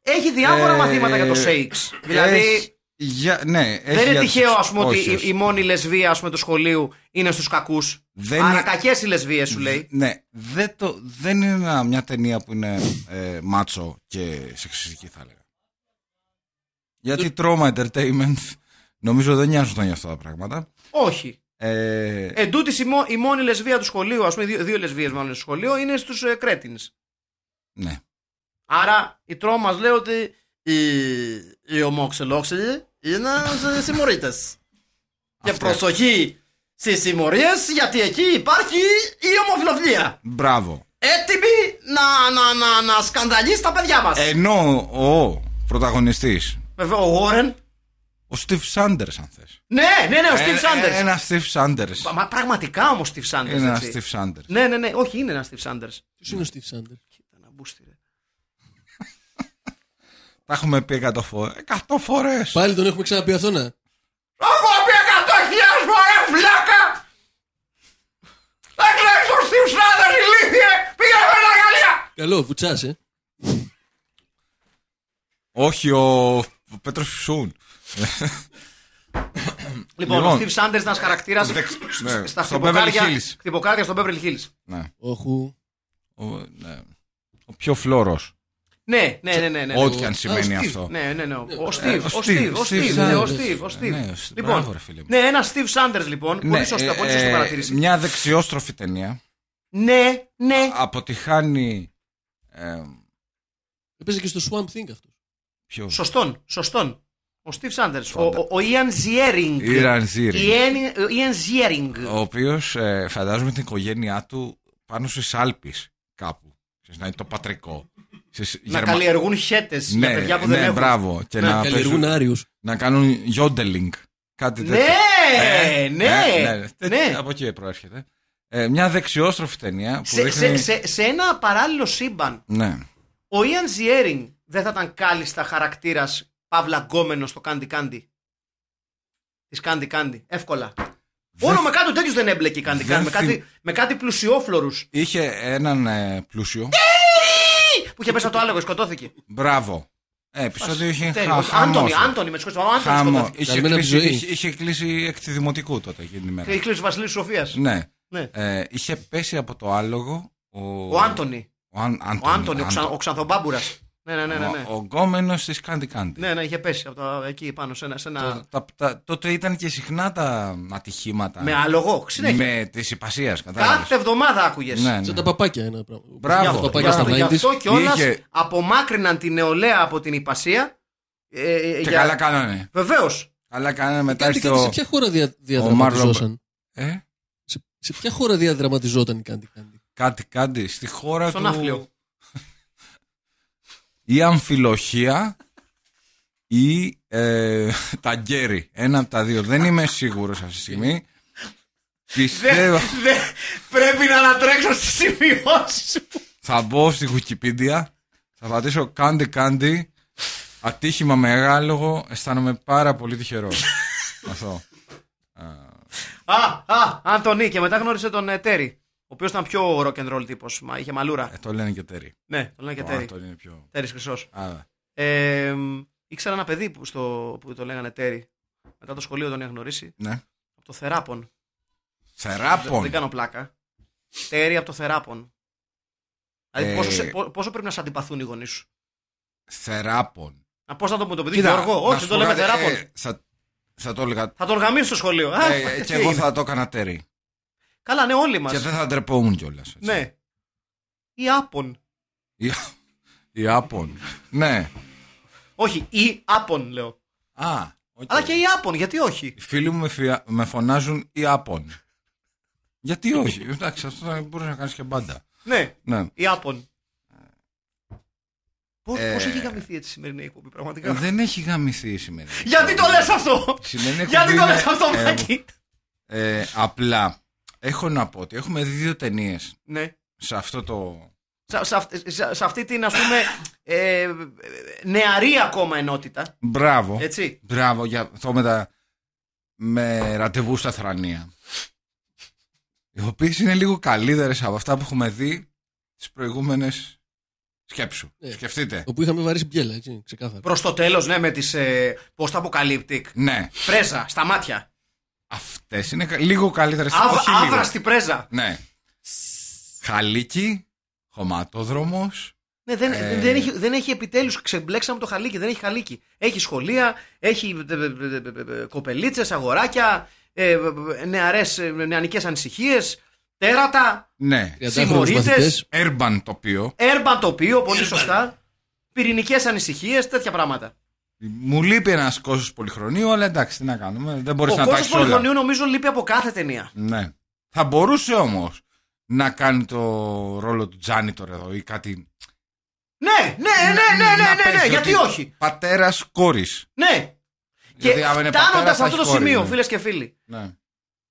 Speaker 1: Έχει διάφορα
Speaker 2: Ε,
Speaker 1: μαθήματα για το σέιξ. Δηλαδή,
Speaker 2: Έχει- για- ναι, έχει
Speaker 1: δεν είναι
Speaker 2: για τους
Speaker 1: τυχαίο ας πούμε, ότι
Speaker 2: όχι,
Speaker 1: η,
Speaker 2: όχι.
Speaker 1: η μόνη λεσβία ας πούμε, του σχολείου είναι στους κακούς.
Speaker 2: Δεν
Speaker 1: Άρα
Speaker 2: είναι-
Speaker 1: κακές οι λεσβείες σου λέει.
Speaker 2: Ναι, δεν, το, δεν είναι ένα- μια ταινία που είναι ε, μάτσο και σεξιστική θα έλεγα. Γιατί Trauma Entertainment νομίζω δεν νοιάζονταν για αυτά τα πράγματα.
Speaker 1: Όχι.
Speaker 2: Ε,
Speaker 1: Εν τούτης η, μο- η μόνη λεσβία του σχολείου, ας πούμε, οι δύο, δύο λεσβείες μάλλον στο σχολείο, είναι στους ε, Κρέτινς.
Speaker 2: ναι.
Speaker 1: Άρα η τρόμα μας λέει ότι οι, οι ομοξελόξυλοι είναι συμμορείτε. Και
Speaker 2: Αυτά.
Speaker 1: προσοχή στις συμμορίες, γιατί εκεί υπάρχει η ομοφιλοφιλία.
Speaker 2: Μπράβο.
Speaker 1: Έτοιμοι να, να, να, να σκανδαλίσει τα παιδιά μας.
Speaker 2: Ενώ ο πρωταγωνιστής,
Speaker 1: Ε, Βέβαια, ο Γόρεν.
Speaker 2: ο Steve Sanders αν θες.
Speaker 1: Ναι, ναι, ναι, ο Steve
Speaker 2: Ε,
Speaker 1: Sanders.
Speaker 2: Ένα Steve Sanders.
Speaker 1: Μα πραγματικά όμως Steve Sanders.
Speaker 2: Ένα
Speaker 1: έτσι.
Speaker 2: Steve Sanders.
Speaker 1: Ναι, ναι, ναι, όχι, είναι ένα Steve Sanders.
Speaker 3: Ποιος είναι ο Steve Sanders.
Speaker 1: Κοίτα να μπούστη, ρε.
Speaker 2: Τα έχουμε πει 100 φορές. 100 φορές.
Speaker 3: Πάλι τον έχουμε ξαναπεί αυτό, να.
Speaker 1: Έχω πει εκατοχιλιάς φορές βλάκα Δεν ξέρεις ο Steve Sanders ηλίθιε Πήγαινε με τα γαλλία
Speaker 3: Καλό, βουτσάς, ε.
Speaker 2: Όχι, ο, ο Πέτρος Φυσούν.
Speaker 1: Λοιπόν, ο
Speaker 2: Λοιπόν.
Speaker 1: Steve Sanders ήταν χαρακτήρας
Speaker 2: Δεξ- ναι,
Speaker 1: Στα
Speaker 2: στο Beverly
Speaker 1: χτυποκάρια
Speaker 2: Hills.
Speaker 1: χτυποκάρια στο Beverly Hills
Speaker 2: Ναι.
Speaker 3: Όχου.
Speaker 2: Ο, ναι. ο πιο φλόρος.
Speaker 1: Ναι, ναι, ναι, ναι, ναι.
Speaker 2: Ό,τι και αν
Speaker 3: Α,
Speaker 2: σημαίνει
Speaker 3: ο Steve.
Speaker 2: αυτό.
Speaker 1: Ναι, ναι, ναι. Ο Steve,
Speaker 2: ο
Speaker 1: ο Steve,
Speaker 2: Steve,
Speaker 1: ο
Speaker 2: Steve
Speaker 1: Steve, ναι, ο
Speaker 2: Sanders.
Speaker 1: Steve, ο
Speaker 2: Ναι, ο
Speaker 1: Steve.
Speaker 2: Steve.
Speaker 1: Λοιπόν,
Speaker 2: Μπράβο, ρε, φίλε μου.
Speaker 1: ναι, ένα Steve Sanders λοιπόν. Πολύ σωστά,
Speaker 2: ε,
Speaker 1: πολύ σωστή
Speaker 2: ε,
Speaker 1: παρατήρηση.
Speaker 2: Μια δεξιόστροφη ταινία
Speaker 1: Ναι, ναι.
Speaker 2: αποτυχάνει. Ε,
Speaker 3: Παίζει και στο Swamp Thing αυτός.
Speaker 2: ποιος.
Speaker 1: Σωστόν, σωστόν. Ο Steve Sanders. Ο- ο- Ο Ian Ziering.
Speaker 2: Ιραν Ζήρη.
Speaker 1: Ian- Ian Ziering.
Speaker 2: Ο οποίος ε, φαντάζομαι την οικογένειά του πάνω στις Άλπε κάπου. Ξέρεις, να είναι το πατρικό. Στις
Speaker 1: Να
Speaker 2: Γερμα-
Speaker 1: καλλιεργούν χέτες για
Speaker 2: Ναι,
Speaker 1: παιδιά που
Speaker 2: ναι,
Speaker 1: δεν έχουν.
Speaker 2: μπράβο. Και
Speaker 1: Ναι,
Speaker 2: να,
Speaker 3: Καλλιεργούν
Speaker 2: παίζουν-
Speaker 3: Άριους.
Speaker 2: να κάνουν γιόντελινγκ. Κάτι
Speaker 1: Ναι,
Speaker 2: τέτοιο.
Speaker 1: ναι,
Speaker 2: ναι,
Speaker 1: ναι.
Speaker 2: ναι. Από εκεί προέρχεται. Ε, μια δεξιόστροφη ταινία που
Speaker 1: Σε, σε,
Speaker 2: δείχνει.
Speaker 1: σε, σε ένα παράλληλο σύμπαν,
Speaker 2: Ναι.
Speaker 1: ο Ian Ziering δεν θα ήταν κάλλιστα χαρακτήρας παύλα γκόμενος στο Candy Candy. Της Candy Candy, εύκολα.
Speaker 2: Δεν-
Speaker 1: Μόνο με κάτι τέτοιου δεν έμπλεκε η Candy Candy.
Speaker 2: δεν
Speaker 1: Με κάτι,
Speaker 2: θυ-
Speaker 1: με κάτι πλουσιόφλωρους
Speaker 2: Είχε έναν ε, πλούσιο.
Speaker 1: που είχε πέσει από το άλογο, σκοτώθηκε.
Speaker 2: Μπράβο. Ε, επεισόδιο είχε
Speaker 1: Τέλειος.
Speaker 2: χα,
Speaker 1: Άντωνη,
Speaker 2: χαμός.
Speaker 1: Άντωνη, με συγχωρείτε. Ο Άντωνης
Speaker 2: Χαμό.
Speaker 1: σκοτώθηκε.
Speaker 2: Είχε
Speaker 3: Καλυμμένα
Speaker 2: κλείσει,
Speaker 3: από τη ζωή.
Speaker 2: είχε, είχε κλείσει εκ τη δημοτικού τότε εκείνη την ημέρα.
Speaker 1: Και η κλίση Βασιλή Σοφίας.
Speaker 2: Ναι.
Speaker 1: Ναι.
Speaker 2: Ε, είχε πέσει από το άλογο ο,
Speaker 1: Ο Άντωνη.
Speaker 2: Ο, Αν-
Speaker 1: Ο Άντωνη, ο, ξα...
Speaker 2: Άντων-
Speaker 1: ο ξανθομπάμπουρας. Ναι, ναι, ναι, ναι. ναι.
Speaker 2: ο- ο γκόμενος της Κάντι Κάντι.
Speaker 1: Ναι, ναι, είχε πέσει από το, εκεί πάνω σε ένα. Σε ένα...
Speaker 2: Το- τα- τα- τότε ήταν και συχνά τα ατυχήματα.
Speaker 1: Με άλογο, συνέχεια.
Speaker 2: με της υπασίας, κατάλαβες.
Speaker 1: Κάθε εβδομάδα άκουγες.
Speaker 2: Ναι, ναι.
Speaker 3: Σαν τα παπάκια ένα πράγμα.
Speaker 2: Μπράβο,
Speaker 3: Σαν τα παπάκια
Speaker 2: μπράβο.
Speaker 3: στα
Speaker 1: Γι'
Speaker 3: 90s.
Speaker 1: αυτό κιόλας
Speaker 2: Είχε-
Speaker 1: απομάκρυναν την νεολαία από την υπασία. Ε, ε,
Speaker 2: Και
Speaker 1: για-
Speaker 2: καλά κάνανε.
Speaker 1: Βεβαίως.
Speaker 2: Καλά κάνανε μετά
Speaker 3: Κάντε
Speaker 2: ήρθε
Speaker 3: κάτι,
Speaker 2: ο...
Speaker 3: Σε ποια χώρα δια- διαδραματιζόταν.
Speaker 2: Ε,
Speaker 3: Σε, σε ποια χώρα διαδραματιζόταν η Κάντι Κάντι.
Speaker 2: κάτι, κάτι. Στη χώρα
Speaker 1: Στον
Speaker 2: του...
Speaker 1: άφλιο.
Speaker 2: Η αμφιλοχία ή ε, τα γκέρι. Ένα από τα δύο. Δεν είμαι σίγουρος αυτή τη στιγμή. Πιστεύω...
Speaker 1: πρέπει να ανατρέξω στις σημειώσεις μου.
Speaker 2: θα μπω στη Wikipedia, θα πατήσω κάντε κάντε, ατύχημα μεγάλο, αισθάνομαι πάρα πολύ τυχερό. Αυτό.
Speaker 1: Α, α, Αντωνί, και μετά γνώρισε τον ε, Τέρι. Ο οποίος ήταν πιο rock and roll τύπος. Μα είχε μαλούρα.
Speaker 2: Ε, το λένε και τέρι.
Speaker 1: Ναι, τον λένε και
Speaker 2: Το
Speaker 1: Τέρι.
Speaker 2: Άντων είναι πιο...
Speaker 1: Τέρις Χρυσός.
Speaker 2: Α,
Speaker 1: Ε, ήξερα ένα παιδί που, στο, που το λέγανε Τέρι. Μετά το σχολείο τον είχα γνωρίσει.
Speaker 2: ναι.
Speaker 1: Από το Θεράπον. Δεν-
Speaker 2: Θεράπον.
Speaker 1: Δεν κάνω πλάκα. Τέρι από το θεράπον. Δηλαδή,
Speaker 2: Ε.
Speaker 1: πόσο, σε- πο- πόσο πρέπει να σε αντιπαθούν οι γονείς σου.
Speaker 2: Θεράπον.
Speaker 1: Να πώς θα το πούμε το παιδί,
Speaker 2: Κοίτα,
Speaker 1: Γιώργο.
Speaker 2: να
Speaker 1: Όχι,
Speaker 2: σου
Speaker 1: δεν το
Speaker 2: πω
Speaker 1: λέμε
Speaker 2: κάτι,
Speaker 1: θεράπον.
Speaker 2: ε, θα, θα το έλεγα.
Speaker 1: Θα το οργανίσει στο σχολείο. Α,
Speaker 2: Ε,
Speaker 1: τι
Speaker 2: και εγώ
Speaker 1: είναι.
Speaker 2: θα το έκανα τέρι.
Speaker 1: Καλά, ναι, όλοι μας.
Speaker 2: Και δεν θα ντρεπόμουν κιόλας.
Speaker 1: Ναι. Ή άπον.
Speaker 2: Η Άπον. ναι.
Speaker 1: Όχι, ή άπον λέω.
Speaker 2: Α, οκ.
Speaker 1: Αλλά και ή άπον, γιατί όχι.
Speaker 2: Οι φίλοι μου με, φια- με φωνάζουν οι Άπων. Γιατί όχι. Εντάξει, αυτό θα μπορούσε να κάνεις και μπάντα.
Speaker 1: Ναι,
Speaker 2: Ναι.
Speaker 1: ή άπον. Πώς
Speaker 2: Ε.
Speaker 1: έχει γαμηθεί έτσι η σημερινή εκπομπή,
Speaker 2: Ε,
Speaker 1: πραγματικά.
Speaker 2: Δεν έχει γαμηθεί η σημερινή.
Speaker 1: Γιατί το λες αυτό!
Speaker 2: Η σημερινή
Speaker 1: Γιατί
Speaker 2: εκπομπή
Speaker 1: το λε
Speaker 2: είναι,
Speaker 1: αυτό,
Speaker 2: ε,
Speaker 1: Μάκη!
Speaker 2: ε, απλά έχω να πω ότι έχουμε δει δύο ταινίες
Speaker 1: Ναι.
Speaker 2: σε αυτό το.
Speaker 1: σε, σε αυτή- σε- σε αυτή την ας πούμε ε, ε, νεαρή ακόμα ενότητα.
Speaker 2: Μπράβο.
Speaker 1: Έτσι.
Speaker 2: Μπράβο για αυτό με, τα... με ραντεβού στα θρανία. Οι οποίες είναι λίγο καλύτερες από αυτά που έχουμε δει τις προηγούμενες. Σκέψου.
Speaker 3: Ε.
Speaker 2: Σκεφτείτε.
Speaker 3: Όπου είχαμε βαρύσει μπιέλα, έτσι, ξεκάθαρα.
Speaker 1: Προς το τέλος, ναι, με τις. Ε, Πώ τα αποκαλύπτει.
Speaker 2: Ναι.
Speaker 1: Πρέζα, στα μάτια.
Speaker 2: Αυτές είναι κα- λίγο καλύτερες.
Speaker 1: Άβ,
Speaker 2: όχι λίγο.
Speaker 1: άβραστη πρέζα.
Speaker 2: Ναι. Χαλίκι, χωματόδρομο,
Speaker 1: Ναι, δεν,
Speaker 2: Ε.
Speaker 1: δεν έχει, δεν έχει επιτέλους ξεμπλέξαμε το χαλίκι. Δεν έχει χαλίκι. Έχει σχολεία, έχει ε, κοπελίτσες, αγοράκια, ε, νεανικές ανησυχίες, ε, τέρατα,
Speaker 2: Ναι.
Speaker 3: 30
Speaker 1: Συμμορίτες.
Speaker 3: μαθητές.
Speaker 2: Urban τοπίο.
Speaker 1: έρμπαν τοπίο, πολύ σωστά, πυρηνικές ανησυχίες, τέτοια πράγματα.
Speaker 2: Μου λείπει ένας κόσμος πολυχρονίου, αλλά εντάξει, τι να κάνουμε. Δεν μπορείς
Speaker 1: Ο
Speaker 2: να τα
Speaker 1: κόσμος
Speaker 2: έχεις όλα.
Speaker 1: πολυγωνιού νομίζω λείπει από κάθε ταινία.
Speaker 2: Ναι. Θα μπορούσε όμως να κάνει το ρόλο του janitor εδώ ή κάτι.
Speaker 1: Ναι, ναι, ναι, ναι, ναι, ναι, ναι, γιατί όχι.
Speaker 2: Πατέρας κόρης.
Speaker 1: Ναι. Και φτάνοντα αυτό το σημείο, φίλες και φίλοι,
Speaker 2: Ναι.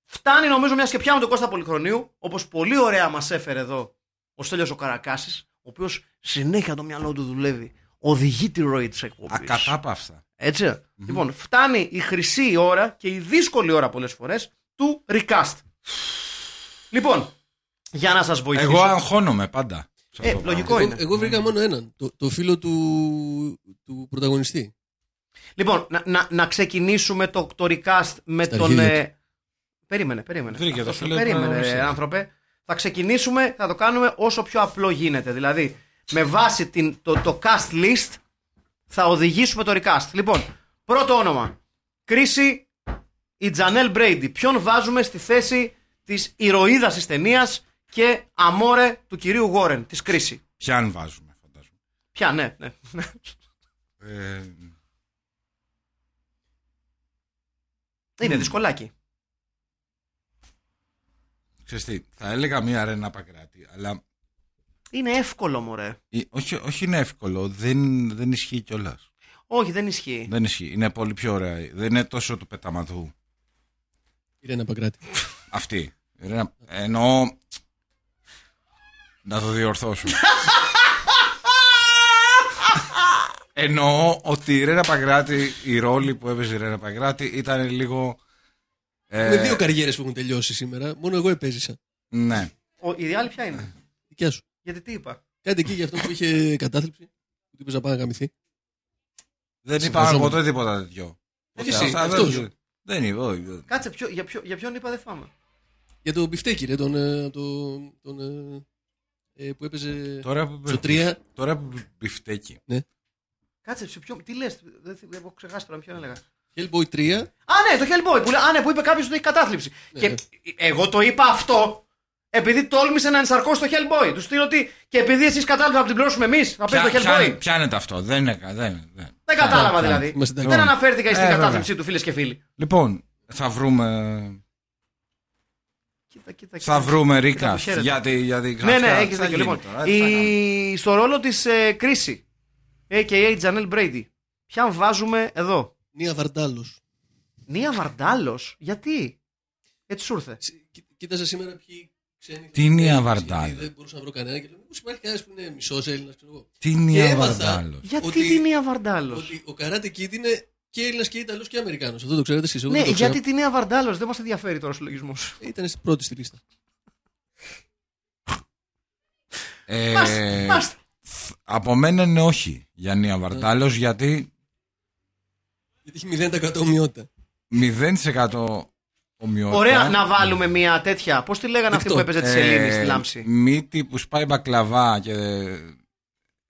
Speaker 1: φτάνει νομίζω μιας σκεπιά με τον Κώστα Πολυχρονίου, όπως πολύ ωραία μας έφερε εδώ ο Στέλιος ο Καρακάσης, ο οποίος συνέχεια το μυαλό του δουλεύει. Οδηγεί τη ροή της εκπομπής.
Speaker 2: Ακατάπαυστα.
Speaker 1: ετσι Λοιπόν, φτάνει η χρυσή ώρα και η δύσκολη ώρα πολλές φορές του recast. Λοιπόν, για να σας βοηθήσω.
Speaker 2: Εγώ αγχώνομαι πάντα. σε
Speaker 1: Ε,
Speaker 2: αυτό το
Speaker 1: λογικό
Speaker 2: πράγμα.
Speaker 1: είναι.
Speaker 3: Εγώ, εγώ βρήκα μόνο έναν. Το, το φίλο του, του πρωταγωνιστή.
Speaker 1: Λοιπόν, να, να, να ξεκινήσουμε το, το recast με
Speaker 3: Στα
Speaker 1: τον.
Speaker 3: αρχίδια
Speaker 1: ε, Περίμενε, περίμενε.
Speaker 2: Βρήκε το
Speaker 1: Αυτός-
Speaker 2: φίλε,
Speaker 1: περίμενε,
Speaker 2: πρέπει να
Speaker 1: ε,
Speaker 2: το
Speaker 1: άνθρωπε. Θα ξεκινήσουμε, θα το κάνουμε όσο πιο απλό γίνεται. Δηλαδή, με βάση την, το, το cast list θα οδηγήσουμε το recast. Λοιπόν, πρώτο όνομα. Κρίση η Τζανέλ Μπρέιντι. Ποιον βάζουμε στη θέση της ηρωίδας της ταινίας και αμόρε του κυρίου Γόρεν, της Κρίση.
Speaker 2: Ποιαν βάζουμε, φαντάζομαι.
Speaker 1: Ποια, ναι, ναι.
Speaker 2: Ε,
Speaker 1: Είναι δυσκολάκι.
Speaker 2: ξέρεις τι, θα έλεγα μία αρένα πακράτη, αλλά
Speaker 1: Είναι εύκολο, μωρέ.
Speaker 2: ε, όχι, όχι είναι εύκολο, δεν, δεν ισχύει κιόλας.
Speaker 1: Όχι, δεν ισχύει.
Speaker 2: Δεν ισχύει, είναι πολύ πιο ωραία. Δεν είναι τόσο του πεταμαδού.
Speaker 3: Ηρένα Παγκράτη.
Speaker 2: Αυτή. Ρε, Εννοώ. Να το διορθώσω. Εννοώ ότι η Ρένα Παγκράτη, η ρόλη που έπαιζε η Ρένα Παγκράτη ήταν λίγο. ε,
Speaker 3: Με δύο καριέρες που έχουν τελειώσει σήμερα, μόνο εγώ επέζησα.
Speaker 2: Ναι.
Speaker 1: Ο, η άλλη ποια είναι.
Speaker 3: Δικιά σου.
Speaker 1: Γιατί τι είπα.
Speaker 3: Κάτι εκεί για αυτό που είχε κατάθλιψη. Που του είπες να πάει να γαμηθεί.
Speaker 2: Δεν είπαμε
Speaker 3: Συμφωνώ.
Speaker 2: ποτέ τίποτα τέτοιο.
Speaker 1: Ε,
Speaker 3: Όχι
Speaker 2: Ποτέ.
Speaker 3: εσύ,
Speaker 2: Αυτά δεν-
Speaker 3: αυτός.
Speaker 2: Δεν είπα. όχι, δεν-
Speaker 1: Κάτσε, ποιο, για, ποιο, για ποιον είπα δεν φάμε.
Speaker 3: Για τον Μπιφτέκη, ρε, τον, ε, τον, τον, ε, ε, που έπαιζε
Speaker 2: Τώρα που.
Speaker 3: στο 3.
Speaker 2: Τώρα που μπιφτέκι.
Speaker 1: Κάτσε, σε ποιον, τι λες. Δεν θυ- έχω ξεχάσει τώρα ποιον έλεγα.
Speaker 3: Hellboy 3.
Speaker 1: Α, ναι, το Hellboy που, λέ- α, ναι, που είπε κάποιος ότι έχει κατάθλιψη.
Speaker 3: Ναι,
Speaker 1: και
Speaker 3: ναι.
Speaker 1: εγώ το είπα αυτό επειδή τόλμησε να ενσαρκώσει το Hellboy. Του στείλω ότι και επειδή εσείς κατάλαβα να την πληρώσουμε εμείς, να παίζει το Hellboy.
Speaker 2: Πιάνεται αυτό. Δεν είναι. Δεν, δεν.
Speaker 1: Δεν κατάλαβα
Speaker 2: πιάνει.
Speaker 1: δηλαδή.
Speaker 3: Είμαστε
Speaker 1: Δεν
Speaker 3: εντάξει.
Speaker 1: αναφέρθηκα στην
Speaker 2: Ε,
Speaker 1: κατάθλιψή του, φίλες και φίλοι.
Speaker 2: Λοιπόν, θα βρούμε.
Speaker 1: Κοίτα, κοίτα,
Speaker 2: Θα
Speaker 1: κοίτα.
Speaker 2: βρούμε
Speaker 1: Κοίτα,
Speaker 2: ρίκας.
Speaker 1: το Ε, χαίρετε.
Speaker 2: Γιατί, γιατί
Speaker 1: Ναι, ναι,
Speaker 2: αυτά
Speaker 1: έχει δίκιο.
Speaker 2: θα γίνει
Speaker 1: Λοιπόν,
Speaker 2: τώρα, τι θα κάνουμε.
Speaker 1: η... στο ρόλο της ε, Κρίση, a.k.a. Τζανέλ Μπρέιντι, ποιαν βάζουμε εδώ.
Speaker 3: Νία Βαρντάλος.
Speaker 1: Νία Βαρντάλος, γιατί. Έτσι σου ήρθε.
Speaker 3: Κοίταζα σήμερα ποιοι ξένοι.
Speaker 2: Τι είναι η
Speaker 3: Ε,
Speaker 2: Αβαρντάλο?
Speaker 3: Δεν μπορούσα να βρω κανένα και λέω Μήπω υπάρχει κανένας που είναι μισός Έλληνας, ξέρω εγώ.
Speaker 2: Τι είναι η
Speaker 3: Και έμαθα
Speaker 2: Αβαρδάλο.
Speaker 1: Γιατί
Speaker 3: Ότι-
Speaker 1: τη Νία Βαρντάλο.
Speaker 3: Ότι ο Καράτε Kid είναι και Έλληνας και Ιταλός και Αμερικάνος. Αυτό το ξέρετε εσείς.
Speaker 1: Ναι, γιατί τη Νία Βαρντάλο δεν μας ενδιαφέρει τώρα ο συλλογισμός.
Speaker 3: Ήταν στην πρώτη στη λίστα.
Speaker 2: Ε,
Speaker 1: Μάστε, μάστε.
Speaker 2: από μένα είναι όχι για Νία Βαρτάλο γιατί
Speaker 3: Γιατί έχει 0% ομοιότητα.
Speaker 2: 0% ομοιότητα. ε,
Speaker 1: Ωραία να βάλουμε μια τέτοια. Πώς τη λέγανε αυτή
Speaker 3: Δεκτό.
Speaker 1: που έπαιζε τη Σελήνη στη λάμψη.
Speaker 2: Μύτη που σπάει μπακλαβά και.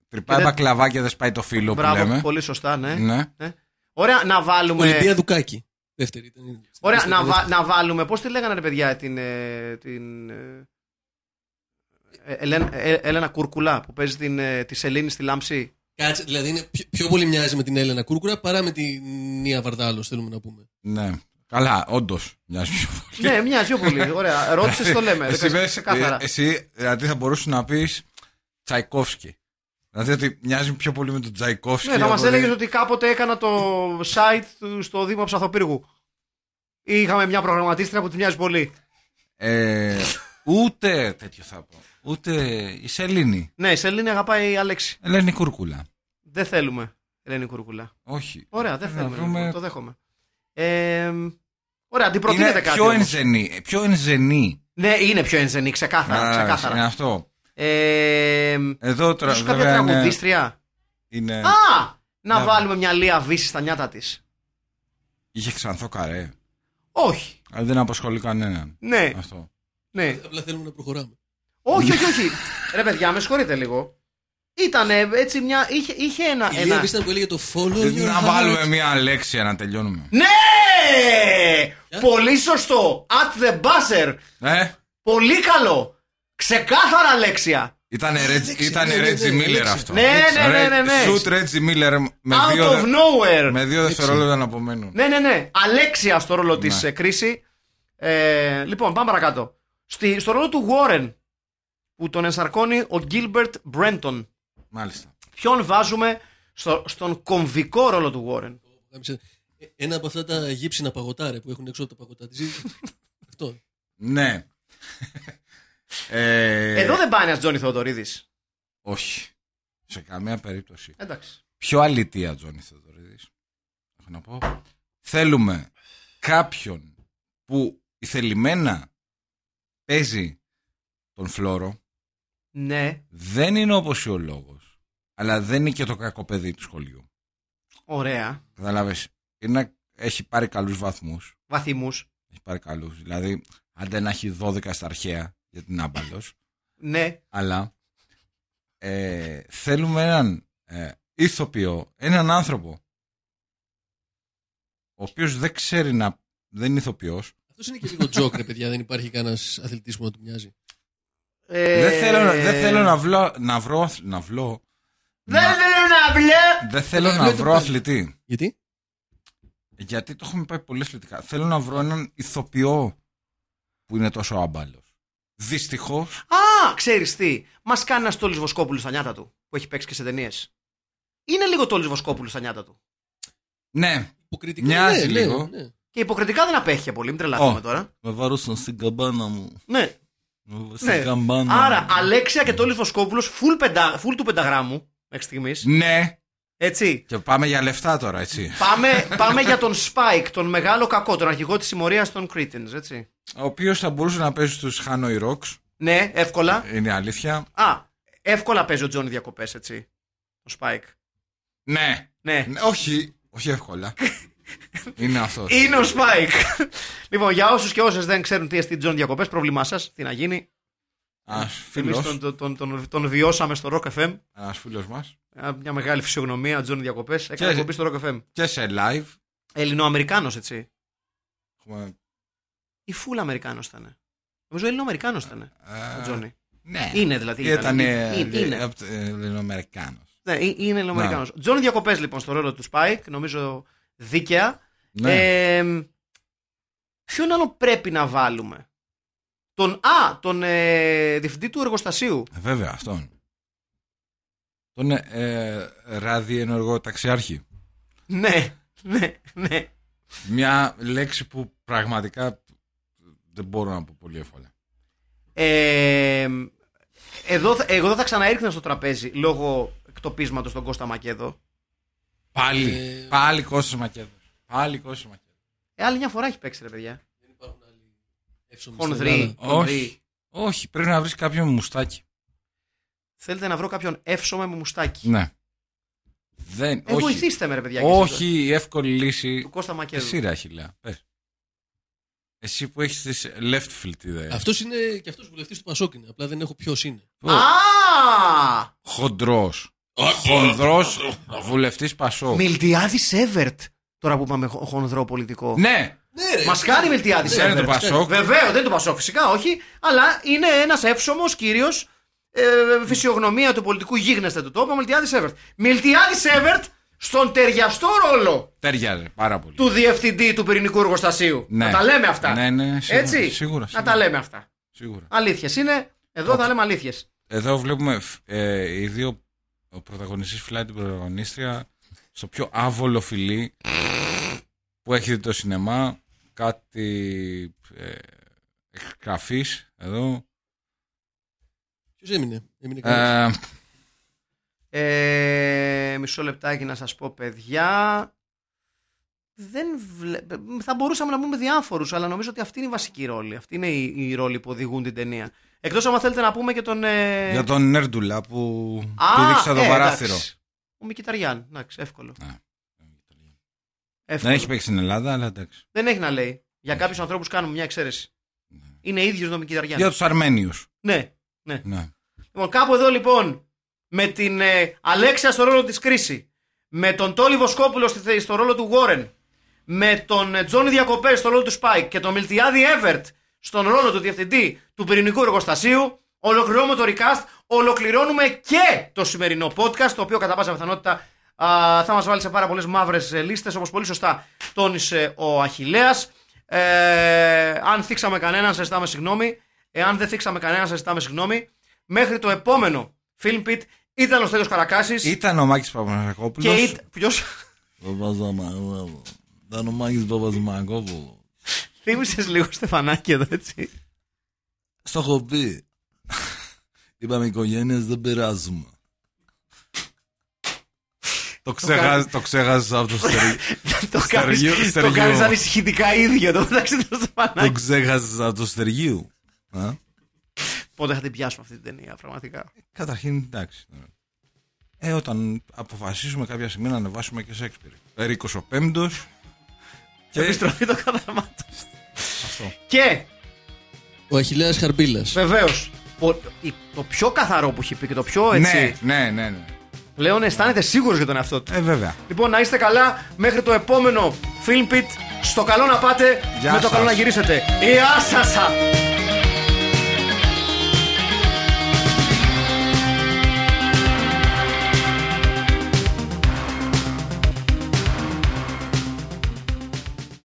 Speaker 2: Τρυπάει
Speaker 1: δεν-
Speaker 2: μπακλαβά και δεν σπάει το φύλλο που
Speaker 1: Ε, Μπράβο,
Speaker 2: λέμε.
Speaker 1: πολύ σωστά, ναι.
Speaker 2: Ναι.
Speaker 1: Ωραία να
Speaker 3: Ολυμπία
Speaker 1: βάλουμε.
Speaker 3: Δουκάκη. Δεύτερη ήταν. στην
Speaker 1: Ναι. Ωραία
Speaker 3: λίστα,
Speaker 1: να,
Speaker 3: δεύτερη.
Speaker 1: βα- να βάλουμε. Πώς τη λέγανε ρε παιδιά την. ε, την ε, ε, Ελένα, ε, Έλενα Κουρκουλά που παίζει την, ε, τη Σελήνη στη λάμψη.
Speaker 3: Κάτσε, δηλαδή είναι πιο, πιο πολύ μοιάζει με την Έλενα Κούρκουρα παρά με την Νία Βαρδάλος, θέλουμε να πούμε.
Speaker 2: ναι. Καλά, όντως μοιάζει πιο πολύ.
Speaker 1: ναι, μοιάζει πιο πολύ. Ωραία. Ρώτησες, το λέμε.
Speaker 2: Εσύ,
Speaker 1: Δεν-
Speaker 2: πες,
Speaker 1: ξεκάθαρα.
Speaker 2: ε, εσύ, δηλαδή θα μπορούσες να πεις Τσαϊκόφσκι. Δηλαδή ότι μοιάζει πιο πολύ με τον Τσαϊκόφσκι.
Speaker 1: Ναι, θα
Speaker 2: από
Speaker 1: μας
Speaker 2: ότι-
Speaker 1: έλεγε ότι κάποτε έκανα το site του στο Δήμο Ψαθοπύργου. Είχαμε μια προγραμματίστρια που τη μοιάζει πολύ.
Speaker 2: Ε, ούτε τέτοιο θα πω. Ούτε η Σελήνη.
Speaker 1: Ναι, η Σελήνη αγαπάει η Αλέξη.
Speaker 2: Ελένη Κούρκουλα.
Speaker 1: Δεν θέλουμε, Ελένη Κουρκουλά.
Speaker 2: Όχι. Ε,
Speaker 1: Ωραία, δεν
Speaker 2: Να
Speaker 1: θέλουμε.
Speaker 2: βρούμε-
Speaker 1: λοιπόν, Το δέχομαι. Ε, ωραία, αντιπροτείνεται
Speaker 2: Είναι
Speaker 1: κάτι.
Speaker 2: πιο
Speaker 1: όμως.
Speaker 2: ενζενή. Πιο ενζενή.
Speaker 1: Ναι, είναι πιο ενζενή, ξεκάθαρα.
Speaker 2: Κατάλαβες,
Speaker 1: ξεκάθαρα.
Speaker 2: Είναι αυτό.
Speaker 1: Ε,
Speaker 2: Εδώ τώρα
Speaker 1: ίσως κάποια
Speaker 2: βέβαια είναι,
Speaker 1: τραγουδίστρια.
Speaker 2: είναι...
Speaker 1: Α! Να
Speaker 2: Ναι.
Speaker 1: βάλουμε μια λία βύση στα νιάτα της.
Speaker 2: Είχε ξανθό καρέ.
Speaker 1: Όχι.
Speaker 2: Αλλά δεν απασχολεί κανέναν.
Speaker 1: Ναι,
Speaker 2: Αυτό.
Speaker 1: ναι.
Speaker 3: Απλά θέλουμε να προχωράμε.
Speaker 1: Όχι, όχι, όχι. Ρε παιδιά, με συγχωρείτε λίγο. Ήταν έτσι μια. Είχε, είχε ένα.
Speaker 3: Η Λία
Speaker 1: ένα...
Speaker 3: Βίσταν που έλεγε το follow your
Speaker 2: Να
Speaker 3: heart.
Speaker 2: βάλουμε μία λέξη να τελειώνουμε.
Speaker 1: Ναι! Πολύ σωστό! At the buzzer!
Speaker 2: Ε,
Speaker 1: Πολύ καλό! Ξεκάθαρα λέξια!
Speaker 2: ήταν
Speaker 3: ξέρω, ναι, ναι,
Speaker 2: Ρέτζι
Speaker 3: ναι,
Speaker 2: Μίλλερ
Speaker 3: λέξη.
Speaker 2: αυτό.
Speaker 1: Ναι, ναι, ναι, ναι, ναι.
Speaker 2: Σουτ Ρέτζι Μίλλερ με
Speaker 1: Out
Speaker 2: δύο,
Speaker 1: of
Speaker 2: δε-
Speaker 1: nowhere!
Speaker 2: με δύο δευτερόλεπτα να απομένουν.
Speaker 1: Ναι, ναι, ναι. Αλέξια στο ρόλο της
Speaker 2: Ναι.
Speaker 1: τη κρίση. Ε, λοιπόν, πάμε παρακάτω. Στη, στο ρόλο του Warren που τον ενσαρκώνει ο Gilbert Brenton.
Speaker 2: Μάλιστα.
Speaker 1: Ποιον βάζουμε στο- στον κομβικό ρόλο του Warren.
Speaker 3: Γάμισε. Ε, Ένα από αυτά τα γύψινα παγωτά ρε, που έχουν έξω από τα παγωτά τη. Αυτό.
Speaker 2: Ναι. Ε,
Speaker 1: Εδώ δεν πάει ένας Τζόνι Θεοδωρίδης.
Speaker 2: Όχι. Σε καμία περίπτωση.
Speaker 1: Εντάξει.
Speaker 2: Πιο αλητία, Τζόνι Θεοδωρίδης. Έχω να πω. Θέλουμε κάποιον που θελημένα παίζει τον φλόρο.
Speaker 1: Ναι,
Speaker 2: Δεν είναι όπως ο λόγος. Αλλά δεν είναι και το κακό παιδί του σχολείου.
Speaker 1: ωραία.
Speaker 2: Καταλάβες. Είναι, έχει πάρει καλούς βαθμούς.
Speaker 1: Βαθυμού.
Speaker 2: Έχει πάρει καλούς. Δηλαδή, άντε να έχει 12 στα αρχαία για την άμπαλος.
Speaker 1: Ναι.
Speaker 2: αλλά ε, θέλουμε έναν ε, ηθοποιό, έναν άνθρωπο ο οποίος δεν ξέρει να δεν είναι ηθοποιός
Speaker 3: Αυτός είναι και λίγο τζόκ, ρε παιδιά. Δεν υπάρχει κανένας αθλητής που να του μοιάζει.
Speaker 1: Ε,
Speaker 2: δεν, θέλω, να- δεν θέλω να, βλώ, να βρω αθλ- να βλώ
Speaker 1: Δεν
Speaker 2: να-
Speaker 1: θέλω να βλέ.
Speaker 2: δεν θέλω
Speaker 3: Να
Speaker 2: να
Speaker 1: ναι,
Speaker 3: βλέπω
Speaker 2: βρω
Speaker 3: πάλι.
Speaker 2: αθλητή
Speaker 3: Γιατί?
Speaker 2: γιατί το έχουμε πάει πολύ αθλητικά θέλω να βρω έναν ηθοποιό που είναι τόσο άμπαλος δυστυχώς
Speaker 1: Α, ξέρεις τι. Μας κάνει ένας Τόλης Βοσκόπουλος στα νιάτα του που έχει παίξει και σε ταινίες. Είναι λίγο Τόλης Βοσκόπουλος στα νιάτα του.
Speaker 2: ναι
Speaker 3: Υποκριτικά.
Speaker 2: Μοιάζει
Speaker 3: ναι,
Speaker 2: λίγο.
Speaker 3: Ναι, ναι.
Speaker 1: Και υποκριτικά δεν απέχει και πολύ, μην τρελαθούμε
Speaker 2: Ω.
Speaker 1: τώρα.
Speaker 2: με βαρούσαν στην καμπάνα μου
Speaker 1: Ναι,
Speaker 2: με- στην
Speaker 1: ναι.
Speaker 2: καμπάνα
Speaker 1: Άρα,
Speaker 2: μου.
Speaker 1: Αλέξια και Τόλης Βοσκόπουλος, full, πεντα- full του πενταγράμμου μέχρι στιγμής.
Speaker 2: ναι
Speaker 1: Έτσι.
Speaker 2: και πάμε για λεφτά τώρα έτσι
Speaker 1: πάμε, πάμε για τον Spike, τον μεγάλο κακό, τον αρχηγό της συμμορίας των Cretans, έτσι.
Speaker 2: Ο οποίος θα μπορούσε να παίζει στους Hanoi Rocks.
Speaker 1: Ναι, εύκολα.
Speaker 2: Είναι αλήθεια.
Speaker 1: Α, εύκολα παίζει ο Τζόνι διακοπές, έτσι. Ο Spike.
Speaker 2: Ναι.
Speaker 1: Ναι.
Speaker 2: Ναι, Όχι, όχι εύκολα. είναι αυτός.
Speaker 1: Είναι ο Spike. λοιπόν, για όσους και όσες δεν ξέρουν τι εστί Τζόνι διακοπές, πρόβλημά σας, τι να γίνει.
Speaker 2: Ένα
Speaker 1: Εμείς
Speaker 2: φίλος
Speaker 1: τον, τον, τον, τον, τον βιώσαμε στο Rock FM.
Speaker 2: ένας φίλος μας.
Speaker 1: Α, Μια μεγάλη φυσιογνωμία, Τζόνι διακοπές. Έκανε εκπομπή στο Rock FM.
Speaker 2: Και σε live.
Speaker 1: Ελληνοαμερικάνος, έτσι.
Speaker 2: Έχουμε,
Speaker 1: Ή φουλ Αμερικάνο ήταν. Νομίζω Ελληνοαμερικάνος ήταν.
Speaker 2: ε,
Speaker 1: Ο Τζόνι.
Speaker 2: Ναι. ε,
Speaker 1: Είναι δηλαδή.
Speaker 2: Ήταν
Speaker 1: είναι, είναι,
Speaker 2: Ελληνοαμερικάνος.
Speaker 1: ναι, ε, είναι Ελληνοαμερικάνος. Τζόνι διακοπές λοιπόν στο ρόλο του Spike, νομίζω δίκαια.
Speaker 2: Ναι.
Speaker 1: Ε, ποιον άλλο πρέπει να βάλουμε. Τον Α, τον ε, διευθυντή του εργοστασίου.
Speaker 2: Βέβαια αυτόν. Τον ε, ε, ραδιενεργό ταξιάρχη.
Speaker 1: Ναι, ναι, ναι.
Speaker 2: Μια λέξη που πραγματικά δεν μπορώ να πω πολύ εύκολα.
Speaker 1: Ε, εδώ, θα- εγώ δεν θα ξαναέρχεται στο τραπέζι λόγω εκτοπίσματος στον Κώστα Μακέδο.
Speaker 2: Πάλι.
Speaker 3: Ε,
Speaker 2: Πάλι Κώστας Μακέδος. Πάλι Κώστας Μακέδος.
Speaker 1: Ε, άλλη μια φορά έχει παίξει, ρε παιδιά.
Speaker 3: Δεν υπάρχουν άλλοι εύσωμοι στην
Speaker 1: Χονδρή.
Speaker 3: Ελλάδα.
Speaker 1: χονδρή.
Speaker 2: Όχι. Όχι, πρέπει να βρεις κάποιον με μουστάκι.
Speaker 1: Θέλετε να βρω κάποιον εύσωμα με μουστάκι.
Speaker 2: Ναι. Δεν.
Speaker 1: Ε,
Speaker 2: Ναι, όχι.
Speaker 1: βοηθήστε με, ρε παιδιά. και εσείς εδώ.
Speaker 2: όχι, η εύκολη λύση.
Speaker 1: Του Κώστα Μακέδου.
Speaker 2: Εσύ, Ραχιλά. Πες. Εσύ που έχεις τις left field ιδέες.
Speaker 3: Αυτός είναι και αυτός βουλευτής του Πασόκ είναι. Απλά δεν έχω ποιος είναι.
Speaker 1: Α!
Speaker 2: Χοντρός. Χοντρός βουλευτής Πασό.
Speaker 1: Μιλτιάδη Σέβερτ. Τώρα που είπαμε χο- χονδρό πολιτικό.
Speaker 2: Ναι,
Speaker 3: Ναι, ρε.
Speaker 1: Μας κάνει Μιλτιάδη
Speaker 2: δεν είναι το
Speaker 1: Σέβερτ.
Speaker 2: Πασόκ.
Speaker 1: Βεβαίως, δεν είναι το Πασόκ, φυσικά όχι. Αλλά είναι ένας εύσωμος κύριος. Ε, φυσιογνωμία του πολιτικού γίγνεσθε του τόπου, Μιλτιάδη Σέβερτ. Μιλτιάδη Σέβερτ στον ταιριαστό ρόλο
Speaker 2: Τέριαζε πάρα πολύ.
Speaker 1: του διευθυντή του πυρηνικού εργοστασίου.
Speaker 2: Ναι.
Speaker 1: Να τα λέμε αυτά.
Speaker 2: Ναι, ναι, σίγουρα,
Speaker 1: Έτσι.
Speaker 2: σίγουρα,
Speaker 1: Να
Speaker 2: σίγουρα.
Speaker 1: τα λέμε αυτά.
Speaker 2: Σίγουρα.
Speaker 1: Αλήθειες είναι. Εδώ θα λέμε αλήθειες.
Speaker 2: Εδώ βλέπουμε ε, οι δύο. Ο πρωταγωνιστής φυλάει την πρωταγωνίστρια στο πιο άβολο φιλί που έχει δει το σινεμά. Κάτι ε, εκγραφής εδώ.
Speaker 3: Ποιος έμεινε. Έμεινε κανένας.
Speaker 2: Ε,
Speaker 1: Ε, μισό λεπτάκι να σας πω παιδιά δεν βλε... θα μπορούσαμε να πούμε διάφορους αλλά νομίζω ότι αυτή είναι η βασική ρόλη αυτή είναι η, η ρόλη που οδηγούν την ταινία εκτός αν θέλετε να πούμε και τον ε...
Speaker 2: Για τον Νέρντουλα που
Speaker 1: Α,
Speaker 2: του δείξα το
Speaker 1: ε,
Speaker 2: παράθυρο.
Speaker 1: εντάξει. ο Μικηταριάν, εντάξει εύκολο,
Speaker 2: Δεν
Speaker 1: εύκολο.
Speaker 2: έχει παίξει στην Ελλάδα, αλλά εντάξει.
Speaker 1: δεν έχει να λέει για κάποιους ανθρώπους κάνουμε μια εξαίρεση
Speaker 2: Ναι.
Speaker 1: είναι ίδιος με τον Μικηταριάν
Speaker 2: Για τους Αρμένιους.
Speaker 1: ναι, ναι.
Speaker 2: Ναι.
Speaker 1: Λοιπόν, κάπου εδώ λοιπόν με την ε, Αλέξια στο ρόλο της Κρίση, με τον Τόλι Βοσκόπουλο στη θε- στο ρόλο του Γόρεν, με τον ε, Τζόνι Διακοπές στο ρόλο του Σπάικ και τον Μιλτιάδη Εύερτ στον ρόλο του Διευθυντή του Πυρηνικού Εργοστασίου, ολοκληρώνουμε το recast, ολοκληρώνουμε και το σημερινό podcast, το οποίο κατά πάσα πιθανότητα α, θα μας βάλει σε πάρα πολλές μαύρες ε, λίστες, όπως πολύ σωστά τόνισε ο Αχιλέας. Ε, αν θίξαμε κανέναν, σας ζητάμε συγγνώμη. Εάν δεν θίξαμε κανέναν, σας ζητάμε συγγνώμη. Μέχρι το επόμενο Film Pit ήταν ο Στέλιος Καρακάσης
Speaker 4: Ήταν ο Μάκης
Speaker 1: και
Speaker 4: Παπαμακόπουλο.
Speaker 1: ήταν... Ποιος
Speaker 3: Παπαδαμακόπουλο. Ήταν ο Μάκης Παπαδημακόπουλο.
Speaker 1: θύμισες λίγο Στεφανάκη εδώ έτσι.
Speaker 3: Στο έχω πει. Είπαμε οικογένειες δεν πειράζουμε.
Speaker 2: Το ξεχάζ- Το ξέχασα από το στερι-
Speaker 1: το κάνεις,
Speaker 2: Στεργιο-
Speaker 1: το
Speaker 2: Στεργιο.
Speaker 1: κάνεις ανησυχητικά ίδιο το μεταξύ του
Speaker 3: Το
Speaker 1: Στεφανάκη.
Speaker 3: ξέχασα από το Στεργίου. Α,
Speaker 1: Πότε θα την πιάσουμε αυτή την ταινία πραγματικά.
Speaker 4: Καταρχήν, εντάξει. ναι.
Speaker 2: Ε, όταν αποφασίσουμε κάποια στιγμή να ανεβάσουμε και Σέξπιρ. Περί 25 και
Speaker 1: Επιστροφή το καταρμάτων. Και
Speaker 3: Ο Αχιλέας Χαρμπίλας.
Speaker 1: βεβαίως. Το πιο καθαρό που έχει πει και το πιο έτσι.
Speaker 2: Ναι, ναι, ναι, ναι.
Speaker 1: Πλέον αισθάνεται σίγουρος για τον εαυτό του.
Speaker 2: Ε, βέβαια.
Speaker 1: Λοιπόν, να είστε καλά μέχρι το επόμενο Film Pit. Στο καλό να πάτε,
Speaker 2: Γεια
Speaker 1: με το καλό να
Speaker 2: σας.
Speaker 1: γυρίσετε. Γεια σας!